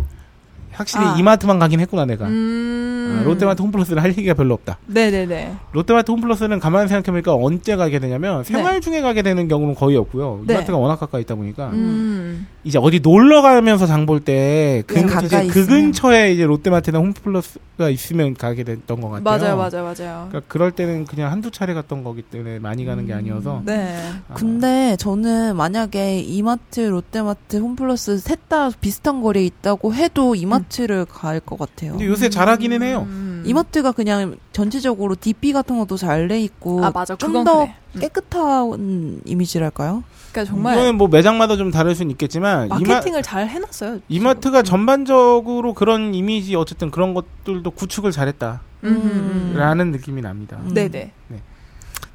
Speaker 4: 확실히
Speaker 5: 아.
Speaker 4: 이마트만 가긴 했구나 내가.
Speaker 5: 음.
Speaker 4: 아, 롯데마트 홈플러스는 할 얘기가 별로 없다.
Speaker 5: 네네네.
Speaker 4: 롯데마트 홈플러스는 가만히 생각해보니까 언제 가게 되냐면 생활 중에 가게 되는 경우는 거의 없고요.
Speaker 5: 네.
Speaker 4: 이마트가 워낙 가까이 있다 보니까
Speaker 5: 음.
Speaker 4: 이제 어디 놀러 가면서 장 볼 때 그,
Speaker 6: 네, 가까이
Speaker 4: 이제 그
Speaker 6: 있으면.
Speaker 4: 근처에 이제 롯데마트나 홈플러스가 있으면 가게 됐던 것 같아요.
Speaker 5: 맞아요, 맞아요, 맞아요.
Speaker 4: 그러니까 그럴 때는 그냥 한두 차례 갔던 거기 때문에 많이 가는 게 아니어서
Speaker 5: 네.
Speaker 4: 아,
Speaker 6: 근데 저는 만약에 이마트, 롯데마트, 홈플러스 셋 다 비슷한 거리에 있다고 해도 이마트를 갈 것 같아요.
Speaker 4: 근데 요새 잘하기는 해요.
Speaker 5: 음.
Speaker 6: 이마트가 그냥 전체적으로 DP 같은 것도 잘 돼 있고
Speaker 5: 아 맞아.
Speaker 6: 좀
Speaker 5: 그건
Speaker 6: 더
Speaker 5: 그래. 음.
Speaker 6: 깨끗한 이미지랄까요?
Speaker 5: 그러니까 정말
Speaker 4: 이거는 뭐 매장마다 좀 다를 수는 있겠지만 이마,
Speaker 5: 마케팅을 잘 해놨어요.
Speaker 4: 이마트가 전반적으로 그런 이미지 어쨌든 그런 것들도 구축을 잘했다라는
Speaker 5: 음. 음.
Speaker 4: 느낌이 납니다.
Speaker 6: 음.
Speaker 5: 네네.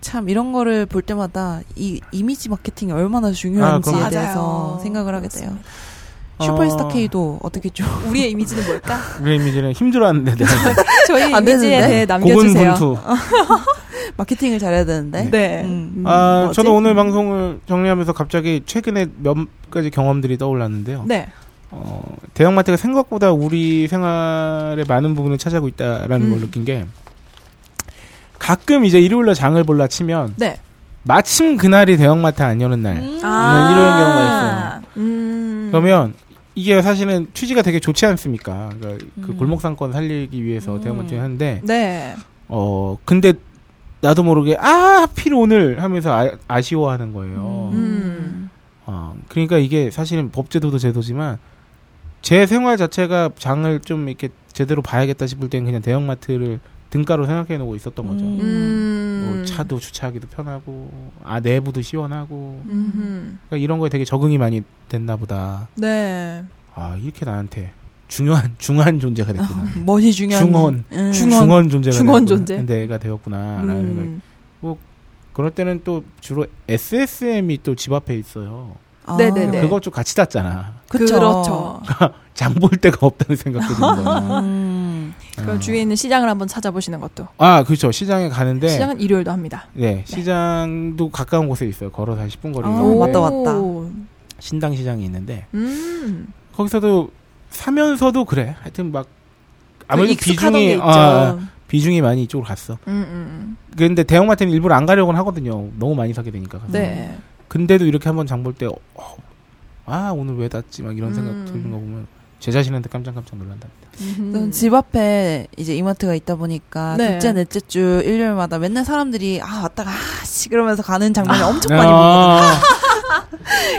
Speaker 6: 참 이런 거를 볼 때마다 이 이미지 마케팅이 얼마나 중요한지에
Speaker 4: 그럼요.
Speaker 6: 대해서
Speaker 5: 맞아요.
Speaker 6: 생각을 하게 돼요.
Speaker 4: 어,
Speaker 6: 슈퍼스타 K도 어떻게 좀
Speaker 5: 우리의 이미지는 뭘까?
Speaker 4: 우리 이미지는 힘들어하는데 대한
Speaker 5: 저희
Speaker 6: 안
Speaker 5: 이미지에
Speaker 6: 되는데?
Speaker 5: 대해 네, 남겨주세요.
Speaker 4: 고군분투.
Speaker 6: 마케팅을 잘해야 되는데.
Speaker 5: 네.
Speaker 6: 음.
Speaker 4: 아,
Speaker 5: 뭐지?
Speaker 4: 저는 오늘 방송을 정리하면서 갑자기 최근에 몇 가지 경험들이 떠올랐는데요.
Speaker 5: 네.
Speaker 4: 어, 대형마트가 생각보다 우리 생활의 많은 부분을 차지하고 있다라는
Speaker 5: 음.
Speaker 4: 걸 느낀 게 가끔 이제 일요일날 장을 볼라 치면
Speaker 5: 네.
Speaker 4: 마침 그날이 대형마트 안 여는 날.
Speaker 6: 음.
Speaker 5: 아.
Speaker 4: 네, 음. 이런 경우가
Speaker 5: 있어요. 음.
Speaker 4: 그러면 이게 사실은 취지가 되게 좋지 않습니까? 그러니까 그
Speaker 6: 음.
Speaker 4: 골목상권 살리기 위해서
Speaker 6: 음.
Speaker 4: 대형마트 하는데
Speaker 5: 네.
Speaker 4: 어 근데 나도 모르게 아 하필 오늘 하면서 아, 아쉬워하는 거예요.
Speaker 5: 음.
Speaker 4: 어, 그러니까 이게 사실은 법제도도 제도지만 제 생활 자체가 장을 좀 이렇게 제대로 봐야겠다 싶을 땐 그냥 대형마트를 등가로 생각해 놓고 있었던 거죠.
Speaker 6: 음.
Speaker 4: 뭐
Speaker 5: 음.
Speaker 4: 차도 주차하기도 편하고 아 내부도 시원하고
Speaker 5: 음.
Speaker 4: 그러니까 이런 거에 되게 적응이 많이 됐나 보다.
Speaker 5: 네.
Speaker 4: 아 이렇게 나한테 중요한 중한 존재가 됐구나.
Speaker 6: 멋이 중요한
Speaker 4: 중원.
Speaker 6: 음.
Speaker 5: 아, 네. 중원.
Speaker 4: 존재가
Speaker 5: 중원
Speaker 4: 됐구나.
Speaker 5: 존재.
Speaker 4: 내가 되었구나라는 생각이.
Speaker 5: 음.
Speaker 4: 그럴 때는 또 주로 SSM이 또 집 앞에 있어요.
Speaker 6: 아,
Speaker 5: 네네네. 네.
Speaker 4: 그거 좀 같이 닫잖아.
Speaker 6: 그쵸.
Speaker 5: 그렇죠.
Speaker 4: 장 볼 데가 없다는 생각도 드는 거예요.
Speaker 6: 음.
Speaker 5: 그럼 주위에 있는 시장을 한번 찾아보시는 것도.
Speaker 4: 아, 그렇죠. 시장에 가는데
Speaker 5: 시장은 일요일도 합니다.
Speaker 4: 네, 시장도 가까운 곳에 있어요. 걸어서 한 10분 거리. 뭐
Speaker 6: 아, 맞다, 맞다.
Speaker 4: 신당 시장이 있는데
Speaker 5: 음.
Speaker 4: 거기서도 사면서도 그래. 하여튼 막 아무래도
Speaker 5: 그 익숙하던 게
Speaker 4: 비중이
Speaker 5: 있죠.
Speaker 4: 아, 아, 비중이 많이 이쪽으로 갔어.
Speaker 5: 음, 음.
Speaker 4: 근데 대형마트는 일부러 안 가려고는 하거든요. 너무 많이 사게 되니까. 가서.
Speaker 5: 네.
Speaker 4: 근데도 이렇게 한번 장 볼 때 어, 아, 오늘 왜 닫지? 막 이런
Speaker 5: 음.
Speaker 4: 생각 드는 거 보면 제 자신한테 깜짝깜짝 놀란다.
Speaker 6: 저는 집 앞에 이제 이마트가 있다 보니까
Speaker 5: 네.
Speaker 6: 둘째 넷째 주 일요일마다 맨날 사람들이 아 왔다가 아씨 그러면서 가는 장면이 엄청 많이 보거든요.
Speaker 4: 아,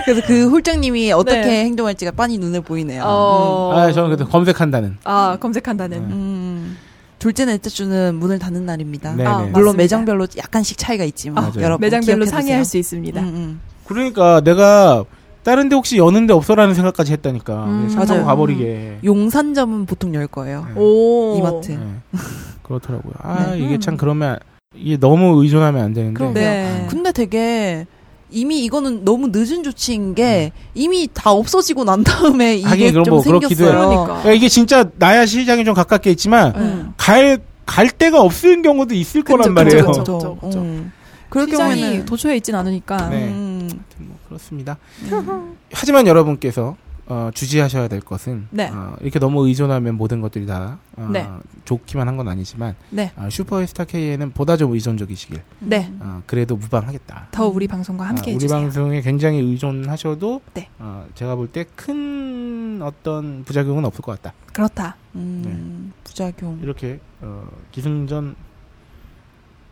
Speaker 6: 그래서 그 홀장님이 어떻게
Speaker 5: 네.
Speaker 6: 행동할지가 빤히 눈에 보이네요.
Speaker 5: 어.
Speaker 4: 아, 저는 그때 검색한다는.
Speaker 5: 아, 검색한다는.
Speaker 4: 네.
Speaker 6: 음. 둘째 넷째 주는 문을 닫는 날입니다.
Speaker 4: 네,
Speaker 5: 아,
Speaker 4: 네.
Speaker 5: 맞-
Speaker 6: 물론
Speaker 5: 맞습니다.
Speaker 6: 매장별로 약간씩 차이가 있지만
Speaker 4: 맞아요.
Speaker 6: 여러분
Speaker 5: 매장별로
Speaker 6: 어, 기억해두세요.
Speaker 5: 상의할 수 있습니다.
Speaker 6: 음, 음.
Speaker 4: 그러니까 내가 다른 데 혹시 여는 데 없어라는 생각까지 했다니까. 네,
Speaker 5: 음,
Speaker 4: 차 타고
Speaker 6: 맞아요.
Speaker 4: 가버리게.
Speaker 6: 용산점은 보통 열 거예요.
Speaker 4: 네.
Speaker 5: 오.
Speaker 6: 이마트.
Speaker 4: 네. 그렇더라고요. 아,
Speaker 5: 네.
Speaker 4: 이게 참 그러면 이게 너무 의존하면 안 되는데.
Speaker 6: 그럼요.
Speaker 5: 네.
Speaker 6: 근데 되게 이미 이거는 너무 늦은 조치인 게 이미 다 없어지고 난 다음에 이게
Speaker 4: 네. 하긴 그럼
Speaker 6: 좀
Speaker 4: 뭐 그렇기도
Speaker 6: 생겼어요.
Speaker 4: 해요.
Speaker 5: 그러니까.
Speaker 4: 야, 이게 진짜 나야 시장이 좀 가깝게 있지만
Speaker 5: 음.
Speaker 4: 갈 갈 데가 없는 경우도 있을 거란
Speaker 5: 그쵸,
Speaker 4: 말이에요.
Speaker 5: 그쵸, 그쵸. 그렇죠, 그렇죠.
Speaker 6: 음. 그럴
Speaker 5: 시장이
Speaker 6: 경우에는
Speaker 5: 도처에 있진 않으니까
Speaker 4: 네.
Speaker 6: 음,
Speaker 4: 뭐 그렇습니다.
Speaker 5: 음.
Speaker 4: 하지만 여러분께서 어, 주지하셔야 될 것은
Speaker 5: 네.
Speaker 4: 어, 이렇게 너무 의존하면 모든 것들이 다 어,
Speaker 5: 네.
Speaker 4: 좋기만 한 건 아니지만
Speaker 5: 네.
Speaker 4: 어, 슈퍼스타 K에는 보다 좀 의존적이시길
Speaker 5: 네.
Speaker 4: 어, 그래도 무방하겠다.
Speaker 5: 더 우리 방송과 함께
Speaker 4: 아, 우리
Speaker 5: 해주세요.
Speaker 4: 방송에 굉장히 의존하셔도
Speaker 5: 네.
Speaker 4: 어, 제가 볼 때 큰 어떤 부작용은 없을 것 같다.
Speaker 5: 그렇다.
Speaker 6: 음,
Speaker 4: 네.
Speaker 6: 부작용.
Speaker 4: 이렇게 어, 기승전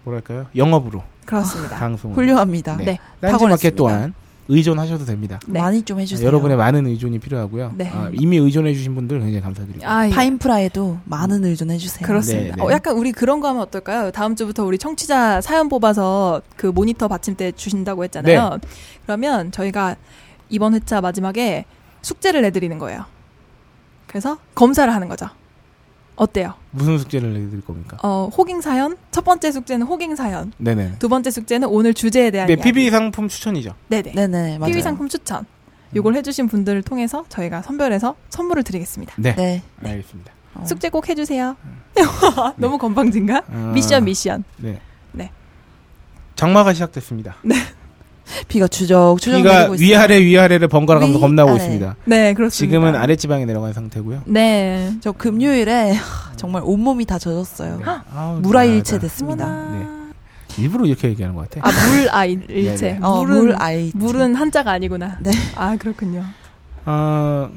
Speaker 4: 뭐랄까요 영업으로
Speaker 5: 그렇습니다.
Speaker 4: 방송
Speaker 6: 훌륭합니다.
Speaker 5: 네.
Speaker 4: 딴지
Speaker 5: 탁월했습니다.
Speaker 4: 마켓 또한 의존하셔도 됩니다. 아,
Speaker 5: 네.
Speaker 6: 많이 좀 해주세요.
Speaker 4: 여러분의 많은 의존이 필요하고요.
Speaker 5: 네.
Speaker 4: 아, 이미 의존해주신 분들 굉장히
Speaker 6: 어.
Speaker 4: 감사드리고.
Speaker 5: 아, 예.
Speaker 6: 파인프라에도 많은 의존 해주세요.
Speaker 5: 그렇습니다.
Speaker 4: 네, 네.
Speaker 5: 어, 약간 우리 그런 거 하면 어떨까요? 다음 주부터 우리 청취자 사연 뽑아서 그 모니터 받침대 주신다고 했잖아요.
Speaker 4: 네.
Speaker 5: 그러면 저희가 이번 회차 마지막에 숙제를 내드리는 거예요. 그래서 검사를 하는 거죠. 어때요?
Speaker 4: 무슨 숙제를 내드릴 겁니까?
Speaker 5: 어, 호갱 사연? 첫 번째 숙제는 호갱 사연.
Speaker 4: 네네.
Speaker 5: 두 번째 숙제는 오늘 주제에 대한
Speaker 4: 네,
Speaker 5: 이야기.
Speaker 4: PB 상품 추천이죠.
Speaker 5: 네네.
Speaker 6: 네네 맞아요.
Speaker 5: PB 상품 추천. 요걸 해주신 분들을 통해서 저희가 선별해서 선물을 드리겠습니다.
Speaker 4: 네.
Speaker 6: 네.
Speaker 4: 알겠습니다.
Speaker 6: 어.
Speaker 5: 숙제 꼭 해주세요. 너무 건방진가?
Speaker 4: 음. 아,
Speaker 5: 미션 미션.
Speaker 4: 네.
Speaker 5: 네.
Speaker 4: 장마가 시작됐습니다.
Speaker 6: 비가 추적 추적
Speaker 4: 비가
Speaker 6: 내리고 있어요.
Speaker 4: 위아래 위아래를 번갈아 가면서
Speaker 6: 위,
Speaker 4: 겁나고
Speaker 6: 아래.
Speaker 4: 있습니다.
Speaker 5: 네 그렇습니다.
Speaker 4: 지금은 아래 지방에 내려간 상태고요.
Speaker 5: 네.
Speaker 6: 저 금요일에 하, 정말 온몸이 다 젖었어요.
Speaker 4: 네. 아우,
Speaker 6: 물아일체
Speaker 4: 미안하다.
Speaker 6: 됐습니다.
Speaker 4: 네. 일부러 이렇게 얘기하는 것 같아.
Speaker 5: 아 물 아일체.
Speaker 4: 네,
Speaker 6: 어,
Speaker 5: 물은
Speaker 6: 물 아이
Speaker 5: 물은 한자가 아니구나.
Speaker 6: 네.
Speaker 5: 아 그렇군요.
Speaker 4: 아,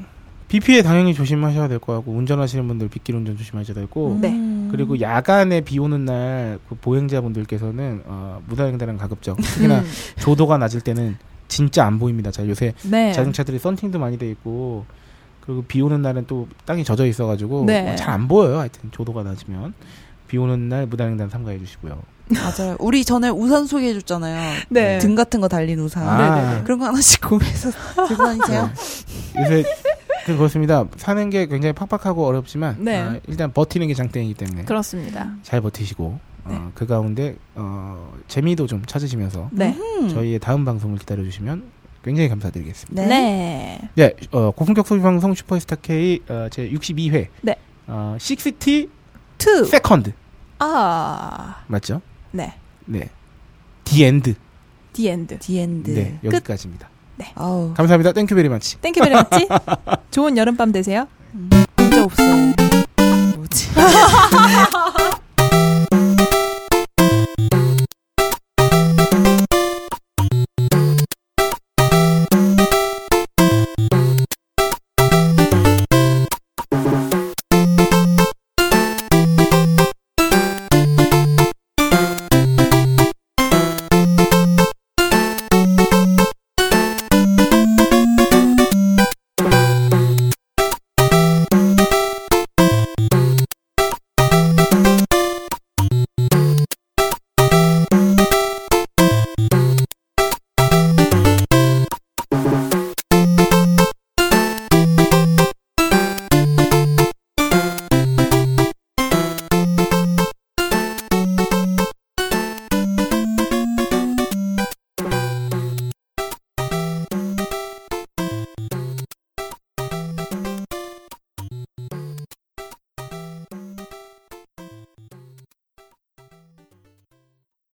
Speaker 4: 비 피해 당연히 조심하셔야 될 거 같고 운전하시는 분들 빗길 운전
Speaker 6: 음.
Speaker 4: 조심하셔야 되고
Speaker 5: 네.
Speaker 4: 그리고 야간에 비 오는 날그 보행자분들께서는 어, 무단횡단은 가급적 특히나
Speaker 5: 음.
Speaker 4: 조도가 낮을 때는 진짜 안 보입니다. 자 요새
Speaker 5: 네.
Speaker 4: 자동차들이 썬팅도 많이 돼 있고 그리고 비 오는 날은 또 땅이 젖어 있어가지고
Speaker 5: 네.
Speaker 4: 잘 안 보여요. 하여튼 조도가 낮으면 비 오는 날 무단횡단 삼가해 주시고요.
Speaker 6: 맞아요. 우리 전에 우산 소개해줬잖아요.
Speaker 5: 네.
Speaker 6: 등 같은 거 달린 우산.
Speaker 4: 아,
Speaker 6: 그런 거 하나씩 구매해서 들고 다니세요.
Speaker 4: 네. 요새 좀 그렇습니다. 사는 게 굉장히 팍팍하고 어렵지만
Speaker 5: 네.
Speaker 4: 아, 일단 버티는 게 장땡이기 때문에
Speaker 5: 그렇습니다.
Speaker 4: 잘 버티시고 어, 그 가운데 어, 재미도 좀 찾으시면서
Speaker 5: 네.
Speaker 6: 음.
Speaker 4: 저희의 다음 방송을 기다려 주시면 굉장히 감사드리겠습니다.
Speaker 6: 네.
Speaker 4: 네, 어, 고품격 소비방송 슈퍼스타 K 어, 제 62회.
Speaker 5: 네.
Speaker 4: 어, 60
Speaker 5: 투.
Speaker 4: 세컨드
Speaker 5: 아.
Speaker 4: 맞죠?
Speaker 5: 네.
Speaker 4: 네. 디 엔드.
Speaker 5: 디엔드.
Speaker 6: 디엔드.
Speaker 4: 네, 여기까지입니다.
Speaker 6: 아우
Speaker 4: 감사합니다. 땡큐 베리 마치.
Speaker 5: 땡큐 베리 맞지? 좋은 여름밤 되세요.
Speaker 6: 진짜 없어요. 뭐지?